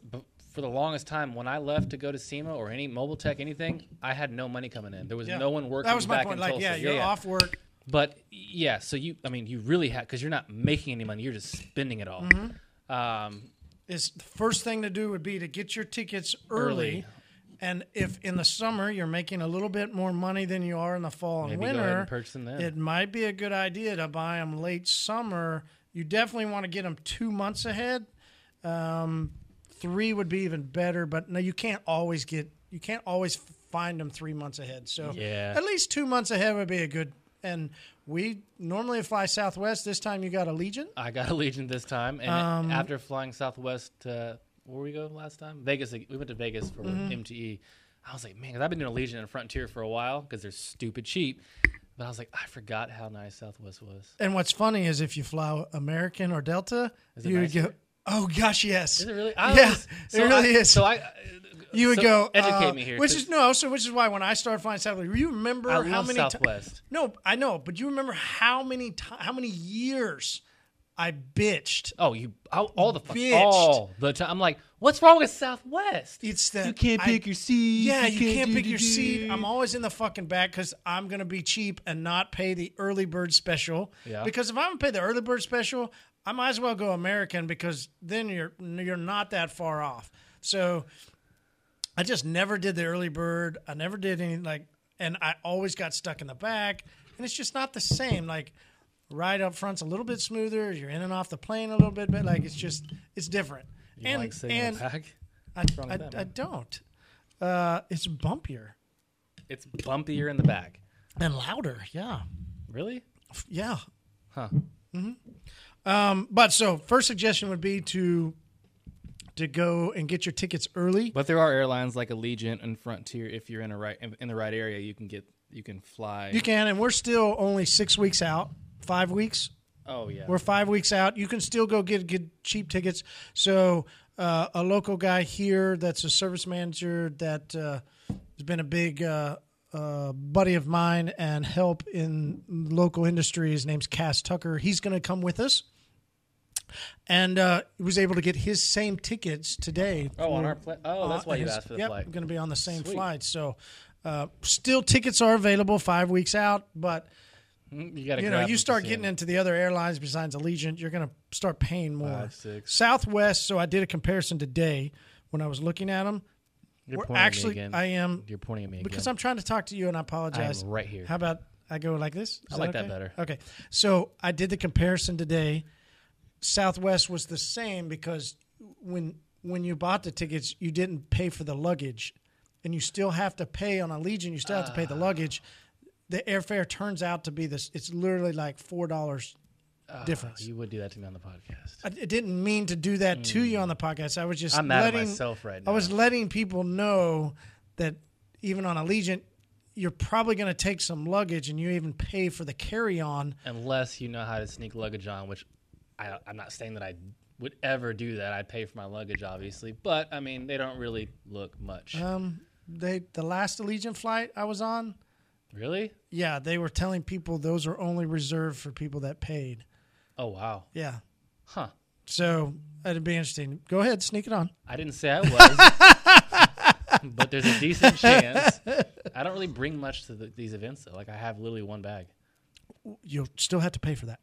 Speaker 6: for the longest time when I left to go to SEMA or any mobile tech anything, I had no money coming in. There was
Speaker 3: Yeah.
Speaker 6: no one working.
Speaker 3: That was my
Speaker 6: back
Speaker 3: point.
Speaker 6: in
Speaker 3: Like,
Speaker 6: Tulsa.
Speaker 3: yeah, you're off work.
Speaker 6: But yeah, so you I mean you really have because you're not making any money. You're just spending it all.
Speaker 3: Mm-hmm.
Speaker 6: Um,
Speaker 3: Is the first thing to do would be to get your tickets early.
Speaker 6: Early.
Speaker 3: And if in the summer you're making a little bit more money than you are in the fall and
Speaker 6: Maybe go ahead
Speaker 3: winter,
Speaker 6: and purchase them then.
Speaker 3: it might be a good idea to buy them late summer. You definitely want to get them two months ahead. Um, three would be even better but no you can't always get you can't always f- find them three months ahead so
Speaker 6: Yeah.
Speaker 3: at least two months ahead would be a good and we normally fly southwest this time you got allegiant
Speaker 6: I got a Legion this time, and
Speaker 3: Um,
Speaker 6: after flying Southwest, uh, where we go last time? Vegas. like, We went to Vegas for
Speaker 3: Mm-hmm.
Speaker 6: MTE. I was like, man, 'cause I've been doing Legion and Frontier for a while because they're stupid cheap. But I was like, I forgot how nice Southwest was.
Speaker 3: and what's funny is if you fly american or delta
Speaker 6: it
Speaker 3: you would
Speaker 6: nicer?
Speaker 3: go oh gosh yes
Speaker 6: Is it really? I
Speaker 3: yeah
Speaker 6: was-
Speaker 3: it really
Speaker 6: I,
Speaker 3: is
Speaker 6: So I,
Speaker 3: you would
Speaker 6: so
Speaker 3: go
Speaker 6: educate
Speaker 3: uh,
Speaker 6: me here,
Speaker 3: which
Speaker 6: 'cause-
Speaker 3: is no so which is why when i started flying southwest you remember
Speaker 6: I
Speaker 3: how
Speaker 6: love
Speaker 3: many ti-
Speaker 6: Southwest.
Speaker 3: no i know but you remember how many ti how many years i bitched
Speaker 6: oh, you all, all the fuck,
Speaker 3: Bitched.
Speaker 6: all the time. I'm like, what's wrong with Southwest?
Speaker 3: It's that
Speaker 6: you can't
Speaker 3: I-
Speaker 6: pick your seat.
Speaker 3: Yeah, you, can't,
Speaker 6: do-
Speaker 3: pick
Speaker 6: do-
Speaker 3: your
Speaker 6: do.
Speaker 3: seat. I'm always in the fucking back because I'm gonna be cheap and not pay the early bird special.
Speaker 6: Yeah.
Speaker 3: Because if I'm gonna pay the early bird special, I might as well go American because then you're you're not that far off. So I just never did the early bird. I never did any like, and I always got stuck in the back, and it's just not the same. Like ride up front's a little bit smoother. You're in and off the plane a little bit, but like it's just it's different.
Speaker 6: You
Speaker 3: and
Speaker 6: like sitting in
Speaker 3: and
Speaker 6: the back?
Speaker 3: I,
Speaker 6: wrong
Speaker 3: I,
Speaker 6: with that,
Speaker 3: I
Speaker 6: man?
Speaker 3: don't. Uh, it's bumpier
Speaker 6: It's bumpier in the back.
Speaker 3: and louder. Yeah,
Speaker 6: Really?
Speaker 3: F- yeah.
Speaker 6: Huh.
Speaker 3: Um, but so first suggestion would be to to go and get your tickets early.
Speaker 6: But there are airlines like Allegiant and Frontier. If you're in a right in the right area, you can get you can fly.
Speaker 3: You can, and we're still only six weeks out, five weeks.
Speaker 6: oh yeah,
Speaker 3: We're five weeks out. You can still go get get cheap tickets. So uh, a local guy here that's a service manager that uh, has been a big uh, uh, buddy of mine and help in local industry. His name's Cass Tucker. He's going to come with us. And uh, was able to get his same tickets today. Uh,
Speaker 6: oh on our pla- oh that's why you
Speaker 3: his-
Speaker 6: asked for the
Speaker 3: yep,
Speaker 6: flight.
Speaker 3: going to be on the same
Speaker 6: Sweet.
Speaker 3: flight. So, uh, still tickets are available five weeks out, but
Speaker 6: You got to
Speaker 3: you know, you start getting into the other airlines besides Allegiant, you're going to start paying more.
Speaker 6: Five, six.
Speaker 3: Southwest. So I did a comparison today when I was looking at them.
Speaker 6: You're
Speaker 3: We're
Speaker 6: pointing at me
Speaker 3: actually,
Speaker 6: again.
Speaker 3: I am
Speaker 6: You're pointing at me
Speaker 3: because
Speaker 6: again.
Speaker 3: I'm trying to talk to you, and I apologize.
Speaker 6: right here.
Speaker 3: How about I go like this? Is
Speaker 6: like that
Speaker 3: okay?
Speaker 6: better.
Speaker 3: Okay, so I did the comparison today. Southwest was the same because when when you bought the tickets, you didn't pay for the luggage, and you still have to pay on Allegiant. You still have to pay
Speaker 6: Ah.
Speaker 3: the luggage. The airfare turns out to be this. It's literally like four dollars
Speaker 6: Ah,
Speaker 3: difference.
Speaker 6: You would do that to me on the podcast.
Speaker 3: I I didn't mean to do that to you on the podcast. I was just
Speaker 6: Hmm. I'm mad at
Speaker 3: letting,
Speaker 6: myself right
Speaker 3: I was
Speaker 6: now.
Speaker 3: letting people know that even on Allegiant, you're probably going to take some luggage, and you even pay for the carry-on.
Speaker 6: Unless you know how to sneak luggage on, which I, I'm not saying that I would ever do that. I pay for my luggage, obviously, but I mean they don't really look much.
Speaker 3: Um, they the last Allegiant flight I was on,
Speaker 6: really?
Speaker 3: yeah, they were telling people those are only reserved for people that paid.
Speaker 6: Oh wow.
Speaker 3: Yeah.
Speaker 6: Huh.
Speaker 3: So it'd be interesting. Go ahead, sneak it on.
Speaker 6: I didn't say I was. but there's a decent chance. I don't really bring much to the, these events though. Like I have literally one bag.
Speaker 3: You'll still have to pay for that.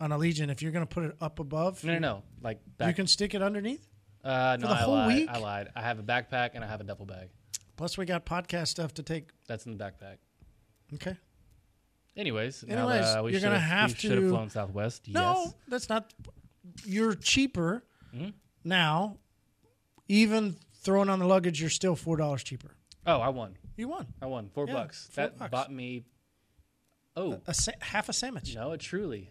Speaker 3: On a Legion, if you're going to put it up above,
Speaker 6: No, no, no. Like back.
Speaker 3: you can stick it underneath.
Speaker 6: uh, no,
Speaker 3: the
Speaker 6: I
Speaker 3: whole
Speaker 6: lied.
Speaker 3: week?
Speaker 6: I lied. I have a backpack and I have a duffel bag.
Speaker 3: Plus, we got podcast stuff to take.
Speaker 6: That's in the backpack.
Speaker 3: Okay.
Speaker 6: Anyways,
Speaker 3: Anyways,
Speaker 6: now, uh, we
Speaker 3: you're
Speaker 6: should
Speaker 3: gonna have
Speaker 6: we should have
Speaker 3: to-
Speaker 6: flown Southwest.
Speaker 3: No,
Speaker 6: Yes. Mm-hmm.
Speaker 3: that's not. You're cheaper now. Even throwing on the luggage, you're still four dollars cheaper.
Speaker 6: Oh, I won.
Speaker 3: You won
Speaker 6: I won four
Speaker 3: Yeah,
Speaker 6: bucks.
Speaker 3: four
Speaker 6: that
Speaker 3: bucks.
Speaker 6: bought me. Oh
Speaker 3: a sa- half a sandwich.
Speaker 6: no, it truly,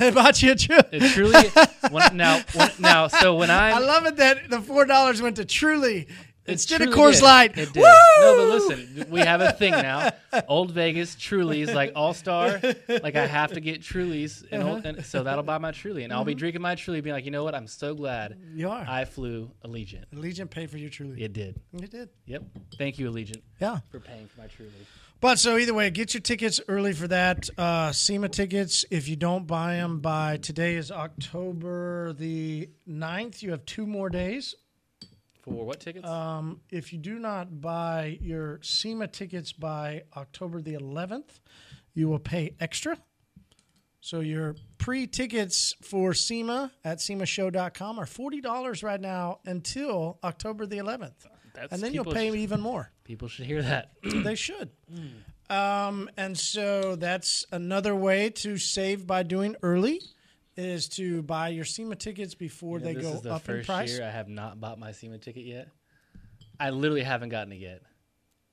Speaker 3: I bought you a chip.
Speaker 6: it truly. when, now, when, now, so when I
Speaker 3: I love it that the four dollars went to Truly instead of
Speaker 6: truly
Speaker 3: Coors
Speaker 6: did.
Speaker 3: Light.
Speaker 6: It did.
Speaker 3: Woo!
Speaker 6: No, but listen, we have a thing now. Old Vegas Truly's like all star. Like I have to get Truly's, and,
Speaker 3: Uh-huh.
Speaker 6: old, and so that'll buy my Truly, and I'll be drinking my Truly, being like, you know what? I'm so glad
Speaker 3: Mm-hmm. You are.
Speaker 6: I flew Allegiant.
Speaker 3: Allegiant paid for your Truly.
Speaker 6: It did.
Speaker 3: It did.
Speaker 6: Yep. Thank you, Allegiant,
Speaker 3: Yeah.
Speaker 6: for paying for my Truly.
Speaker 3: But so either way, get your tickets early for that. Uh, SEMA tickets, if you don't buy them by today is October the 9th. You have two more days.
Speaker 6: For what tickets?
Speaker 3: Uh, If you do not buy your SEMA tickets by October the 11th, you will pay extra. So your pre-tickets for SEMA at semashow.com are $40 right now until October the 11th.
Speaker 6: That's-
Speaker 3: and then you'll
Speaker 6: people
Speaker 3: pay
Speaker 6: sh-
Speaker 3: even more.
Speaker 6: People should hear that.
Speaker 3: They should. Um, and so that's another way to save by doing early is to buy your SEMA tickets before they
Speaker 6: this
Speaker 3: go
Speaker 6: is the
Speaker 3: up
Speaker 6: first
Speaker 3: in price.
Speaker 6: year I have not bought my SEMA ticket yet. I literally haven't gotten it yet.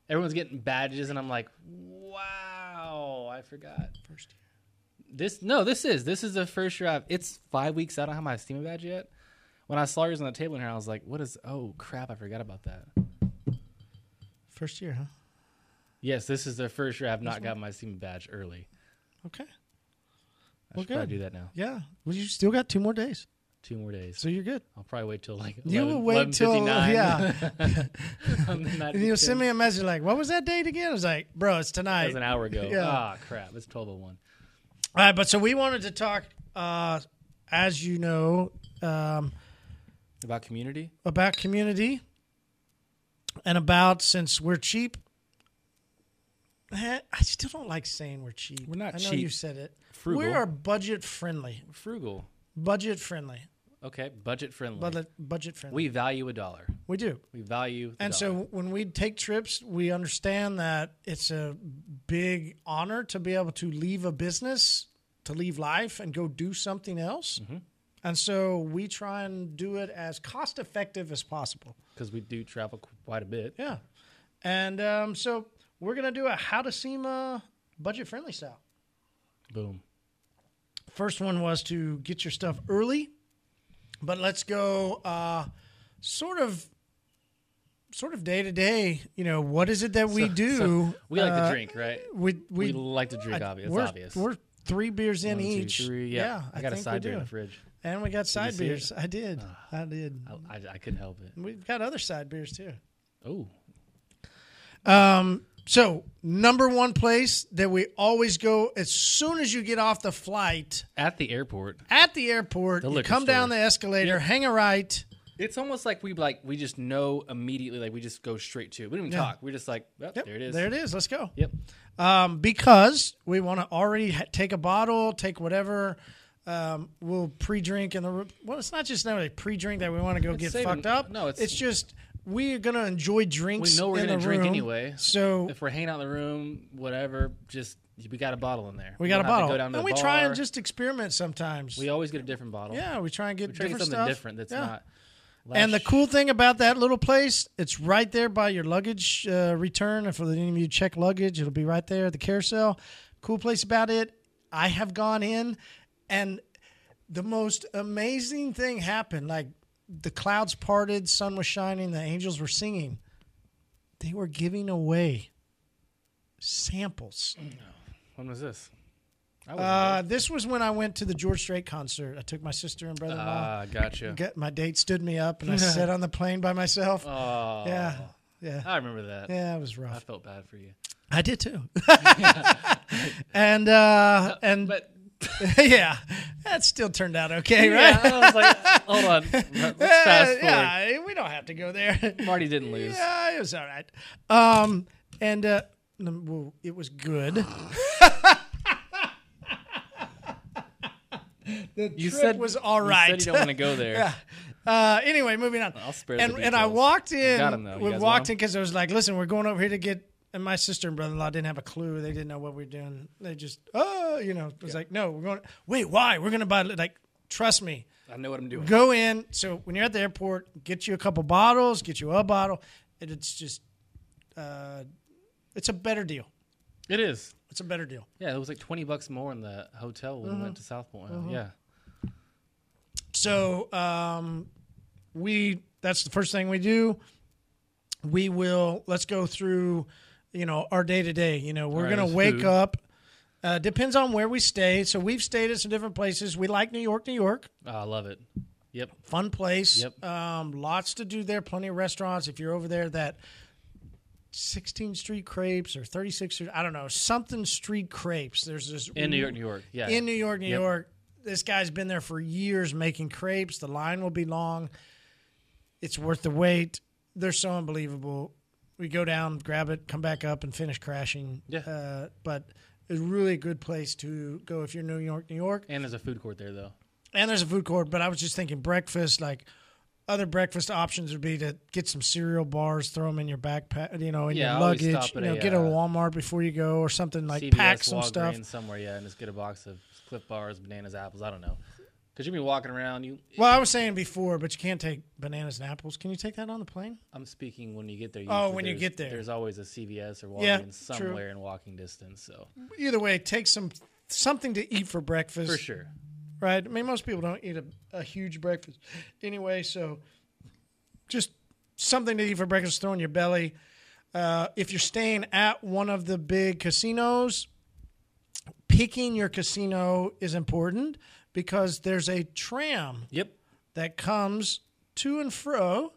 Speaker 6: Everyone's getting badges, and I'm like, wow, I forgot.
Speaker 3: First year.
Speaker 6: This no, this is this is the first year I've. It's five weeks. I don't have my SEMA badge yet. When I saw yours on the table in here, I was like, what is? Oh crap, I forgot about that.
Speaker 3: First year, huh?
Speaker 6: Yes, this is the first year I've not gotten my SEMA badge early.
Speaker 3: Okay.
Speaker 6: I
Speaker 3: Well,
Speaker 6: should probably
Speaker 3: good.
Speaker 6: do that now.
Speaker 3: Yeah. Well, you still got two more days,
Speaker 6: Two more days.
Speaker 3: so you're good.
Speaker 6: I'll probably wait till like 11,
Speaker 3: You will wait till
Speaker 6: 11:59.
Speaker 3: yeah.
Speaker 6: On the night
Speaker 3: And you'll
Speaker 6: of the
Speaker 3: send me a message like, "What was that date again?" I was like, "Bro, it's
Speaker 6: That
Speaker 3: tonight."
Speaker 6: was an hour ago.
Speaker 3: Yeah.
Speaker 6: Ah, crap. It's 1201.
Speaker 3: All right, but so we wanted to talk, uh, as you know, um,
Speaker 6: About community?
Speaker 3: about community and about since we're cheap. Eh, I still don't like saying we're cheap. We're
Speaker 6: not
Speaker 3: I know
Speaker 6: cheap.
Speaker 3: you said it.
Speaker 6: Frugal.
Speaker 3: We are budget friendly.
Speaker 6: Frugal.
Speaker 3: Budget friendly.
Speaker 6: Okay. Budget friendly.
Speaker 3: Budget budget friendly.
Speaker 6: we value a dollar.
Speaker 3: we do.
Speaker 6: We value the
Speaker 3: And
Speaker 6: dollar.
Speaker 3: so when we take trips, we understand that it's a big honor to be able to leave a business, to leave life and go do something else.
Speaker 6: Mm-hmm.
Speaker 3: And so we try and do it as cost effective as possible.
Speaker 6: because we do travel qu- quite a bit.
Speaker 3: Yeah. And um, so we're going to do a how to SEMA budget friendly style.
Speaker 6: Boom.
Speaker 3: First one was to get your stuff early, but let's go uh, sort of sort of day to day, you know, what is it that we
Speaker 6: So-
Speaker 3: do?
Speaker 6: so we like
Speaker 3: uh,
Speaker 6: to drink, right?
Speaker 3: We we,
Speaker 6: We like to drink.
Speaker 3: I-
Speaker 6: obvious.
Speaker 3: We're,
Speaker 6: it's obvious.
Speaker 3: we're three beers in
Speaker 6: One, two,
Speaker 3: each.
Speaker 6: three, Yeah. I, got a
Speaker 3: think we
Speaker 6: side beer
Speaker 3: do.
Speaker 6: in the fridge.
Speaker 3: And we got side
Speaker 6: see it? Ah.
Speaker 3: beers. I did. I did.
Speaker 6: I, I couldn't help it.
Speaker 3: We've got other side beers too.
Speaker 6: Oh,
Speaker 3: So, number one place that we always go as soon as you get off the flight
Speaker 6: at the airport,
Speaker 3: at the airport, you
Speaker 6: liquor
Speaker 3: come down the
Speaker 6: store.
Speaker 3: escalator, hang a right.
Speaker 6: it's almost like we like we just know immediately. Like we just go straight to it. We don't even talk. We're just like, well,
Speaker 3: Yep,
Speaker 6: there it is.
Speaker 3: There it is. Let's go.
Speaker 6: Yep.
Speaker 3: Um, because we want to already ha- take a bottle, take whatever. Um, we'll pre-drink in the room. Well, it's not just necessarily pre-drink that we want to go get
Speaker 6: saving-
Speaker 3: fucked up.
Speaker 6: no, it's-
Speaker 3: just we're gonna enjoy drinks.
Speaker 6: We know we're
Speaker 3: in
Speaker 6: gonna
Speaker 3: the
Speaker 6: drink
Speaker 3: room.
Speaker 6: anyway.
Speaker 3: So
Speaker 6: If we're hanging out in the room, whatever, just we got a bottle in there.
Speaker 3: we got a
Speaker 6: don't have to
Speaker 3: bottle,
Speaker 6: Go down to
Speaker 3: and
Speaker 6: the
Speaker 3: we try and
Speaker 6: bar.
Speaker 3: just experiment sometimes.
Speaker 6: We always get a different bottle.
Speaker 3: yeah, we try and get
Speaker 6: we try to get
Speaker 3: different
Speaker 6: something
Speaker 3: stuff.
Speaker 6: different that's
Speaker 3: Yeah.
Speaker 6: not.
Speaker 3: And the
Speaker 6: Last-
Speaker 3: cool thing about that little place, it's right there by your luggage uh, return. If any of you check luggage, it'll be right there at the carousel. Cool place about it. I have gone in, and the most amazing thing happened. Like the clouds parted, sun was shining, the angels were singing. They were giving away samples.
Speaker 6: When was this? I
Speaker 3: Uh, this was when I went to the George Strait concert. I took my sister and brother in law.
Speaker 6: Ah, gotcha.
Speaker 3: Got- my date stood me up, and I sat on the plane by myself.
Speaker 6: Oh,
Speaker 3: Yeah, yeah,
Speaker 6: I remember that.
Speaker 3: yeah. It was
Speaker 6: I
Speaker 3: rough.
Speaker 6: uh, felt bad for you.
Speaker 3: I did too. and uh, and
Speaker 6: But
Speaker 3: yeah, that still turned out okay,
Speaker 6: Yeah,
Speaker 3: right?
Speaker 6: I was like, hold on. Let's fast forward.
Speaker 3: yeah, we don't have to go there.
Speaker 6: Marty didn't lose.
Speaker 3: Yeah, it was all right. Um, and uh, num- well, it was good. the
Speaker 6: You
Speaker 3: trip
Speaker 6: said
Speaker 3: was all
Speaker 6: you
Speaker 3: right.
Speaker 6: said you don't want to go there.
Speaker 3: Uh, anyway, moving on.
Speaker 6: I'll spare the
Speaker 3: and, and I
Speaker 6: details.
Speaker 3: walked in.
Speaker 6: got 'em, though. You
Speaker 3: We
Speaker 6: guys want
Speaker 3: walked
Speaker 6: 'em?
Speaker 3: in because I was like, listen, we're going over here to get. And my sister and brother in law didn't have a clue. They didn't know what we were doing. They just, oh, you know, it was like, no, we're going. Wait, why? We're going to buy. Like, trust me.
Speaker 6: I know what I'm doing.
Speaker 3: Go in. So when you're at the airport, get you a couple bottles, get you a bottle. And it's just, uh, it's a better deal.
Speaker 6: It is.
Speaker 3: It's a better deal.
Speaker 6: Yeah, it was like 20 bucks more in the hotel when
Speaker 3: Mm-hmm.
Speaker 6: we went to South Point. Yeah.
Speaker 3: So um, we that's the first thing we do. We will let's go through, you know, our day to day. You know, we're
Speaker 6: right,
Speaker 3: gonna
Speaker 6: let's
Speaker 3: wake
Speaker 6: do.
Speaker 3: up. Uh, depends on where we stay. So we've stayed at some different places. We like New York, New York,
Speaker 6: Oh, I love it. Yep.
Speaker 3: fun place.
Speaker 6: Yep.
Speaker 3: Um, lots to do there. Plenty of restaurants. If you're over there, that 16th Street Crepes or 36th, Street- I don't know, something Street Crepes. There's this
Speaker 6: In New York, New York. Yeah.
Speaker 3: in New York, New
Speaker 6: Yep.
Speaker 3: York. This guy's been there for years making crepes. The line will be long. It's worth the wait. They're so unbelievable. We go down, grab it, come back up, and finish crashing.
Speaker 6: Yeah.
Speaker 3: Uh, but it's really a good place to go if you're New York, New York.
Speaker 6: And there's a food court there, though.
Speaker 3: And there's a food court, but I was just thinking breakfast, like other breakfast options would be to get some cereal bars, throw them in your backpack, you know, in
Speaker 6: Yeah,
Speaker 3: your
Speaker 6: I always
Speaker 3: luggage,
Speaker 6: stop
Speaker 3: you
Speaker 6: at
Speaker 3: know,
Speaker 6: a,
Speaker 3: get a
Speaker 6: uh,
Speaker 3: Walmart before you go or something like
Speaker 6: CVS,
Speaker 3: pack some stuff.
Speaker 6: Walgreens, somewhere, yeah, and just get a box of Cliff Bars, bananas, apples. I don't know. Because you'll be walking around. You,
Speaker 3: Well, I was saying before, but you can't take bananas and apples. Can you take that on the plane?
Speaker 6: I'm speaking when you get there.
Speaker 3: Oh,
Speaker 6: usually
Speaker 3: when you
Speaker 6: there's-
Speaker 3: get there.
Speaker 6: There's always a CVS or Walgreens
Speaker 3: Yeah, true.
Speaker 6: somewhere in walking distance. So
Speaker 3: Either way, take some something to eat for breakfast.
Speaker 6: for sure,
Speaker 3: Right? I mean, most people don't eat a, a huge breakfast anyway, so just something to eat for breakfast, throw in your belly. Uh, if you're staying at one of the big casinos, picking your casino is important because there's a tram
Speaker 6: yep.
Speaker 3: that comes to and fro.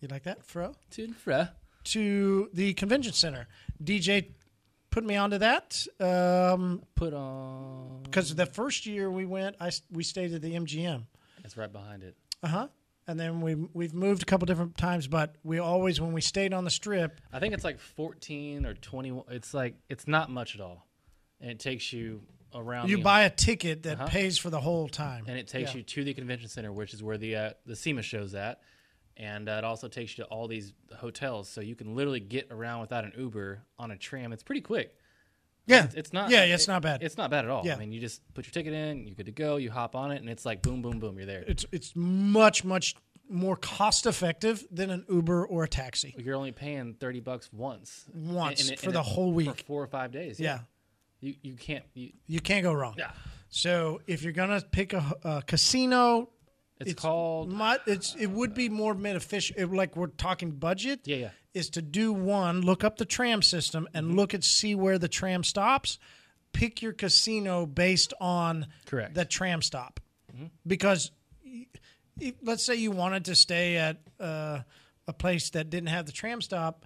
Speaker 3: You like that, fro?
Speaker 6: To and fro.
Speaker 3: to the convention center. DJ put me onto that because
Speaker 6: Put on.
Speaker 3: the first year we went, I s- we stayed at the MGM.
Speaker 6: It's right behind it.
Speaker 3: Uh huh. And then we we've moved a couple different times, but we always when we stayed on the strip,
Speaker 6: I think it's like 14 or 21. It's like it's not much at all, and it takes you around.
Speaker 3: you
Speaker 6: the-
Speaker 3: buy a ticket that pays for the whole time.
Speaker 6: uh-huh. and it takes you to the convention center, which is where the uh, the SEMA shows at, and uh, it also takes you to all these hotels, so you can literally get around without an Uber on a tram. It's pretty quick.
Speaker 3: yeah,
Speaker 6: It's not.
Speaker 3: Yeah, yeah, it's
Speaker 6: it-
Speaker 3: not bad. It's
Speaker 6: It's not bad at all.
Speaker 3: Yeah.
Speaker 6: I mean, you just put your ticket in, you're good to go. You hop on it, and it's like boom, boom, boom. You're there.
Speaker 3: it's it's much much more cost effective than an Uber or a taxi.
Speaker 6: You're only paying thirty bucks once.
Speaker 3: Once for the whole
Speaker 6: for
Speaker 3: week.
Speaker 6: four or five days.
Speaker 3: Yeah,
Speaker 6: You you can't. You,
Speaker 3: you can't go wrong. Yeah. So if you're gonna pick a, a casino,
Speaker 6: it's, called.
Speaker 3: My, it's it would be more beneficial. It, like we're talking budget.
Speaker 6: Yeah, Mm-hmm. yeah.
Speaker 3: Is to do one, look up the tram system, and look at see where the tram stops. Pick your casino based on
Speaker 6: Correct. Mm-hmm.
Speaker 3: the tram stop, because y- if, let's say you wanted to stay at uh, a place that didn't have the tram stop.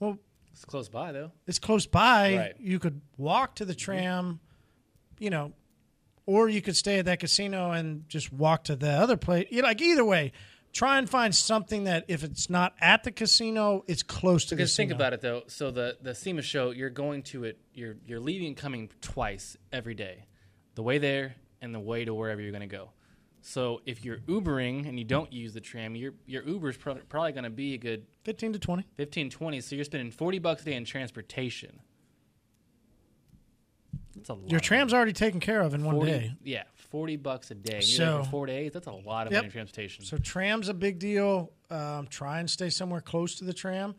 Speaker 3: Well,
Speaker 6: It's close by though.
Speaker 3: it's close by.
Speaker 6: Right. Mm-hmm.
Speaker 3: You could walk to the tram, you know, or you could stay at that casino and just walk to the other place. You know, like either way, try and find something that if it's not at the casino, it's close to the
Speaker 6: Because
Speaker 3: casino.
Speaker 6: think about it though. So the the SEMA show, you're going to it. You're you're leaving and coming twice every day, the way there and the way to wherever you're going to go. So if you're Ubering and you don't use the tram, your your Uber's pro- probably going to be a good
Speaker 3: fifteen to twenty.
Speaker 6: 15, 20. So you're spending forty bucks a day in transportation. That's a lot.
Speaker 3: Your
Speaker 6: of money.
Speaker 3: tram's already taken care of in one
Speaker 6: 40,
Speaker 3: day.
Speaker 6: Yeah, forty bucks a day. And you're there
Speaker 3: So-
Speaker 6: for four days. That's a lot of
Speaker 3: Yep.
Speaker 6: money in transportation.
Speaker 3: So tram's a big deal. Um, try and stay somewhere close to the tram,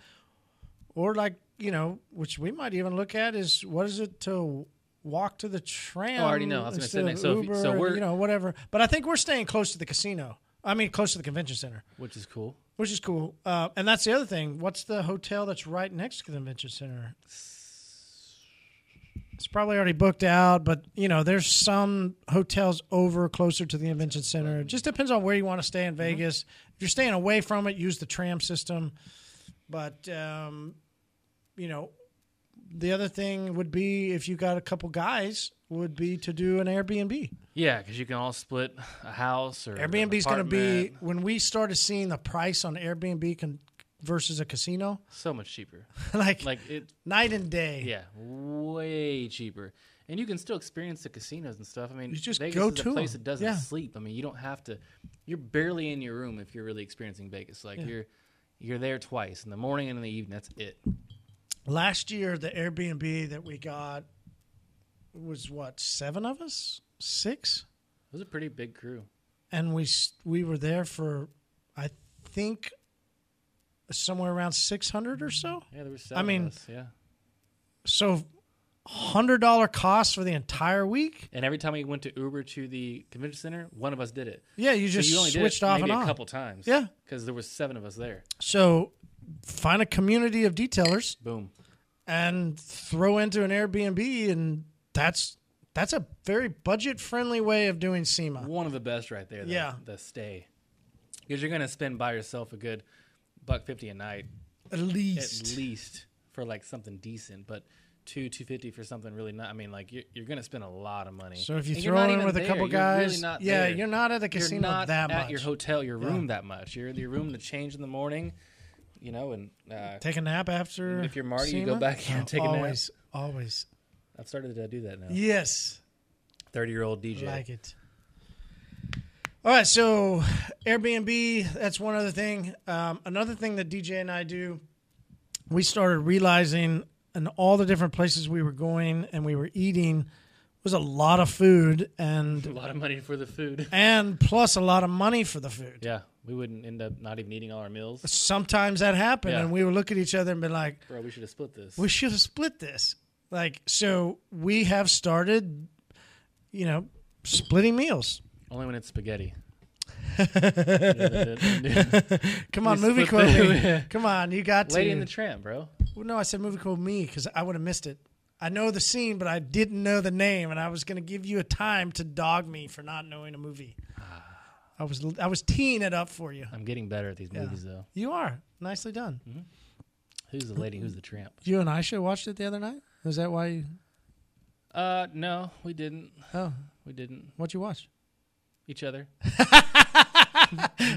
Speaker 3: or like you know, which we might even look at is what is it to walk to the tram?
Speaker 6: Oh, I already know. I was gonna
Speaker 3: instead
Speaker 6: say
Speaker 3: of
Speaker 6: next. So if-
Speaker 3: Uber,
Speaker 6: so we're-
Speaker 3: you know whatever. But I think we're staying close to the casino. I mean, close to the convention center,
Speaker 6: which is cool.
Speaker 3: which is cool. Uh, and that's the other thing. What's the hotel that's right next to the convention center? It's probably already booked out, but you know, there's some hotels over closer to the convention center. It just depends on where you want to stay in Vegas. If you're staying away from it, use the tram system. But um, you know, the other thing would be if you got a couple guys would be to do an Airbnb.
Speaker 6: Yeah, because you can all split a house or an
Speaker 3: Airbnb's going to be
Speaker 6: apartment.
Speaker 3: when we started seeing the price on Airbnb con- versus a casino,
Speaker 6: so much cheaper.
Speaker 3: like,
Speaker 6: Like it,
Speaker 3: night and day.
Speaker 6: yeah, way cheaper. And you can still experience the casinos and stuff. I mean,
Speaker 3: You just
Speaker 6: Vegas
Speaker 3: go
Speaker 6: is
Speaker 3: to
Speaker 6: a place
Speaker 3: 'em.
Speaker 6: that doesn't
Speaker 3: Yeah.
Speaker 6: sleep. I mean, you don't have to. You're barely in your room if you're really experiencing Vegas. Like you're, you're there twice in the morning and in the evening. That's it.
Speaker 3: Last year, the Airbnb that we got was what seven of us, six,
Speaker 6: It was a pretty big crew.
Speaker 3: and we s- we were there for I think somewhere around six hundred or so.
Speaker 6: Yeah, there were seven. I
Speaker 3: mean-
Speaker 6: mean, of us, yeah.
Speaker 3: So hundred dollar cost for the entire week.
Speaker 6: And every time we went to Uber to the convention center, one of us did it.
Speaker 3: Yeah, you
Speaker 6: So
Speaker 3: just
Speaker 6: you only
Speaker 3: switched
Speaker 6: did it
Speaker 3: off
Speaker 6: maybe
Speaker 3: and
Speaker 6: a
Speaker 3: on.
Speaker 6: couple times.
Speaker 3: Yeah.
Speaker 6: because there was seven of us there.
Speaker 3: So find a community of detailers
Speaker 6: Boom.
Speaker 3: and throw into an Airbnb, and that's that's a very budget friendly way of doing SEMA.
Speaker 6: One of the best right there. The,
Speaker 3: Yeah.
Speaker 6: the stay because you're gonna spend by yourself a good buck fifty a night
Speaker 3: At
Speaker 6: at
Speaker 3: least,
Speaker 6: least for like something decent, but. Two two fifty for something really not. I mean, like you're, you're gonna spend a lot of money.
Speaker 3: So if you
Speaker 6: And you're
Speaker 3: throw
Speaker 6: not
Speaker 3: in
Speaker 6: even
Speaker 3: with a
Speaker 6: there.
Speaker 3: couple
Speaker 6: You're really
Speaker 3: guys-
Speaker 6: not
Speaker 3: yeah,
Speaker 6: there.
Speaker 3: you're not at the casino
Speaker 6: not
Speaker 3: that
Speaker 6: at
Speaker 3: much.
Speaker 6: your hotel, your room that much. You're in your room to change in the morning, you know, and uh,
Speaker 3: take a nap after.
Speaker 6: If you're Marty, you go back in and take a nap.
Speaker 3: always, a nap. Always,
Speaker 6: I've started to do that now.
Speaker 3: yes,
Speaker 6: Thirty-year-old DJ.
Speaker 3: like it. All right, so Airbnb. That's one other thing. Um, another thing that DJ and I do, we started realizing in all the different places we were going and we were eating was a lot of food and
Speaker 6: a lot of money for the food.
Speaker 3: and plus a lot of money for the food.
Speaker 6: Yeah, we wouldn't end up not even eating all our meals.
Speaker 3: Sometimes that happened,
Speaker 6: Yeah.
Speaker 3: and we would look at each other and be like,
Speaker 6: Bro, we should have split this.
Speaker 3: "We should have split this." Like, so we have started, you know, splitting meals.
Speaker 6: Only when it's spaghetti. Lady
Speaker 3: Come on,
Speaker 6: We
Speaker 3: movie quote
Speaker 6: split the-
Speaker 3: me. Come on, you got to.
Speaker 6: in the Tramp, bro.
Speaker 3: Well, no, I said movie quote me because I would have missed it. I know the scene, but I didn't know the name, and I was going to give you a time to dog me for not knowing a movie. I was I was teeing it up for you.
Speaker 6: I'm getting better at these movies, though.
Speaker 3: You are nicely done.
Speaker 6: Who's the lady? Who's the tramp?
Speaker 3: You and I should have watched it the other night. Is that why? You,
Speaker 6: Uh, no, we didn't.
Speaker 3: oh,
Speaker 6: We didn't.
Speaker 3: what you watch?
Speaker 6: Each other.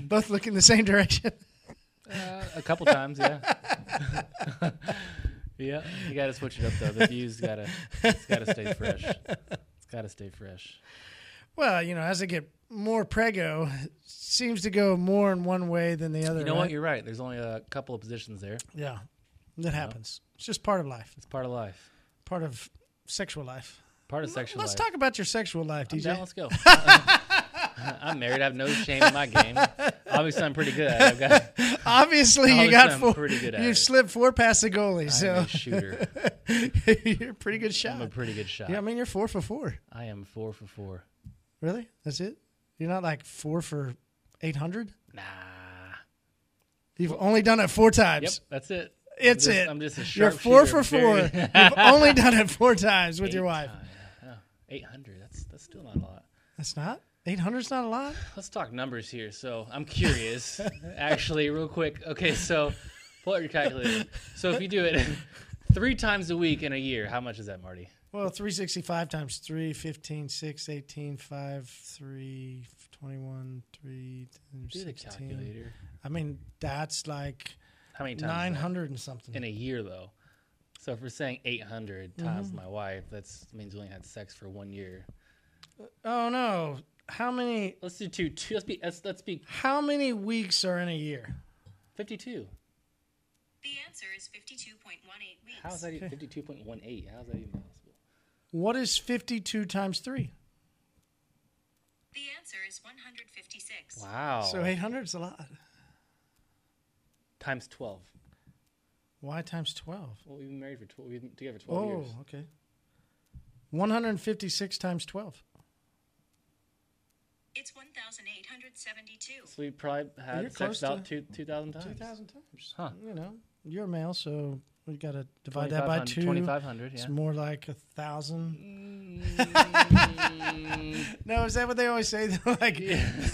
Speaker 3: both look in the same direction.
Speaker 6: Uh, a couple times, yeah. yeah, you got to switch it up, though. The view's got to it's gotta stay fresh. It's got to stay fresh.
Speaker 3: Well, you know, as I get more prego, it seems to go more in one way than the other.
Speaker 6: You know what?
Speaker 3: right?
Speaker 6: You're right. There's only a couple of positions there.
Speaker 3: yeah, that happens. It's just part of life. It's
Speaker 6: It's part of life.
Speaker 3: part of sexual life.
Speaker 6: Part of sexual
Speaker 3: Let's
Speaker 6: life.
Speaker 3: talk about your sexual life,
Speaker 6: I'm
Speaker 3: DJ.
Speaker 6: down, let's go. I'm married. I have no shame in my game. Obviously, I'm pretty good at it. I've got
Speaker 3: Obviously, you
Speaker 6: Obviously,
Speaker 3: got
Speaker 6: I'm
Speaker 3: four.
Speaker 6: pretty good at
Speaker 3: you've
Speaker 6: it.
Speaker 3: slipped four past the goalie,
Speaker 6: I'm
Speaker 3: so
Speaker 6: a shooter.
Speaker 3: you're a pretty good shot.
Speaker 6: I'm a pretty good shot.
Speaker 3: yeah, I mean, you're four for four.
Speaker 6: I am four for four.
Speaker 3: Really? That's it? You're not like four for eight hundred.
Speaker 6: Nah.
Speaker 3: You've only done it four
Speaker 6: Yep,
Speaker 3: times.
Speaker 6: that's it.
Speaker 3: It's
Speaker 6: I'm just,
Speaker 3: it.
Speaker 6: I'm just a
Speaker 3: You're
Speaker 6: sharp
Speaker 3: four
Speaker 6: shooter,
Speaker 3: for four.
Speaker 6: very-
Speaker 3: You've only done it four times with your
Speaker 6: Eight
Speaker 3: wife.
Speaker 6: times. Oh, 800. That's that's still not a lot.
Speaker 3: That's not. 800's not a lot.
Speaker 6: Let's talk numbers here. So I'm curious, actually, real quick. Okay, so pull out your calculator. So if you do it three times a week in a year, how much is that, Marty?
Speaker 3: Well, 365 times 3, 15, 6, 18, 5, 3, 21, 3,
Speaker 6: Do the
Speaker 3: 16.
Speaker 6: calculator.
Speaker 3: I mean, that's like
Speaker 6: How many times? is that?
Speaker 3: 900 and something.
Speaker 6: in a year though. So if we're saying 800 times my wife, that's means we only had sex for one year.
Speaker 3: Oh, no. How many
Speaker 6: Let's do two. two let's be let's, let's be
Speaker 3: how many weeks are in a year?
Speaker 6: 52.
Speaker 2: The answer is 52.18 weeks.
Speaker 6: How's that? even 52.18. How's that even possible?
Speaker 3: What is 52 times 3?
Speaker 2: The answer is 156.
Speaker 6: Wow.
Speaker 3: So 800 is a lot.
Speaker 6: times 12.
Speaker 3: Why times 12?
Speaker 6: Well, we've been married for 12. We've been together for 12
Speaker 3: Oh,
Speaker 6: years.
Speaker 3: okay. 156 times 12.
Speaker 2: It's 1,872.
Speaker 6: So we probably had
Speaker 3: You're
Speaker 6: sex
Speaker 3: close
Speaker 6: about
Speaker 3: to-
Speaker 6: two, 2,000 times.
Speaker 3: 2,000 times.
Speaker 6: Huh.
Speaker 3: You know, you're a male, so We got to divide that by two.
Speaker 6: 2500 yeah
Speaker 3: It's more like a thousand. no, is that what they always say? They're like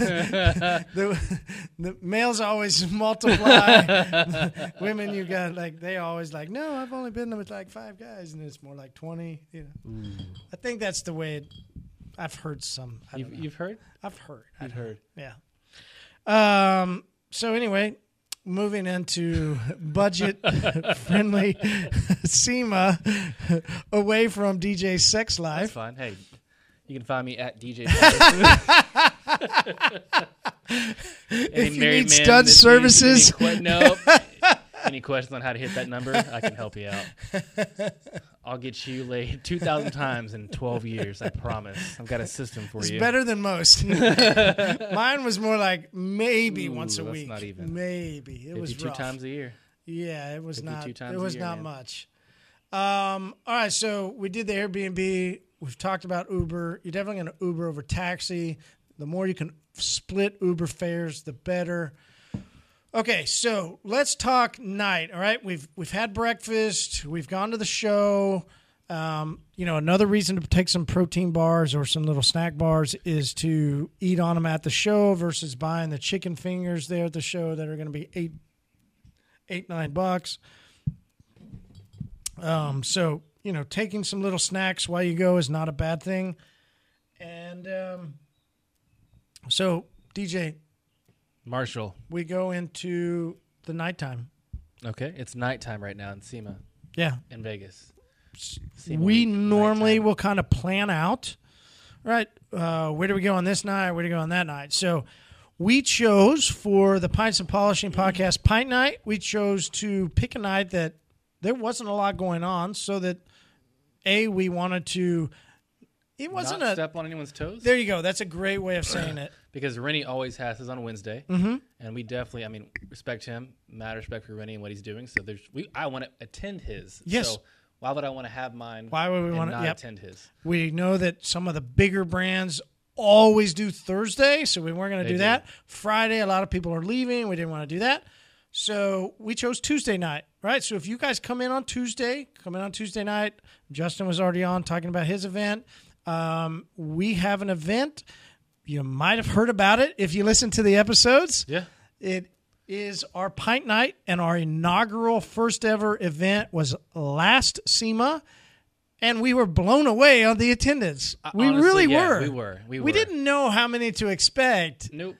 Speaker 3: the, the males always multiply. Women, you got like they always like. No, I've only been with like five guys, and it's more like twenty. You know, I think that's the way it. I've heard some. I
Speaker 6: you've,
Speaker 3: don't know.
Speaker 6: you've heard
Speaker 3: I've heard.
Speaker 6: you've heard
Speaker 3: Yeah. Um, so anyway, moving into budget friendly SEMA away from DJ Sex
Speaker 6: that's
Speaker 3: Life.
Speaker 6: fine hey you can find me at DJ.
Speaker 3: If you need stud services.
Speaker 6: any, que- nope. any questions on how to hit that number, I can help you out. I'll get you laid two thousand times in twelve years. I promise. I've got a system for
Speaker 3: It's
Speaker 6: you.
Speaker 3: better than most. Mine was more like maybe
Speaker 6: Ooh,
Speaker 3: once a
Speaker 6: that's
Speaker 3: week.
Speaker 6: not even.
Speaker 3: Maybe it was
Speaker 6: Fifty-two
Speaker 3: rough.
Speaker 6: times a year.
Speaker 3: Yeah, it was
Speaker 6: 52
Speaker 3: not.
Speaker 6: times
Speaker 3: it
Speaker 6: a
Speaker 3: was
Speaker 6: year,
Speaker 3: not
Speaker 6: man.
Speaker 3: much. Um, all right, so we did the Airbnb. We've talked about Uber. You're definitely going to Uber over taxi. The more you can split Uber fares, the better. Okay, so let's talk night. All right, we've we've had breakfast. We've gone to the show. Um, you know, another reason to take some protein bars or some little snack bars is to eat on them at the show versus buying the chicken fingers there at the show that are going to be eight eight nine bucks. Um, so you know, taking some little snacks while you go is not a bad thing. And um, so DJ,
Speaker 6: Marshall.
Speaker 3: we go into the nighttime.
Speaker 6: Okay, it's nighttime right now in SEMA
Speaker 3: Yeah,
Speaker 6: in Vegas.
Speaker 3: we normally will kind of plan out, right? Uh, where do we go on this night? Where do we go on that night? So we chose for the Pints and Polishing podcast, Pint Night, we chose to pick a night that there wasn't a lot going on so that A, we wanted to. It
Speaker 6: Not
Speaker 3: wasn't a.
Speaker 6: step on anyone's toes
Speaker 3: There you go. That's a great way of saying it.
Speaker 6: because Rennie always has his on Wednesday,
Speaker 3: Mm-hmm.
Speaker 6: and we definitely, I mean, respect him, mad respect for Rennie and what he's doing. So there's, we, I want to attend his.
Speaker 3: Yes.
Speaker 6: So why would I want to have mine?
Speaker 3: Why would we
Speaker 6: and
Speaker 3: wanna-
Speaker 6: not
Speaker 3: yep.
Speaker 6: attend his?
Speaker 3: We know that some of the bigger brands always do Thursday, so we weren't going to do,
Speaker 6: do.
Speaker 3: that. Friday, a lot of people are leaving. We didn't want to do that. So we chose Tuesday night, right? So if you guys come in on Tuesday, come in on Tuesday night. Justin was already on talking about his event. Um, we have an event. You might have heard about it if you listen to the episodes.
Speaker 6: Yeah.
Speaker 3: It is our pint night, and our inaugural first ever event was last SEMA, and we were blown away on the attendance. we
Speaker 6: Uh, honestly,
Speaker 3: really
Speaker 6: yeah,
Speaker 3: were.
Speaker 6: we were. We
Speaker 3: We
Speaker 6: were.
Speaker 3: didn't know how many to expect,
Speaker 6: Nope.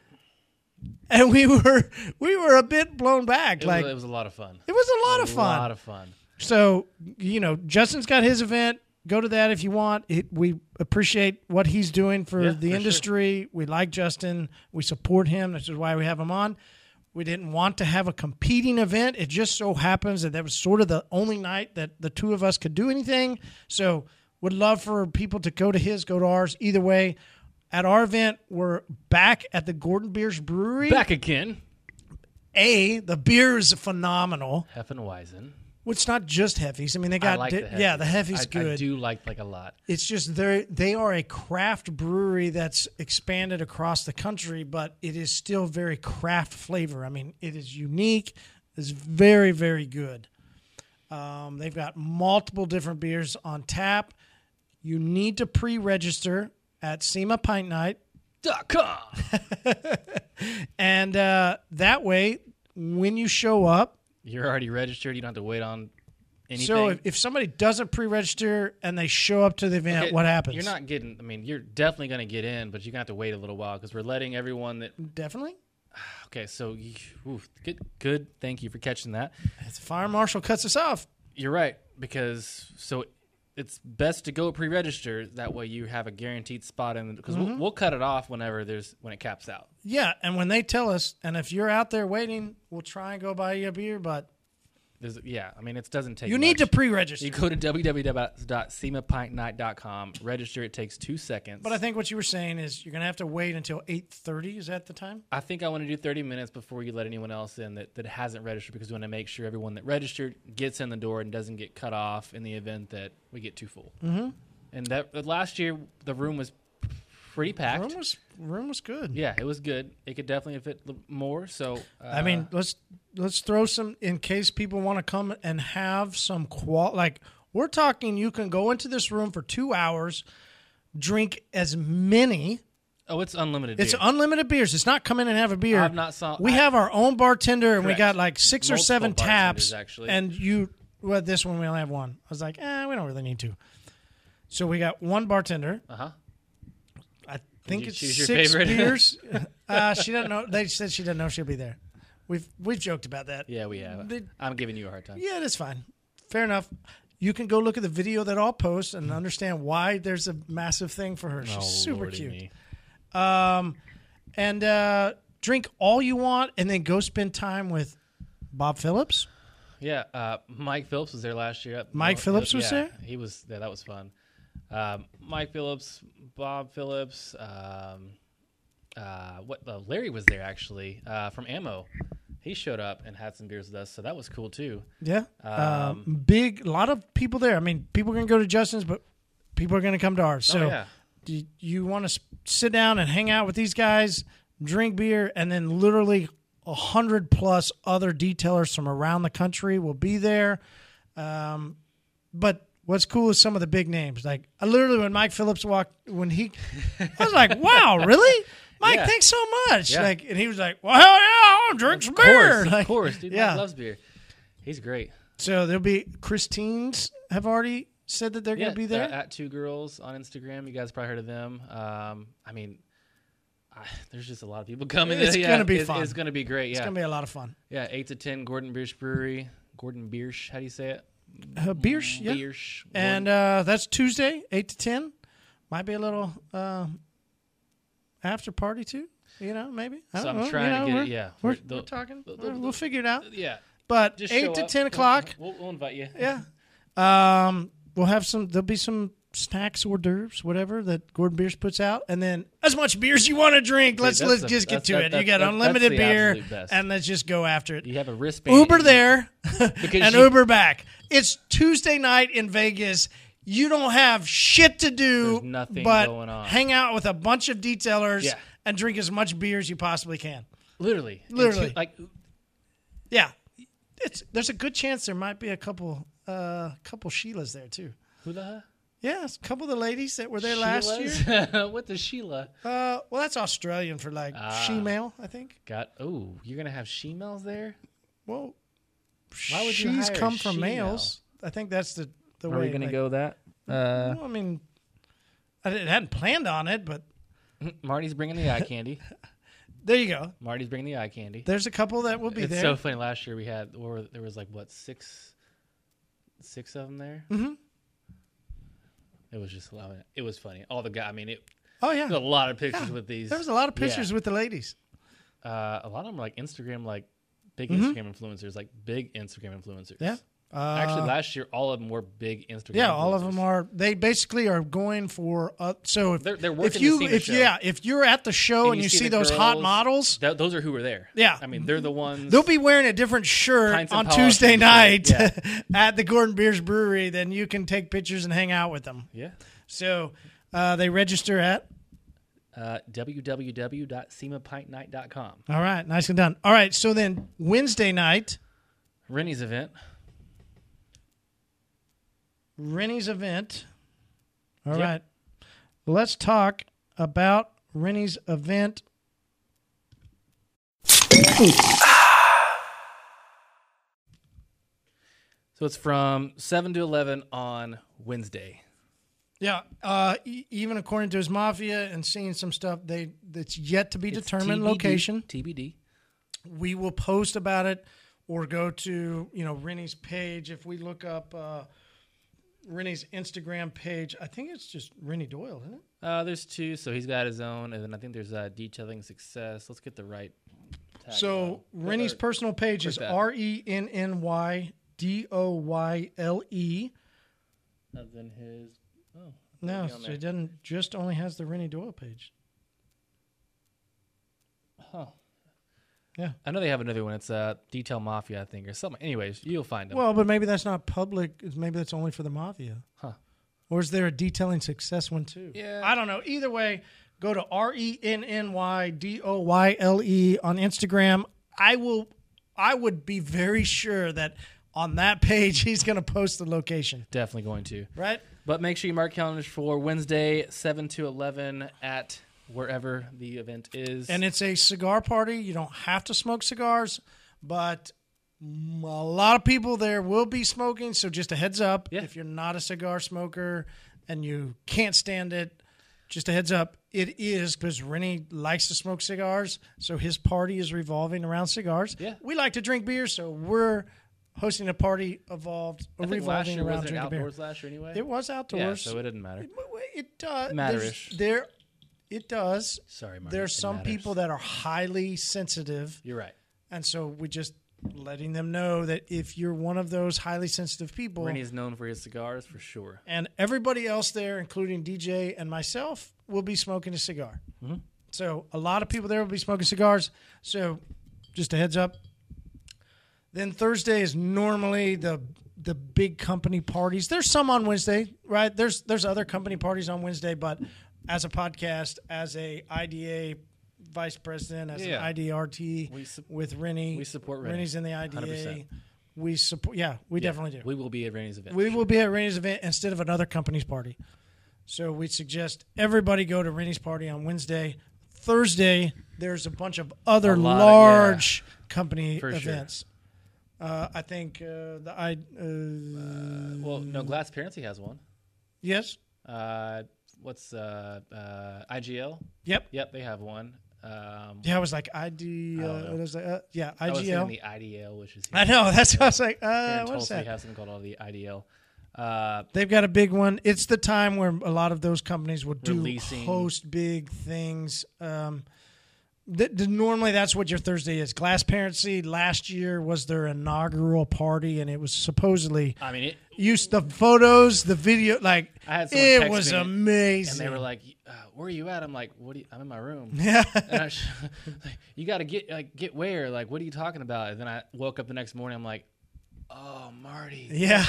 Speaker 3: and we were we were a bit blown back.
Speaker 6: It,
Speaker 3: like
Speaker 6: was, it was a lot of fun.
Speaker 3: it was a lot of
Speaker 6: A
Speaker 3: fun.
Speaker 6: lot of fun.
Speaker 3: So, you know, Justin's got his event. Go to that if you want. It, we appreciate what he's doing for
Speaker 6: Yeah,
Speaker 3: the
Speaker 6: for
Speaker 3: industry. We like Justin. We support him. This is why we have him on. We didn't want to have a competing event. It just so happens that that was sort of the only night that the two of us could do anything. So, would love for people to go to his, go to ours. Either way, at our event, we're back at the Gordon Beers Brewery.
Speaker 6: Back again.
Speaker 3: A, the beer is phenomenal.
Speaker 6: Heffen Weizen.
Speaker 3: Well, it's not just heffies. I mean, they
Speaker 6: I
Speaker 3: got
Speaker 6: like
Speaker 3: di-
Speaker 6: the Heffenweizen.
Speaker 3: yeah, the heffies
Speaker 6: I,
Speaker 3: good.
Speaker 6: I do like like a lot.
Speaker 3: It's just they they are a craft brewery that's expanded across the country, but it is still very craft flavor. I mean, it is unique. It's very very good. Um, they've got multiple different beers on tap. You need to pre-register at SEMA Pint Night
Speaker 6: Dot com.
Speaker 3: and uh, that way, when you show up,
Speaker 6: You're already registered. You don't have to wait on anything.
Speaker 3: so if, if somebody doesn't pre-register and they show up to the event,
Speaker 6: Okay,
Speaker 3: what happens?
Speaker 6: You're not getting. I mean, you're definitely going to get in, but you're going to have to wait a little while because we're letting everyone that.
Speaker 3: definitely.
Speaker 6: Okay, so you, oof, good, good. Thank you for catching that.
Speaker 3: If the fire marshal cuts us off,
Speaker 6: You're right because so it's best to go pre-register. That way you have a guaranteed spot in because we'll, we'll cut it off whenever there's when it caps out.
Speaker 3: Yeah, and when they tell us, and if you're out there waiting, we'll try and go buy you a beer, but
Speaker 6: There's yeah. I mean, it doesn't take.
Speaker 3: you need to
Speaker 6: much.
Speaker 3: pre-register.
Speaker 6: You go to www.semapintnight.com. Register. It takes two seconds.
Speaker 3: but I think what you were saying is you're gonna have to wait until eight thirty. Is that the time?
Speaker 6: I think I want to do 30 minutes before you let anyone else in that, that hasn't registered because we want to make sure everyone that registered gets in the door and doesn't get cut uh, off in the event that we get too full. Mm-hmm. And that that last year, the room was pretty packed.
Speaker 3: Room was room was good.
Speaker 6: yeah, it was good. It could definitely fit a little more. So uh,
Speaker 3: I mean, let's let's throw some in case people want to come and have some qual like we're talking you can go into this room for 2 hours, drink as many
Speaker 6: oh, it's unlimited.
Speaker 3: it's
Speaker 6: beer.
Speaker 3: unlimited beers. It's not come in and have a beer.
Speaker 6: I've not saw-
Speaker 3: We
Speaker 6: I-
Speaker 3: have our own bartender, and we
Speaker 6: Correct.
Speaker 3: got like six or
Speaker 6: Multiple
Speaker 3: seven
Speaker 6: bartenders,
Speaker 3: taps.
Speaker 6: actually.
Speaker 3: and you, well, this one we only have one. I was like, eh, we don't really need to. So we got one bartender. Uh
Speaker 6: Uh-huh.
Speaker 3: I think
Speaker 6: you
Speaker 3: it's
Speaker 6: choose your
Speaker 3: six
Speaker 6: favorite?
Speaker 3: beers. uh, she doesn't know. They said she doesn't know she'll be there. We've we've joked about that.
Speaker 6: yeah, we have.
Speaker 3: They-
Speaker 6: I'm giving you a hard time.
Speaker 3: yeah, that's fine. Fair enough. You can go look at the video that I'll post and understand why there's a massive thing for her. She's
Speaker 6: Oh,
Speaker 3: super
Speaker 6: Lordy
Speaker 3: cute
Speaker 6: me.
Speaker 3: and uh, drink all you want, and then go spend time with Bob Phillips.
Speaker 6: Yeah, uh, Mike Phillips was there last year. Up
Speaker 3: Mike
Speaker 6: north.
Speaker 3: Phillips was
Speaker 6: Yeah,
Speaker 3: there?
Speaker 6: He was. Yeah, that was fun. Um, Mike Phillips, Bob Phillips, um, uh, what? Uh, Larry was there actually uh, from Ammo. He showed up and had some beers with us, so that was cool too.
Speaker 3: Yeah, um, big lot of people there. I mean, people are gonna go to Justin's, but people are gonna come to ours. So,
Speaker 6: Oh, yeah.
Speaker 3: do you want to sit down and hang out with these guys, drink beer, and then literally a hundred plus other detailers from around the country will be there. Um, but what's cool is some of the big names. Like, I literally when Mike Phillips walked, when he, I was like, "Wow, really." Mike,
Speaker 6: Yeah.
Speaker 3: thanks so much.
Speaker 6: Yeah.
Speaker 3: Like, and he was like, "Well, hell yeah, I'll drink some beer."
Speaker 6: Of course,
Speaker 3: Like,
Speaker 6: of course, dude.
Speaker 3: yeah.
Speaker 6: Mike loves beer. He's great.
Speaker 3: So there'll be Christine's have already said that they're
Speaker 6: Yeah,
Speaker 3: going to be there.
Speaker 6: uh, at Two Girls on Instagram. You guys probably heard of them. Um, I mean, I, there's just a lot of people coming.
Speaker 3: It's
Speaker 6: Yeah,
Speaker 3: gonna be
Speaker 6: it's-
Speaker 3: fun.
Speaker 6: It's gonna be great. Yeah,
Speaker 3: It's going to be a lot of fun.
Speaker 6: yeah. Eight to ten, Gordon Biersch Brewery. Gordon Biersch. How do you say it?
Speaker 3: Uh, beer,
Speaker 6: Mm,
Speaker 3: sh- yeah.
Speaker 6: Biersch.
Speaker 3: And uh, that's Tuesday, eight to ten. Might be a little uh, after party too. You know, maybe. I
Speaker 6: So
Speaker 3: don't
Speaker 6: I'm
Speaker 3: know,
Speaker 6: trying to
Speaker 3: you know,
Speaker 6: get it,
Speaker 3: we're,
Speaker 6: yeah.
Speaker 3: we're,
Speaker 6: We're- the-
Speaker 3: we're talking.
Speaker 6: the- the-
Speaker 3: We're- we'll figure it out.
Speaker 6: yeah.
Speaker 3: But
Speaker 6: Just show
Speaker 3: eight to
Speaker 6: up.
Speaker 3: ten
Speaker 6: We'll-
Speaker 3: o'clock.
Speaker 6: We'll, we'll invite you.
Speaker 3: Yeah. Um, we'll have some. There'll be some snacks, hors d'oeuvres, whatever that Gordon Beers puts out, and then as much beer as you want to drink. let's
Speaker 6: that's
Speaker 3: let's
Speaker 6: the-
Speaker 3: just get
Speaker 6: that's-
Speaker 3: to
Speaker 6: that-
Speaker 3: it.
Speaker 6: that-
Speaker 3: you got
Speaker 6: that- that's
Speaker 3: unlimited
Speaker 6: the
Speaker 3: beer,
Speaker 6: absolute best.
Speaker 3: and let's just go after it.
Speaker 6: You have a wristband.
Speaker 3: Uber
Speaker 6: You-
Speaker 3: there and
Speaker 6: you-
Speaker 3: Uber back. It's Tuesday night in Vegas. You don't have shit to do
Speaker 6: There's nothing
Speaker 3: but
Speaker 6: going on.
Speaker 3: hang out with a bunch of detailers
Speaker 6: Yeah.
Speaker 3: and drink as much beer as you possibly can.
Speaker 6: Literally. And
Speaker 3: Literally.
Speaker 6: two- like
Speaker 3: Yeah. It's there's a good chance there might be a couple uh couple Sheilas there too.
Speaker 6: who the
Speaker 3: Yes, a couple of the ladies that were there last year.
Speaker 6: year? what the Sheila?
Speaker 3: Uh well that's Australian for like
Speaker 6: Ah.
Speaker 3: she-male, I think.
Speaker 6: Got oh, you're gonna have shemales there.
Speaker 3: Well,
Speaker 6: Why would you
Speaker 3: she's
Speaker 6: hire
Speaker 3: come from
Speaker 6: she-male?
Speaker 3: males. I think that's the the way like,
Speaker 6: go that?
Speaker 3: Well, I mean, I didn't- hadn't planned on it, but
Speaker 6: Marty's bringing the eye candy.
Speaker 3: there you go.
Speaker 6: Marty's bringing the eye candy.
Speaker 3: There's a couple that will be
Speaker 6: it's
Speaker 3: there.
Speaker 6: so funny. Last year we had, or there was like what six, six of them there. Mm-hmm. It was just, I mean, it was funny. All the guy, I mean, it
Speaker 3: oh
Speaker 6: there's
Speaker 3: yeah,
Speaker 6: a lot of pictures with these.
Speaker 3: there was a lot of pictures
Speaker 6: Yeah.
Speaker 3: with the ladies.
Speaker 6: Uh, a lot of them are like Instagram, like big Instagram influencers, like big Instagram influencers.
Speaker 3: Mm-hmm. Yeah, uh,
Speaker 6: Actually, last year all of them were big Instagram.
Speaker 3: yeah, all of
Speaker 6: influencers.
Speaker 3: them are. They basically are going for. Uh, so if
Speaker 6: They're- they're
Speaker 3: if
Speaker 6: working the
Speaker 3: you
Speaker 6: scene of
Speaker 3: if
Speaker 6: show.
Speaker 3: yeah if you're at the show Oh, and, you see,
Speaker 6: the
Speaker 3: those hot
Speaker 6: girls,
Speaker 3: models,
Speaker 6: tho- those are who were there.
Speaker 3: Yeah.
Speaker 6: I mean, they're the ones.
Speaker 3: they'll be wearing a different shirt
Speaker 6: Pints and
Speaker 3: on
Speaker 6: Pops
Speaker 3: Tuesday
Speaker 6: and
Speaker 3: night
Speaker 6: shit,
Speaker 3: at the Gordon Beers Brewery. Then you can take pictures and hang out with them.
Speaker 6: Yeah.
Speaker 3: So uh, they register at
Speaker 6: Uh, e www.semapintnight.com.
Speaker 3: All right, nicely done. All right, so then Wednesday night,
Speaker 6: Rennie's event.
Speaker 3: Rennie's event. All
Speaker 6: Yep.
Speaker 3: right. let's talk about Rennie's event.
Speaker 6: So it's from 7 to 11 on Wednesday.
Speaker 3: Yeah, uh, e- even according to his mafia and seeing some stuff, they that's yet to be
Speaker 6: It's
Speaker 3: determined
Speaker 6: TBD,
Speaker 3: location.
Speaker 6: TBD.
Speaker 3: We will post about it or go to you know Rennie's page if we look up uh, Rennie's Instagram page. I think it's just Rennie Doyle, isn't it?
Speaker 6: Uh, there's two. So he's got his own. And then I think there's uh, Detailing Success. Let's get the right. tag
Speaker 3: So Rennie's personal page is
Speaker 6: that.
Speaker 3: R E N N Y D O Y L E.
Speaker 6: Other than his. Oh.
Speaker 3: No,
Speaker 6: be on
Speaker 3: so
Speaker 6: there.
Speaker 3: it doesn't. Just only has the Rennie Doyle page.
Speaker 6: I know they have another one. It's uh, Detail Mafia, I think, or something. Anyways, you'll find them.
Speaker 3: Well, but maybe that's not public. Maybe that's only for the mafia.
Speaker 6: Huh.
Speaker 3: Or is there a detailing success one too?
Speaker 6: Yeah.
Speaker 3: I don't know. Either way, Go to R E N N Y D O Y L E on Instagram. I will. I would be very sure that on that page he's going to post the location.
Speaker 6: Definitely going to.
Speaker 3: Right?
Speaker 6: But make sure you mark calendars for Wednesday, 7 to 11 at wherever the event is.
Speaker 3: And it's a cigar party. You don't have to smoke cigars, but mm, a lot of people there will be smoking. So just a heads up
Speaker 6: Yeah.
Speaker 3: if you're not a cigar smoker and you can't stand it, just a heads up. It is because Rennie likes to smoke cigars. So his party is revolving around cigars.
Speaker 6: Yeah.
Speaker 3: We like to drink beer. So we're hosting a party evolved,
Speaker 6: I think last
Speaker 3: revolving
Speaker 6: year
Speaker 3: around
Speaker 6: was it
Speaker 3: drinking beer.
Speaker 6: outdoors last year anyway?
Speaker 3: It was
Speaker 6: yeah,
Speaker 3: outdoors.
Speaker 6: so it didn't matter.
Speaker 3: It does.
Speaker 6: Matter-ish.
Speaker 3: There, it does.
Speaker 6: Sorry, Marty,
Speaker 3: There's
Speaker 6: it
Speaker 3: some
Speaker 6: matters.
Speaker 3: people that are highly sensitive,
Speaker 6: You're right.
Speaker 3: and so we just letting them know that if you're one of those highly sensitive people,
Speaker 6: Rennie's known for his cigars for sure.
Speaker 3: and everybody else there, including DJ and myself, will be smoking a cigar.
Speaker 6: Mm-hmm.
Speaker 3: So a lot of people there will be smoking cigars. So just a heads up. Then Thursday is normally the the big company parties. There's some on Wednesday, right? There's there's other company parties on Wednesday, but as a podcast, as a IDA vice president, as
Speaker 6: Yeah.
Speaker 3: an IDRT
Speaker 6: We sup-
Speaker 3: with Rennie,
Speaker 6: we support Rennie,
Speaker 3: Rennie's in the IDA.
Speaker 6: 100%.
Speaker 3: We support. Yeah, we definitely do.
Speaker 6: We will be at Rennie's event.
Speaker 3: We will be at Rennie's event instead of another company's party. So we suggest everybody go to Rennie's party on Wednesday. Thursday, there's a bunch of other
Speaker 6: A lot of-
Speaker 3: large company
Speaker 6: For sure.
Speaker 3: events. Uh, I think uh, the I uh,
Speaker 6: Well, no, Glassparency has one.
Speaker 3: yes,
Speaker 6: Uh, what's uh, uh, IGL?
Speaker 3: yep,
Speaker 6: Yep, they have one. Um,
Speaker 3: yeah. I was like ID. Uh,
Speaker 6: don't know.
Speaker 3: I was like, uh, yeah,
Speaker 6: I was thinking
Speaker 3: IGL.
Speaker 6: the IDL, which is here.
Speaker 3: I know. That's what I was like.
Speaker 6: Here
Speaker 3: Uh,
Speaker 6: in
Speaker 3: what's
Speaker 6: Tulsa, we
Speaker 3: that?
Speaker 6: have something called the IDL. Uh,
Speaker 3: They've got a big one. It's the time where a lot of those companies will do
Speaker 6: Releasing.
Speaker 3: host big things. Um, th- th- normally, that's what your Thursday is. Glassparency last year was their inaugural party, and it was supposedly
Speaker 6: I mean, it,
Speaker 3: used the photos, the video, like
Speaker 6: I had someone
Speaker 3: it
Speaker 6: text
Speaker 3: was
Speaker 6: me,
Speaker 3: amazing.
Speaker 6: and they were like, uh, "Where are you at?" I'm like, "What? Do you, I'm in my room."
Speaker 3: yeah,
Speaker 6: and I sh- like, you got to get like get where? Like, what are you talking about? And then I woke up the next morning. I'm like, "Oh, Marty,
Speaker 3: yeah.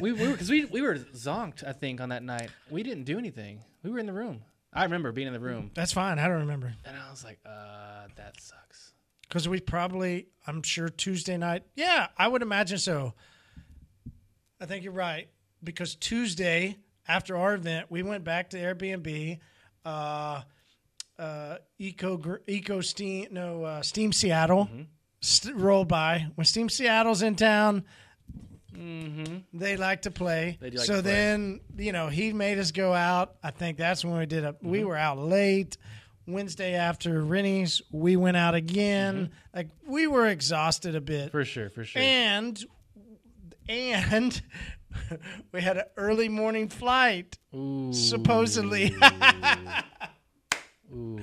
Speaker 6: we we because we we were zonked. I think on that night we didn't do anything. We were in the room. I remember being in the room,
Speaker 3: that's fine. I don't remember.
Speaker 6: and I was like, "Uh, that sucks."
Speaker 3: because we probably i'm sure tuesday night yeah i would imagine so i think you're right because tuesday after our event we went back to airbnb uh uh eco Gr- eco steam no uh, steam seattle
Speaker 6: Mm-hmm.
Speaker 3: st- rolled by when steam seattle's in town they like to play.
Speaker 6: Mm-hmm. They do like
Speaker 3: so
Speaker 6: to play.
Speaker 3: then, you know, he made us go out. I think that's when we did a
Speaker 6: Mm-hmm.
Speaker 3: we were out late. Wednesday after Rennie's, we went out again. Like we were exhausted a bit.
Speaker 6: Mm-hmm. For sure, for sure.
Speaker 3: And and we had an early morning flight
Speaker 6: Ooh,
Speaker 3: supposedly.
Speaker 6: ooh.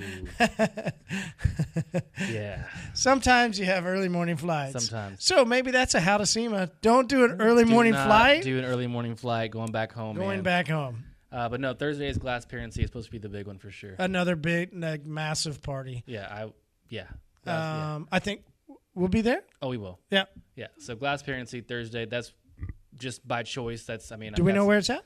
Speaker 6: yeah.
Speaker 3: Sometimes you have early morning flights.
Speaker 6: Sometimes.
Speaker 3: So maybe that's a how to SEMA. Don't do an early
Speaker 6: Do
Speaker 3: morning
Speaker 6: not
Speaker 3: flight
Speaker 6: Do an early morning flight going back home.
Speaker 3: going
Speaker 6: man.
Speaker 3: back home.
Speaker 6: Uh, but no, Thursday is Glassparency. It's supposed to be the big one for sure.
Speaker 3: Another big like, massive party.
Speaker 6: yeah, I yeah. Glass- yeah.
Speaker 3: Um, I think we'll be there.
Speaker 6: Oh, we will.
Speaker 3: Yeah.
Speaker 6: Yeah. So Glassparency Thursday. That's just by choice. That's I mean.
Speaker 3: Do we know where it's at?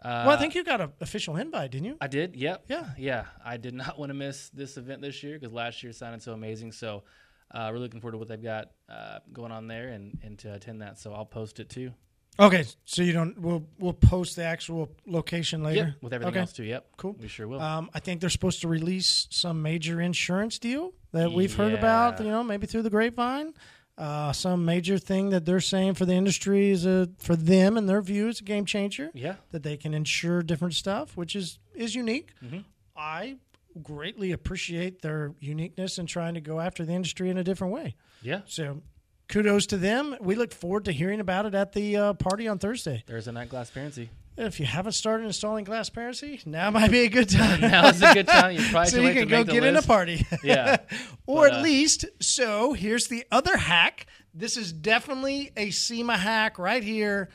Speaker 6: Uh,
Speaker 3: well, I think you got an official invite, didn't you?
Speaker 6: I did. Yep.
Speaker 3: Yeah.
Speaker 6: Yeah. I did not want to miss this event this year because last year sounded so amazing. So uh, we're looking forward to what they've got uh, going on there and and to attend that. So I'll post it too.
Speaker 3: Okay, so you don't. We'll we'll post the actual location later
Speaker 6: Yep. With everything
Speaker 3: okay.
Speaker 6: else too. Yep.
Speaker 3: Cool.
Speaker 6: We sure will.
Speaker 3: Um, I think they're supposed to release some major insurance deal that we've heard about.
Speaker 6: Yeah.
Speaker 3: You know, maybe through the grapevine. Uh, some major thing that they're saying for the industry is a for them and their view is a game changer.
Speaker 6: yeah.
Speaker 3: that they can insure different stuff, which is is unique.
Speaker 6: Mm-hmm.
Speaker 3: I greatly appreciate their uniqueness and trying to go after the industry in a different way.
Speaker 6: Yeah.
Speaker 3: So, kudos to them. We look forward to hearing about it at the uh, party on Thursday.
Speaker 6: There's a night Glassparency.
Speaker 3: If you haven't started installing Glassparency, now might be a good time.
Speaker 6: Now is a good time. You probably
Speaker 3: so
Speaker 6: should
Speaker 3: you
Speaker 6: wait
Speaker 3: can
Speaker 6: to
Speaker 3: go
Speaker 6: make the
Speaker 3: get in a
Speaker 6: list.
Speaker 3: party.
Speaker 6: Yeah.
Speaker 3: or
Speaker 6: But,
Speaker 3: at
Speaker 6: uh,
Speaker 3: least so here's the other hack this is definitely a sema hack right here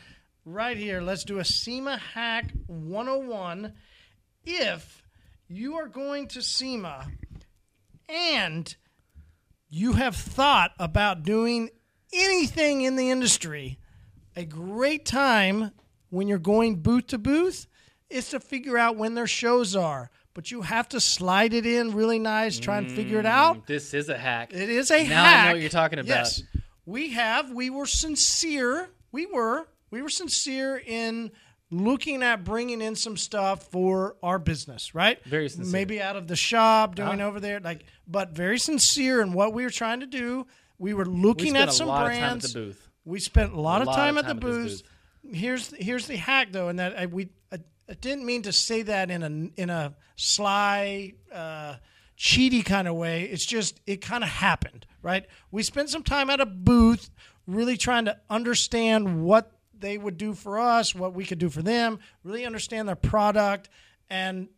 Speaker 3: right here let's do a sema hack 101 if you are going to sema and you have thought about doing anything in the industry a great time when you're going booth to booth is to figure out when their shows are but you have to slide it in really nice, try and figure it out.
Speaker 6: This is a hack.
Speaker 3: It is a
Speaker 6: Now I know
Speaker 3: hack.
Speaker 6: what you're talking about.
Speaker 3: Yes, we have. We were sincere. We were. We were sincere in looking at bringing in some stuff for our business, right?
Speaker 6: Very sincere. Uh-huh.
Speaker 3: Maybe out of the shop, doing over there, like, but very sincere in what we were trying to do. We were
Speaker 6: We
Speaker 3: looking
Speaker 6: spent
Speaker 3: at
Speaker 6: a
Speaker 3: some
Speaker 6: lot
Speaker 3: brands.
Speaker 6: of time at the booth.
Speaker 3: We spent a lot of
Speaker 6: lot
Speaker 3: time,
Speaker 6: of
Speaker 3: at the
Speaker 6: time at this
Speaker 3: booth. Here's here's the hack though, and that I, we I, I didn't mean to say that in a in a sly, uh, cheaty kind of way. It's just it kind of happened, right? We spent some time at a booth, really trying to understand what they would do for us, what we could do for them, really understand their product, and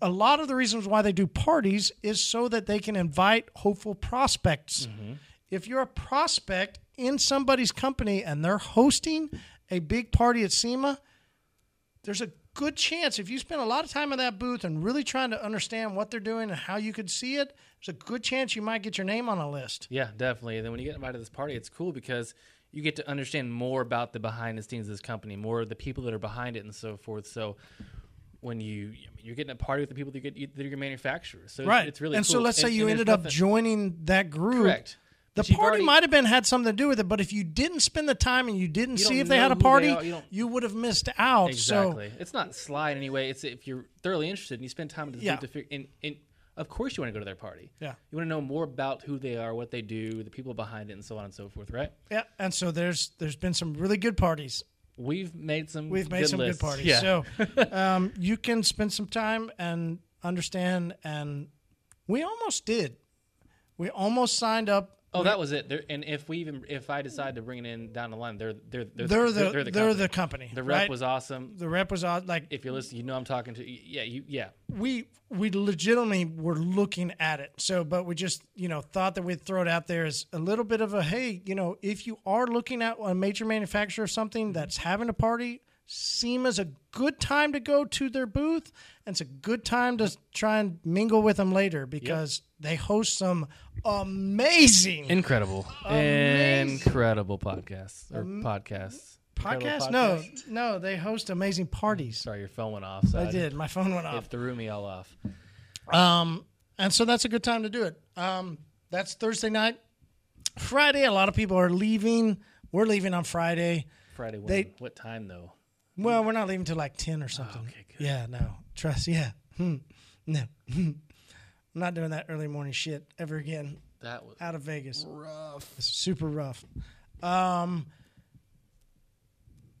Speaker 3: a lot of the reasons why they do parties is so that they can invite hopeful prospects. If you're a prospect in somebody's company and they're hosting a big party at SEMA, there's a good chance if you spend a lot of time in that booth and really trying to understand what they're doing and how you could see it, there's a good chance you might get your name on a list.
Speaker 6: Yeah, definitely. And then when you get invited to this party, it's cool because you get to understand more about the behind the scenes of this company, more of the people that are behind it, and so forth. So when you you're getting a party with the people that you get that are your manufacturers, so
Speaker 3: Right.
Speaker 6: it's, it's really
Speaker 3: and so
Speaker 6: cool.
Speaker 3: let's say you
Speaker 6: there's
Speaker 3: ended up
Speaker 6: nothing-
Speaker 3: joining that group.
Speaker 6: correct.
Speaker 3: The
Speaker 6: But you've
Speaker 3: party
Speaker 6: already-
Speaker 3: might have been had something to do with it, but if you didn't spend the time and you didn't
Speaker 6: You
Speaker 3: see
Speaker 6: don't
Speaker 3: if they
Speaker 6: know
Speaker 3: had a
Speaker 6: who they
Speaker 3: party,
Speaker 6: are, you
Speaker 3: you,
Speaker 6: don't-
Speaker 3: would have missed out.
Speaker 6: Exactly. it's not sly in any way. It's if you're thoroughly interested and you spend time with the
Speaker 3: Yeah.
Speaker 6: to figure. And, and of course, you want to go to their party.
Speaker 3: Yeah.
Speaker 6: You want to know more about who they are, what they do, the people behind it, and so on and so forth. Right.
Speaker 3: So yeah, and so there's there's been some really good parties.
Speaker 6: We've made some.
Speaker 3: We've made
Speaker 6: good
Speaker 3: some
Speaker 6: lists.
Speaker 3: good parties.
Speaker 6: Yeah.
Speaker 3: So um, you can spend some time and understand. And we almost did. We almost signed up.
Speaker 6: Oh, that was it. They're, and if we even if I decide to bring it in down the line, they're they're they're,
Speaker 3: They're the
Speaker 6: they're the company.
Speaker 3: company.
Speaker 6: The rep
Speaker 3: right?
Speaker 6: was awesome.
Speaker 3: the rep was on like
Speaker 6: If you listen, you know I'm talking to. Yeah, you yeah.
Speaker 3: we we legitimately were looking at it. So, but we just you know thought that we'd throw it out there as a little bit of a hey, you know, if you are looking at a major manufacturer of something that's having a party, SEMA's a good time to go to their booth, and it's a good time to try and mingle with them later because they host some amazing
Speaker 6: Incredible, incredible podcasts or podcasts. Incredible
Speaker 3: podcasts. No, no, they host amazing parties.
Speaker 6: sorry, your phone went off. So
Speaker 3: I did. My phone went off.
Speaker 6: It threw me all off.
Speaker 3: Um, and so that's a good time to do it. Um, that's Thursday night. Friday, a lot of people are leaving. We're leaving on Friday.
Speaker 6: Friday. When,
Speaker 3: They-
Speaker 6: what time though?
Speaker 3: Well, we're not leaving till like ten
Speaker 6: Ah,
Speaker 3: or something. okay, good. Yeah, no, trust. Yeah, hmm. no, hmm. I'm not doing that early morning shit ever again.
Speaker 6: That was
Speaker 3: Out of Vegas, rough. It's super rough. Um,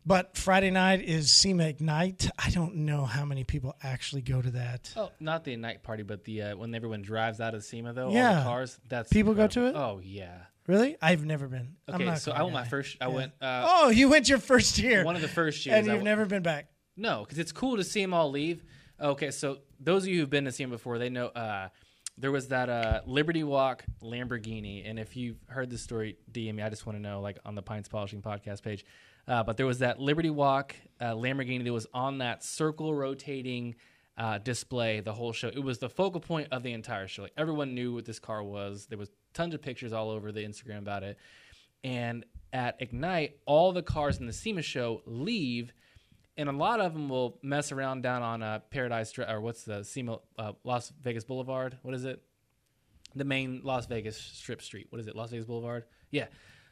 Speaker 3: but Friday night is SEMA Ignite. I don't know how many people actually go to that.
Speaker 6: oh, not the night party, but the uh, when everyone drives out of SEMA though. all
Speaker 3: Yeah.
Speaker 6: the cars. That's
Speaker 3: People go
Speaker 6: incredible.
Speaker 3: to it?
Speaker 6: Oh yeah.
Speaker 3: Really? I've never been. I'm
Speaker 6: Okay,
Speaker 3: not
Speaker 6: so
Speaker 3: going
Speaker 6: I went
Speaker 3: to
Speaker 6: my
Speaker 3: that.
Speaker 6: first. I
Speaker 3: Yeah.
Speaker 6: went uh,
Speaker 3: Oh, you went your first year.
Speaker 6: one of the first years.
Speaker 3: And
Speaker 6: I
Speaker 3: you've
Speaker 6: went-
Speaker 3: never been back.
Speaker 6: No, because it's cool to see them all leave. Okay, so those of you who've been to see them before, they know uh, there was that uh, Liberty Walk Lamborghini, and if you've heard this story, DM me. I just want to know, like on the Pints Polishing podcast page. Uh, but there was that Liberty Walk uh, Lamborghini that was on that circle rotating uh, display the whole show. It was the focal point of the entire show. Like everyone knew what this car was. There was tons of pictures all over the Instagram about it. And at Ignite, all the cars in the SEMA show leave and a lot of them will mess around down on uh, Paradise Dri- or what's the SEMA uh, Las Vegas Boulevard? What is it? The main Las Vegas strip street. What is it? Las Vegas Boulevard. Yeah.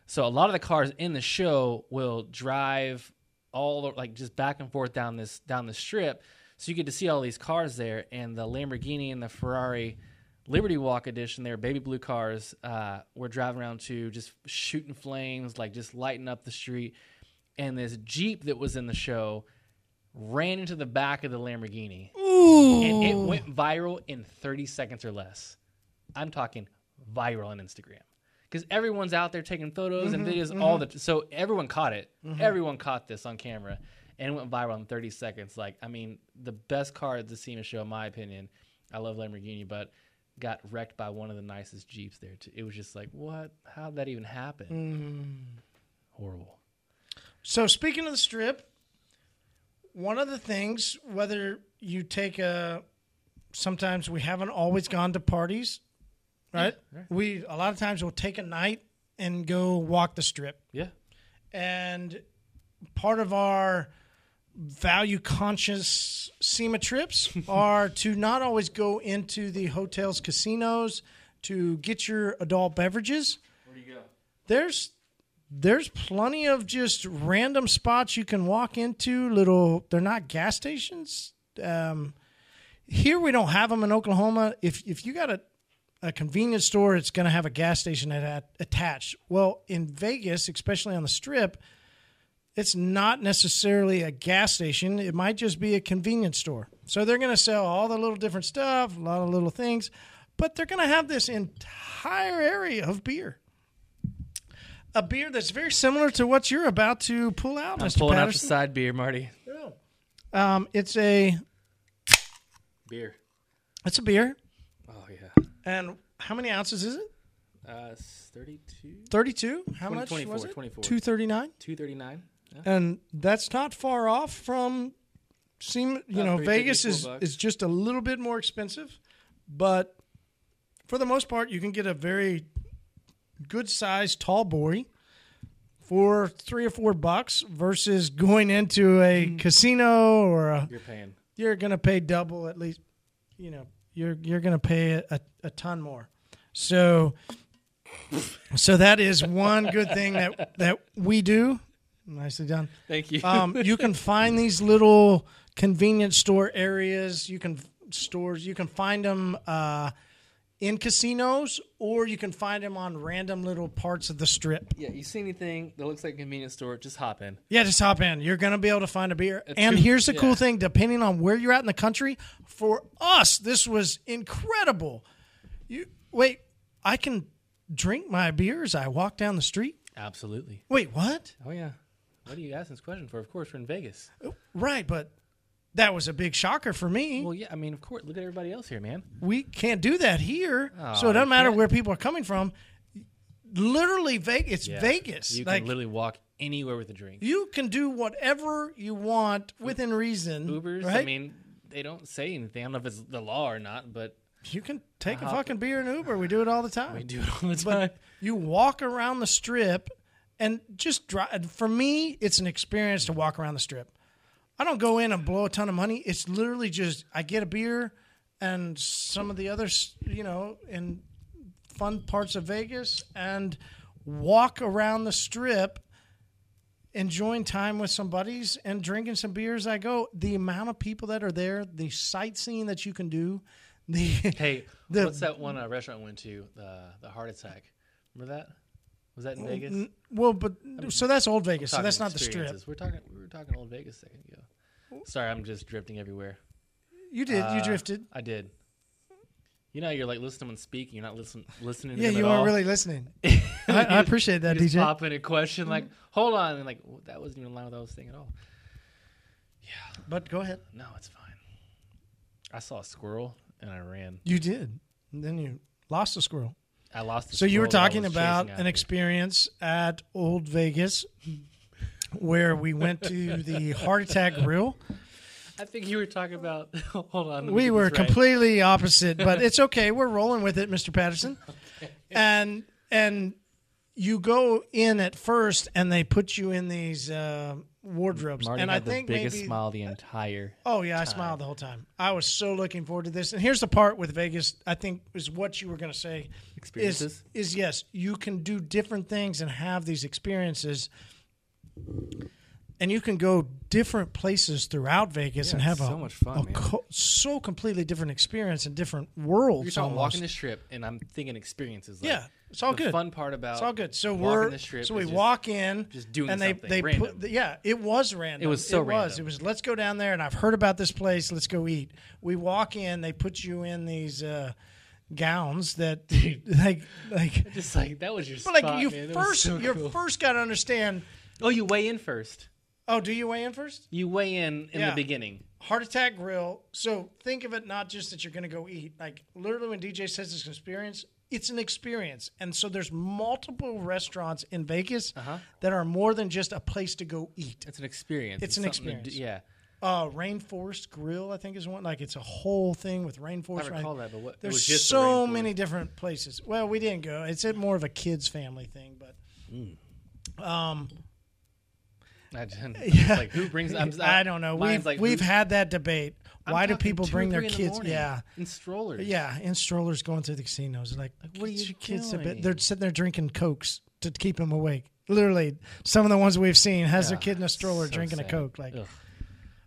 Speaker 6: So a lot of the cars in the show will drive all the- like just back and forth down this down the strip. So you get to see all these cars there, and the Lamborghini and the Ferrari Liberty Walk edition, their baby blue cars, uh, were driving around to just shooting flames, like just lighting up the street. And this Jeep that was in the show ran into the back of the Lamborghini. And it went viral in 30 seconds or less. I'm talking viral on Instagram. Because everyone's out there taking photos and videos all the So everyone caught it. Everyone caught this on camera and it went viral in 30 seconds. Like, I mean, the best car at the SEMA show, in my opinion. I love Lamborghini, but got wrecked by one of the nicest Jeeps there. Too. It was just like, what? How'd that even happen? Mm. Horrible.
Speaker 3: So speaking of the strip, one of the things, whether you take a, sometimes we haven't always gone to parties, right? We a lot of times will take a night and go walk the strip,
Speaker 6: Yeah.
Speaker 3: and part of our value conscious SEMA trips are to not always go into the hotels, casinos to get your adult beverages. Where do you go? There's there's plenty of just random spots you can walk into. Little they're not gas stations. Um, here we don't have them in Oklahoma. If if you got a a convenience store, it's going to have a gas station at, attached. Well, in Vegas, especially on the Strip, it's not necessarily a gas station. It might just be a convenience store. So they're going to sell all the little different stuff, a lot of little things, but they're going to have this entire area of beer. A beer that's very similar to what you're about to pull out,
Speaker 6: I'm
Speaker 3: Mr.
Speaker 6: pulling out the
Speaker 3: Patterson.
Speaker 6: side beer, Marty.
Speaker 3: um, it's a
Speaker 6: Beer.
Speaker 3: it's a beer,
Speaker 6: Oh yeah.
Speaker 3: and how many ounces is it?
Speaker 6: Uh, it's 32,
Speaker 3: Thirty-two. How much
Speaker 6: 24,
Speaker 3: was it?
Speaker 6: 24.
Speaker 3: Two thirty-nine.
Speaker 6: 239. Yeah.
Speaker 3: and that's not far off from seem you know
Speaker 6: 350,
Speaker 3: Vegas
Speaker 6: four
Speaker 3: is
Speaker 6: bucks.
Speaker 3: is just a little bit more expensive, but for the most part you can get a very good sized tall boy for three or four bucks versus going into a
Speaker 6: Mm-hmm.
Speaker 3: casino or a,
Speaker 6: You're paying.
Speaker 3: you're gonna pay double at least you know you're you're gonna pay a, a, a ton more so so that is one good thing that that we do nicely done
Speaker 6: Thank you.
Speaker 3: um, you can find these little convenience store areas. You can stores. You can find them uh, in casinos, or you can find them on random little parts of the strip.
Speaker 6: yeah, you see anything that looks like a convenience store, just hop in.
Speaker 3: Yeah, just hop in. You're gonna be able to find a beer. and
Speaker 6: two-
Speaker 3: here's the cool
Speaker 6: yeah.
Speaker 3: thing: depending on where you're at in the country, for us, this was incredible. You wait, I can drink my beer as I walk down the street.
Speaker 6: Absolutely.
Speaker 3: Wait, what?
Speaker 6: Oh yeah. What are you asking this question for? Of course, we're in Vegas.
Speaker 3: Right, but that was a big shocker for me.
Speaker 6: Well, yeah. I mean, of course. Look at everybody else here, man.
Speaker 3: we can't do that here.
Speaker 6: Oh,
Speaker 3: so it doesn't matter where people are coming from. Literally, Vegas. It's
Speaker 6: Yeah.
Speaker 3: Vegas.
Speaker 6: You
Speaker 3: like
Speaker 6: can literally walk anywhere with a drink.
Speaker 3: you can do whatever you want within reason.
Speaker 6: Ubers.
Speaker 3: right?
Speaker 6: I mean, they don't say anything. I don't know if it's the law or not, but
Speaker 3: you can take a fucking beer in Uber. We do it all the time.
Speaker 6: Uh-huh. we do it all the time.
Speaker 3: But you walk around the strip and just drive. For me, it's an experience to walk around the strip. I don't go in and blow a ton of money. It's literally just I get a beer and some of the other, s- you know, in fun parts of Vegas and walk around the strip enjoying time with some buddies and drinking some beers I go the amount of people that are there the sightseeing that you can do the
Speaker 6: hey,
Speaker 3: the-
Speaker 6: what's that one uh, restaurant I went to? The the heart attack. Remember that? Was that in
Speaker 3: Mm,
Speaker 6: Vegas?
Speaker 3: well but so that's old Vegas so
Speaker 6: Talking
Speaker 3: that's not the strip
Speaker 6: experiences. We're talking. We were talking old Vegas a second ago. Sorry, I'm just drifting everywhere.
Speaker 3: You did. you
Speaker 6: Uh,
Speaker 3: drifted.
Speaker 6: I did. You know, you're like listening to someone speak. You're not listen, listening. To
Speaker 3: Yeah,
Speaker 6: them
Speaker 3: you
Speaker 6: at
Speaker 3: weren't
Speaker 6: all.
Speaker 3: really listening. I, I appreciate that,
Speaker 6: You just
Speaker 3: DJ.
Speaker 6: pop in a question like, "Hold on," and like "Well, that wasn't even in line with what I was thinking at all.
Speaker 3: But go ahead.
Speaker 6: No, it's fine. I saw a squirrel and I ran.
Speaker 3: You did. And then you lost the squirrel.
Speaker 6: I lost. The
Speaker 3: So you were
Speaker 6: squirrel that I
Speaker 3: talking
Speaker 6: was
Speaker 3: about
Speaker 6: chasing
Speaker 3: an
Speaker 6: after.
Speaker 3: experience at Old Vegas where we went to the Heart Attack Grill.
Speaker 6: I think you were talking about. Hold on. let me
Speaker 3: We
Speaker 6: get
Speaker 3: were
Speaker 6: this right.
Speaker 3: completely opposite, but it's okay. We're rolling with it, Mr. Patterson. And and you go in at first, and they put you in these uh, wardrobes.
Speaker 6: Marty
Speaker 3: and
Speaker 6: had
Speaker 3: I think
Speaker 6: the biggest
Speaker 3: maybe
Speaker 6: smile the entire.
Speaker 3: Oh yeah, I smiled the whole time. I was so looking forward to this. And here's the part with Vegas. I think is what you were going to say.
Speaker 6: Experiences?
Speaker 3: is, is yes, you can do different things and have these experiences, and you can go different places throughout Vegas and have
Speaker 6: it's
Speaker 3: a
Speaker 6: so much fun,
Speaker 3: a
Speaker 6: man.
Speaker 3: co- so completely different experience and different worlds.
Speaker 6: You're talking
Speaker 3: almost.
Speaker 6: walking this strip, and I'm thinking experiences. Like,
Speaker 3: yeah, it's all
Speaker 6: the
Speaker 3: good.
Speaker 6: Fun part about
Speaker 3: It's all good. So
Speaker 6: walking
Speaker 3: we're
Speaker 6: this strip
Speaker 3: so we
Speaker 6: is just-
Speaker 3: walk in,
Speaker 6: just doing
Speaker 3: and they
Speaker 6: something
Speaker 3: they
Speaker 6: random.
Speaker 3: put yeah, it was random.
Speaker 6: It was so
Speaker 3: it was
Speaker 6: random.
Speaker 3: it was let's go down there and I've heard about this place. Let's go eat. We walk in, they put you in these uh, gowns that like like
Speaker 6: Just like that was your
Speaker 3: but
Speaker 6: spot,
Speaker 3: like you
Speaker 6: man. That was
Speaker 3: first
Speaker 6: so
Speaker 3: you
Speaker 6: cool.
Speaker 3: first got to understand.
Speaker 6: Oh, you weigh in first.
Speaker 3: Oh, do you weigh in first?
Speaker 6: You weigh in in
Speaker 3: Yeah.
Speaker 6: the beginning.
Speaker 3: Heart Attack Grill. So think of it not just that you're going to go eat. Like literally, when DJ says it's an experience, it's an experience. And so there's multiple restaurants in Vegas
Speaker 6: Uh-huh.
Speaker 3: that are more than just a place to go eat.
Speaker 6: It's an experience.
Speaker 3: It's an
Speaker 6: something to
Speaker 3: experience.
Speaker 6: Do, yeah,
Speaker 3: Uh, Rainforest Grill, I think, is one. Like it's a whole thing with Rainforest.
Speaker 6: I recall that, but what, it
Speaker 3: There's
Speaker 6: was just the
Speaker 3: so
Speaker 6: rainforest.
Speaker 3: many different places. Well, we didn't go. It's a- more of a kids' family thing, but
Speaker 6: I didn't. Yeah. Like who brings? I'm,
Speaker 3: I don't know.
Speaker 6: mine's
Speaker 3: We've we've
Speaker 6: who-
Speaker 3: had that debate.
Speaker 6: I'm
Speaker 3: Why do
Speaker 6: talking
Speaker 3: people
Speaker 6: two or
Speaker 3: bring their
Speaker 6: three in the
Speaker 3: kids?
Speaker 6: morning
Speaker 3: yeah,
Speaker 6: in strollers.
Speaker 3: yeah, in strollers going through the casinos. Like,
Speaker 6: what are
Speaker 3: get
Speaker 6: you
Speaker 3: your kids to
Speaker 6: doing?
Speaker 3: bed. They're sitting there drinking cokes to keep them awake. Literally, some of the ones we've seen has their kid in a stroller
Speaker 6: so
Speaker 3: drinking a
Speaker 6: sad.
Speaker 3: coke. Like,
Speaker 6: Ugh.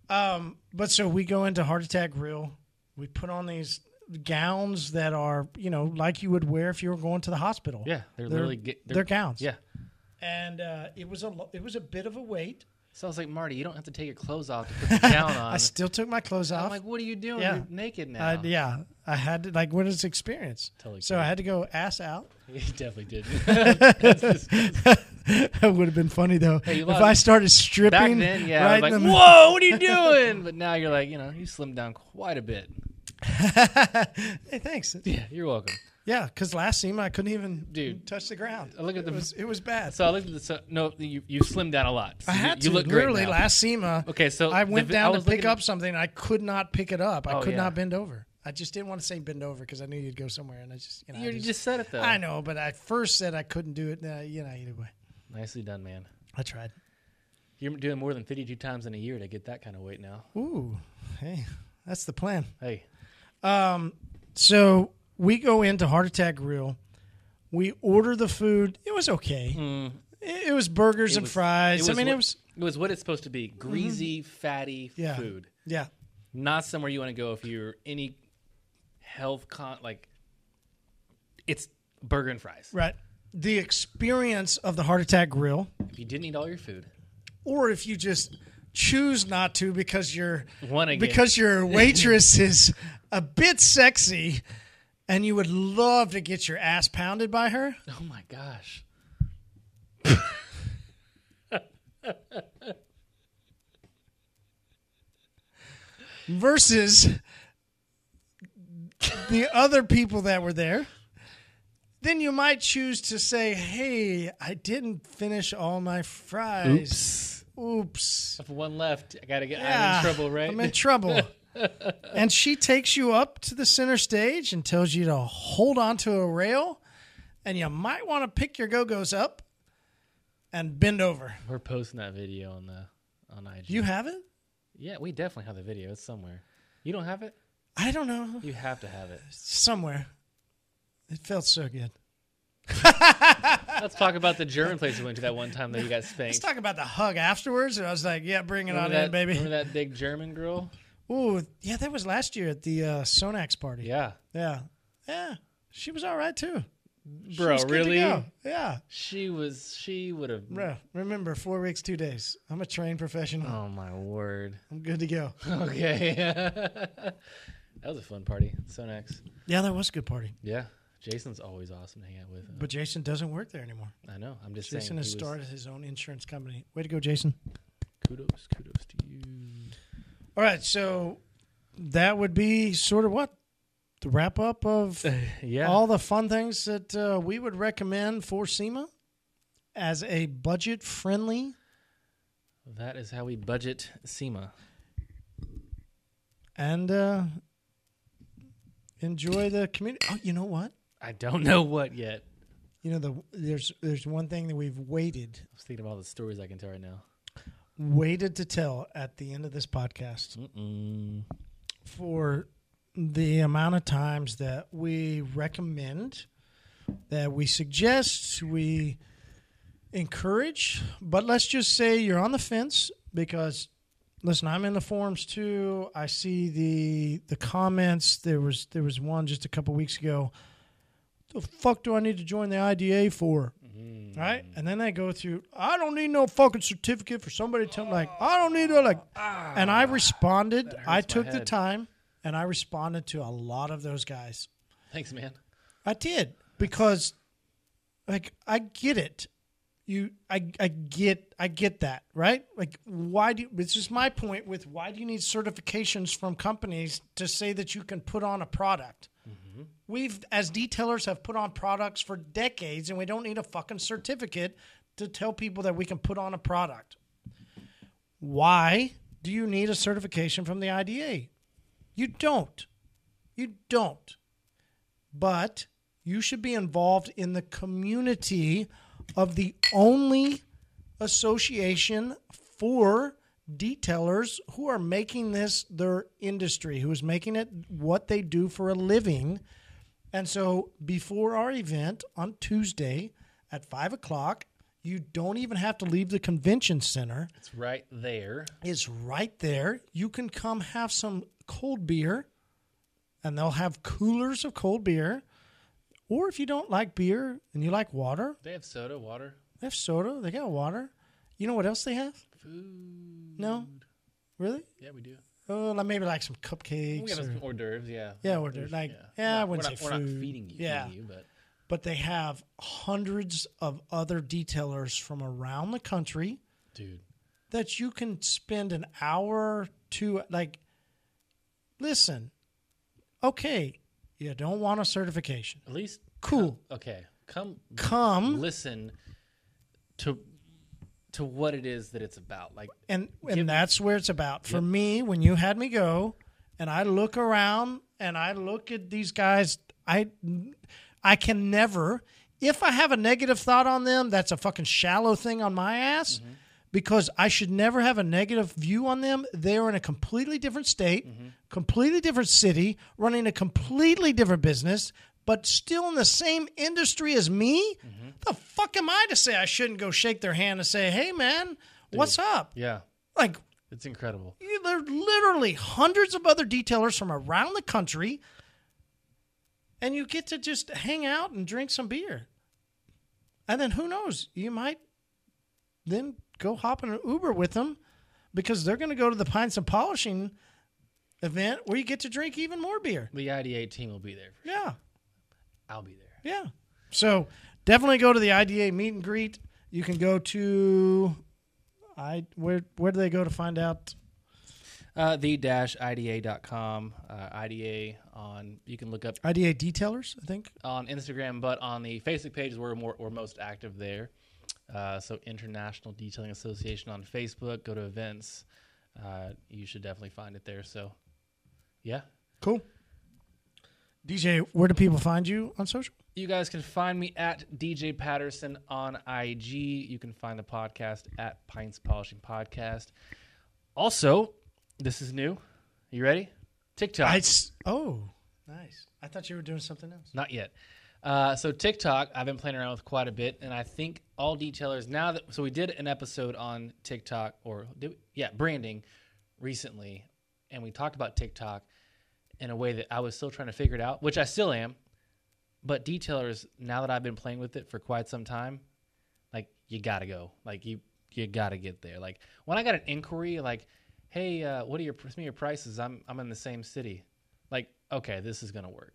Speaker 3: um, but so we go into heart attack real. We put on these gowns that are you know like you would wear if you were going to the hospital.
Speaker 6: Yeah, they're literally get-
Speaker 3: they're,
Speaker 6: they're-
Speaker 3: gowns.
Speaker 6: Yeah.
Speaker 3: and uh, it was a lo- it was a bit of a wait.
Speaker 6: So I was like, Marty, you don't have to take your clothes off to put the gown on.
Speaker 3: I still took my clothes
Speaker 6: Uh, I'm
Speaker 3: off.
Speaker 6: like, what are you doing?
Speaker 3: Yeah.
Speaker 6: You're naked now.
Speaker 3: I, yeah, I had to, like what is experience?
Speaker 6: Totally
Speaker 3: so
Speaker 6: cool.
Speaker 3: I had to go ass out.
Speaker 6: You definitely did.
Speaker 3: that would have been funny though
Speaker 6: Hey, you
Speaker 3: if
Speaker 6: love-
Speaker 3: I started stripping.
Speaker 6: Back then, yeah,
Speaker 3: right
Speaker 6: I was
Speaker 3: in
Speaker 6: like,
Speaker 3: the-
Speaker 6: whoa, what are you doing? But now you're like, you know, you slimmed down quite a bit.
Speaker 3: hey, thanks.
Speaker 6: Yeah, you're welcome.
Speaker 3: Yeah, because last SEMA I couldn't even
Speaker 6: Dude.
Speaker 3: touch the ground.
Speaker 6: I look at
Speaker 3: it
Speaker 6: the-
Speaker 3: was, it was bad.
Speaker 6: So I looked at the so, no, you you slimmed down a lot. So
Speaker 3: I
Speaker 6: you-
Speaker 3: had
Speaker 6: you,
Speaker 3: to
Speaker 6: look great
Speaker 3: literally
Speaker 6: now.
Speaker 3: last SEMA.
Speaker 6: Okay, so
Speaker 3: I
Speaker 6: the
Speaker 3: went
Speaker 6: vi- I
Speaker 3: down to
Speaker 6: was looking
Speaker 3: pick
Speaker 6: at-
Speaker 3: up something. and I could not pick it up. I
Speaker 6: Oh,
Speaker 3: could
Speaker 6: yeah.
Speaker 3: not bend over. I just didn't want to say bend over because I knew you'd go somewhere, and I just you know I
Speaker 6: You already
Speaker 3: just-
Speaker 6: just uh, said it though.
Speaker 3: I know, but I first said I couldn't do it. Uh, you know, either way,
Speaker 6: Nicely done, man.
Speaker 3: I tried.
Speaker 6: You're doing more than 52 times in a year to get that kind of weight now.
Speaker 3: Ooh, hey, that's the plan.
Speaker 6: Hey,
Speaker 3: So we go into Heart Attack Grill. We order the food. It was okay. It, it was burgers and
Speaker 6: Hmm. was-
Speaker 3: fries. I mean,
Speaker 6: what,
Speaker 3: it was Mm-hmm.
Speaker 6: it was what it's supposed to be: greasy, fatty
Speaker 3: yeah,
Speaker 6: food.
Speaker 3: Yeah,
Speaker 6: Not somewhere you want to go if you're any health con like. It's burger and fries.
Speaker 3: right. The experience of the Heart Attack Grill,
Speaker 6: If you didn't eat all your food,
Speaker 3: or if you just choose not to because you're
Speaker 6: One again.
Speaker 3: because your waitress is a bit sexy, and you would love to get your ass pounded by her.
Speaker 6: oh my gosh,
Speaker 3: versus the other people that were there, then you might choose to say, "Hey, I didn't finish all my fries. Oops. Oops.
Speaker 6: if one left, I gotta get.
Speaker 3: Yeah,
Speaker 6: I'm in trouble, right?
Speaker 3: I'm in trouble." and she takes you up to the center stage and tells you to hold onto a rail, and you might want to pick your go-go's up and bend over.
Speaker 6: We're posting that video on the on IG.
Speaker 3: You have it?
Speaker 6: yeah, we definitely have the video. It's somewhere. You don't have it?
Speaker 3: I don't know.
Speaker 6: You have to have it.
Speaker 3: Somewhere. It felt so good.
Speaker 6: Let's talk about the German place we went to that one time that you got spanked.
Speaker 3: Let's talk about the hug afterwards. And I was like, yeah, bring it on
Speaker 6: Remember that,
Speaker 3: in, baby.
Speaker 6: Remember that big German girl?
Speaker 3: Ooh, yeah, that was last year at the uh, Sonax party.
Speaker 6: Yeah.
Speaker 3: Yeah. Yeah. She was all right, too.
Speaker 6: Bro,
Speaker 3: She was good to
Speaker 6: really?
Speaker 3: go. Yeah.
Speaker 6: She was. She would have.
Speaker 3: Bro, remember, four weeks, two days. I'm a trained professional.
Speaker 6: Oh my word.
Speaker 3: I'm good to go.
Speaker 6: Okay. that was a fun party. So next.
Speaker 3: yeah, that was a good party.
Speaker 6: Yeah. Jason's always awesome to hang out with.
Speaker 3: But Jason doesn't work there anymore.
Speaker 6: I know. I'm just
Speaker 3: Jason
Speaker 6: saying.
Speaker 3: has
Speaker 6: he was-
Speaker 3: started his own insurance company. Way to go, Jason.
Speaker 6: Kudos. Kudos to you.
Speaker 3: All right, so that would be sort of what? The wrap up of
Speaker 6: Yeah.
Speaker 3: all the fun things that uh, we would recommend for SEMA as a budget friendly
Speaker 6: that is how we budget SEMA.
Speaker 3: and uh, enjoy the community. Oh, you know what?
Speaker 6: I don't know what yet.
Speaker 3: You know the there's there's one thing that we've waited
Speaker 6: I was thinking of all the stories I can tell right now.
Speaker 3: waited to tell at the end of this podcast for the amount of times that we recommend, that we suggest, we encourage. But let's just say you're on the fence because listen, I'm in the forums too. I see the the comments. There was there was one just a couple weeks ago. The fuck do I need to join the IDA for? right? And then they go through. I don't need no fucking certificate for somebody to tell me like I don't need a like. and I responded. I took the
Speaker 6: head.
Speaker 3: time and I responded to a lot of those guys.
Speaker 6: Thanks, man.
Speaker 3: I did because, like, I get it. You, I, I get, I get that, right? Like, why do? It's just my point with why do you need certifications from companies to say that you can put on a product? We've, as detailers, have put on products for decades, and we don't need a fucking certificate to tell people that we can put on a product. Why do you need a certification from the IDA? You don't. You don't but you should be involved in the community of the only association for detailers who are making this their industry, who is making it what they do for a living. And so before our event on Tuesday at five o'clock, you don't even have to leave the convention center.
Speaker 6: It's right there.
Speaker 3: It's right there. You can come have some cold beer, and they'll have coolers of cold beer. Or if you don't like beer and you like water,
Speaker 6: They have soda, water.
Speaker 3: they have soda. They got water. You know what else they have?
Speaker 6: Food.
Speaker 3: No, really?
Speaker 6: Yeah, we do.
Speaker 3: Oh, like maybe like some cupcakes.
Speaker 6: We have
Speaker 3: or-
Speaker 6: some hors d'oeuvres, yeah.
Speaker 3: yeah, or they're like yeah, I
Speaker 6: we're
Speaker 3: wouldn't
Speaker 6: not,
Speaker 3: say
Speaker 6: we're not
Speaker 3: food.
Speaker 6: feeding you,
Speaker 3: Yeah,
Speaker 6: feeding you, but
Speaker 3: but they have hundreds of other detailers from around the country
Speaker 6: dude,
Speaker 3: that you can spend an hour to like listen okay you don't want a certification
Speaker 6: at least
Speaker 3: cool
Speaker 6: okay, come
Speaker 3: come
Speaker 6: listen to to what it is that it's about. Like
Speaker 3: and and that's where it's about for me when you had me go and i look around and i look at these guys i i can never if i have a negative thought on them that's a fucking shallow thing on my ass because i should never have a negative view on them they're in a completely different state completely different city running a completely different business but still in the same industry as me the fuck am i to say i shouldn't go shake their hand and say hey man what's up
Speaker 6: yeah,
Speaker 3: like
Speaker 6: it's incredible.
Speaker 3: you- there are literally hundreds of other detailers from around the country and you get to just hang out and drink some beer and then who knows you might then go hop in an uber with them because they're going to go to the pints and polishing event where you get to drink even more beer
Speaker 6: The IDA team will be there.
Speaker 3: yeah
Speaker 6: I'll be there.
Speaker 3: yeah. So definitely go to the IDA meet and greet. You can go to I where where do they go to find out?
Speaker 6: Uh, the dash IDA.com, uh, IDA on, you can look up
Speaker 3: IDA detailers, I think.
Speaker 6: on Instagram, but on the Facebook page, we're more we're most active there. Uh, so International Detailing Association on Facebook. Go to events. Uh, you should definitely find it there. So, yeah,
Speaker 3: Cool. DJ, where do people find you on social?
Speaker 6: you guys can find me at DJ Patterson on IG. You can find the podcast at Pints Polishing Podcast. Also, this is new. You ready? TikTok.
Speaker 3: I s- oh, nice. I thought you were doing something else.
Speaker 6: Not yet. Uh, so TikTok, I've been playing around with quite a bit, and I think all detailers now that so we did an episode on TikTok or did we, yeah branding recently, and we talked about TikTok in a way that I was still trying to figure it out, which I still am. But detailers, now that I've been playing with it for quite some time, like you gotta go, like you you gotta get there. Like when I got an inquiry, like, hey, uh, what are your some of your prices? I'm I'm in the same city. Like okay, this is gonna work.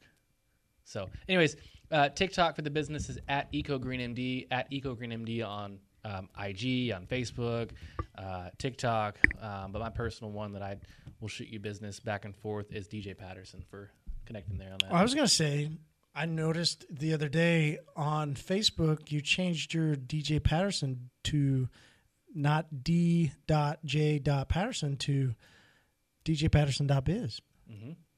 Speaker 6: So, anyways, uh, TikTok for the business is at EcoGreenMD, at EcoGreenMD on um, IG, on Facebook, uh, TikTok. Um, but my personal one that I will shoot you business back and forth is DJ Patterson for connecting there on that.
Speaker 3: I was gonna say I noticed the other day on Facebook you changed your DJ Patterson to not D dot J dot Patterson to DJ Patterson dot biz.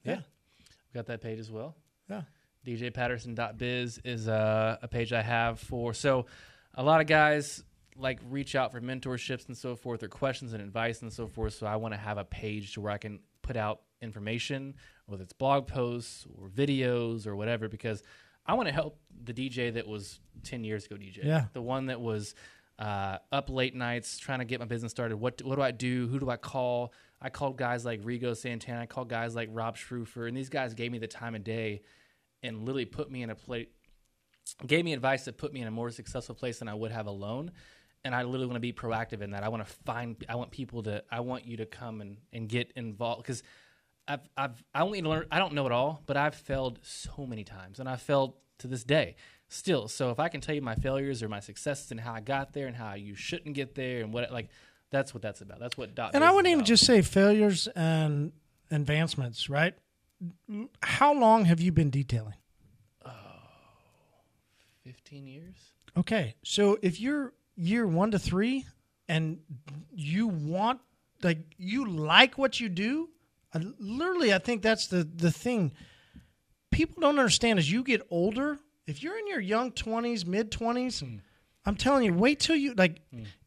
Speaker 6: yeah. We got that page as well.
Speaker 3: Yeah.
Speaker 6: DJPatterson.biz is uh, a page I have for. So, a lot of guys like reach out for mentorships and so forth, or questions and advice and so forth. So, I want to have a page to where I can put out information, whether it's blog posts or videos or whatever, because I want to help the DJ that was 10 years ago DJ.
Speaker 3: Yeah.
Speaker 6: The one that was uh, up late nights trying to get my business started. What what do I do? Who do I call? I called guys like Rigo Santana. I called guys like Rob Schrufer, and these guys gave me the time of day, and literally put me in a place, gave me advice that put me in a more successful place than I would have alone. And I literally want to be proactive in that. I want to find. I want people to. I want you to come and and get involved because. I've, I've, I want you to learn. I don't know it all, but I've failed so many times, and I failed to this day still. So if I can tell you my failures or my successes and how I got there and how you shouldn't get there and what like that's what that's about. That's what dot.
Speaker 3: And
Speaker 6: biz
Speaker 3: I
Speaker 6: is
Speaker 3: wouldn't even
Speaker 6: about.
Speaker 3: just say failures and advancements, right? How long have you been detailing?
Speaker 6: fifteen years.
Speaker 3: Okay. So if you're year one to three and you want, like, you like what you do, I, literally, I think that's the, the thing. People don't understand as you get older, if you're in your young 20s, mid 20s, I'm telling you, wait till you like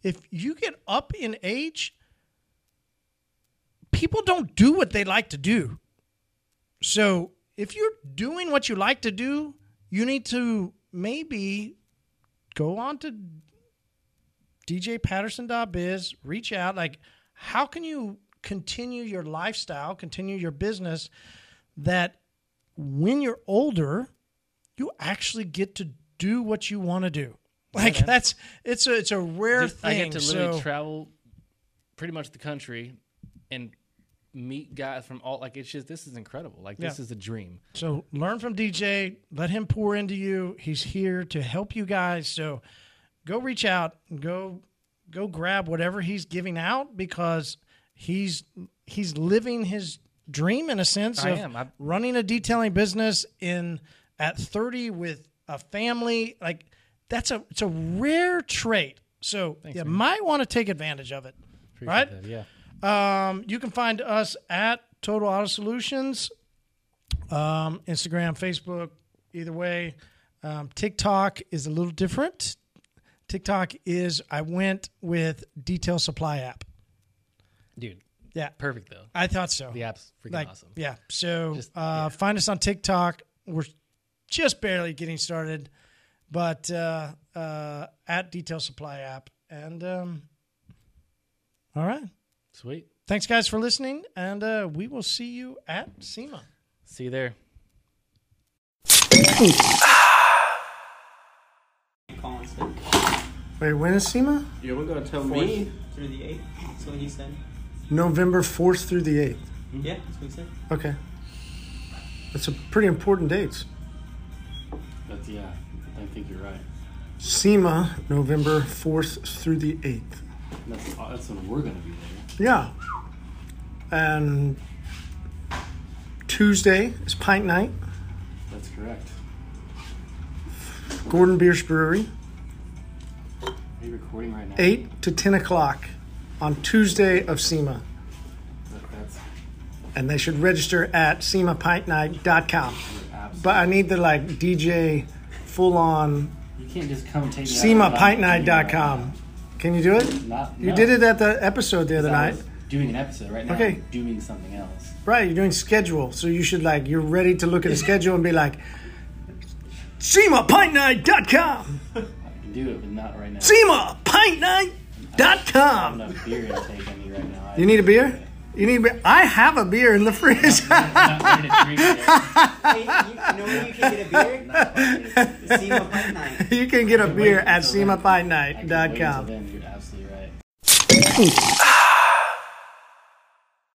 Speaker 3: if you get up in age, people don't do what they like to do. So if you're doing what you like to do, you need to maybe go on to djpatterson.biz, reach out. Like, how can you continue your lifestyle, continue your business that when you're older, you actually get to do what you want to do? Like that's it's a it's a rare
Speaker 6: Just-
Speaker 3: thing.
Speaker 6: I get to literally
Speaker 3: so,
Speaker 6: travel pretty much the country and meet guys from all like it's just this is incredible. Like this
Speaker 3: Yeah.
Speaker 6: is a dream.
Speaker 3: So learn from DJ. Let him pour into you. He's here to help you guys. So go reach out. and Go go grab whatever he's giving out because he's he's living his dream in a sense
Speaker 6: I
Speaker 3: of
Speaker 6: am. I-
Speaker 3: running a detailing business in at 30 with a family. Like that's a it's a rare trait. So you might want to take advantage of it. right?
Speaker 6: yeah.
Speaker 3: Um, you can find us at Total Auto Solutions, um, Instagram, Facebook, either way. Um, TikTok is a little different. TikTok is I went with Detail Supply app.
Speaker 6: Dude.
Speaker 3: Yeah,
Speaker 6: Perfect though.
Speaker 3: I thought so.
Speaker 6: The app's freaking
Speaker 3: like,
Speaker 6: awesome.
Speaker 3: Yeah, so
Speaker 6: Just-
Speaker 3: uh, find us on TikTok. We're just barely getting started, but uh, uh, at Detail Supply app. And um, all right.
Speaker 6: Sweet.
Speaker 3: Thanks, guys, for listening, and uh, we will see you at SEMA.
Speaker 6: See you there.
Speaker 4: Collinston.
Speaker 3: Wait, when is SEMA?
Speaker 8: You were gonna tell me?
Speaker 4: Through the 8th. That's what he said.
Speaker 3: November 4th through the 8th.
Speaker 4: Mm-hmm. Yeah, that's what he said.
Speaker 3: Okay. That's a pretty important dates.
Speaker 6: That's yeah. I think you're right.
Speaker 3: SEMA, November 4th through the 8th.
Speaker 6: That's that's when we're gonna be there.
Speaker 3: Yeah. And Tuesday is Pint Night,
Speaker 6: That's correct.
Speaker 3: Gordon Biersch Brewery,
Speaker 6: Are you recording right now?
Speaker 3: 8 to 10 o'clock on Tuesday of SEMA.
Speaker 6: That's
Speaker 3: and they should register at semapintnight.com. But I need the like DJ full on
Speaker 6: you can't just come take
Speaker 3: semapintnight.com. Can you do it? You did it at the episode the other night.
Speaker 6: Doing an episode right now.
Speaker 3: Okay. I'm
Speaker 6: Doing something else.
Speaker 3: Right, you're doing schedule. So you should like you're ready to look at a schedule and be like semapintnight.com.
Speaker 6: I can do it, but not right now.
Speaker 3: semapintnight.com.
Speaker 6: enough beer intake in me right now.
Speaker 3: You need a beer? You need a beer? I have a beer in the fridge.
Speaker 4: Hey, you, you know where you can get a beer? SEMA Pint Night.
Speaker 3: you can get a beer at
Speaker 6: until then.
Speaker 3: semapintnight.com.
Speaker 6: then, you're absolutely right.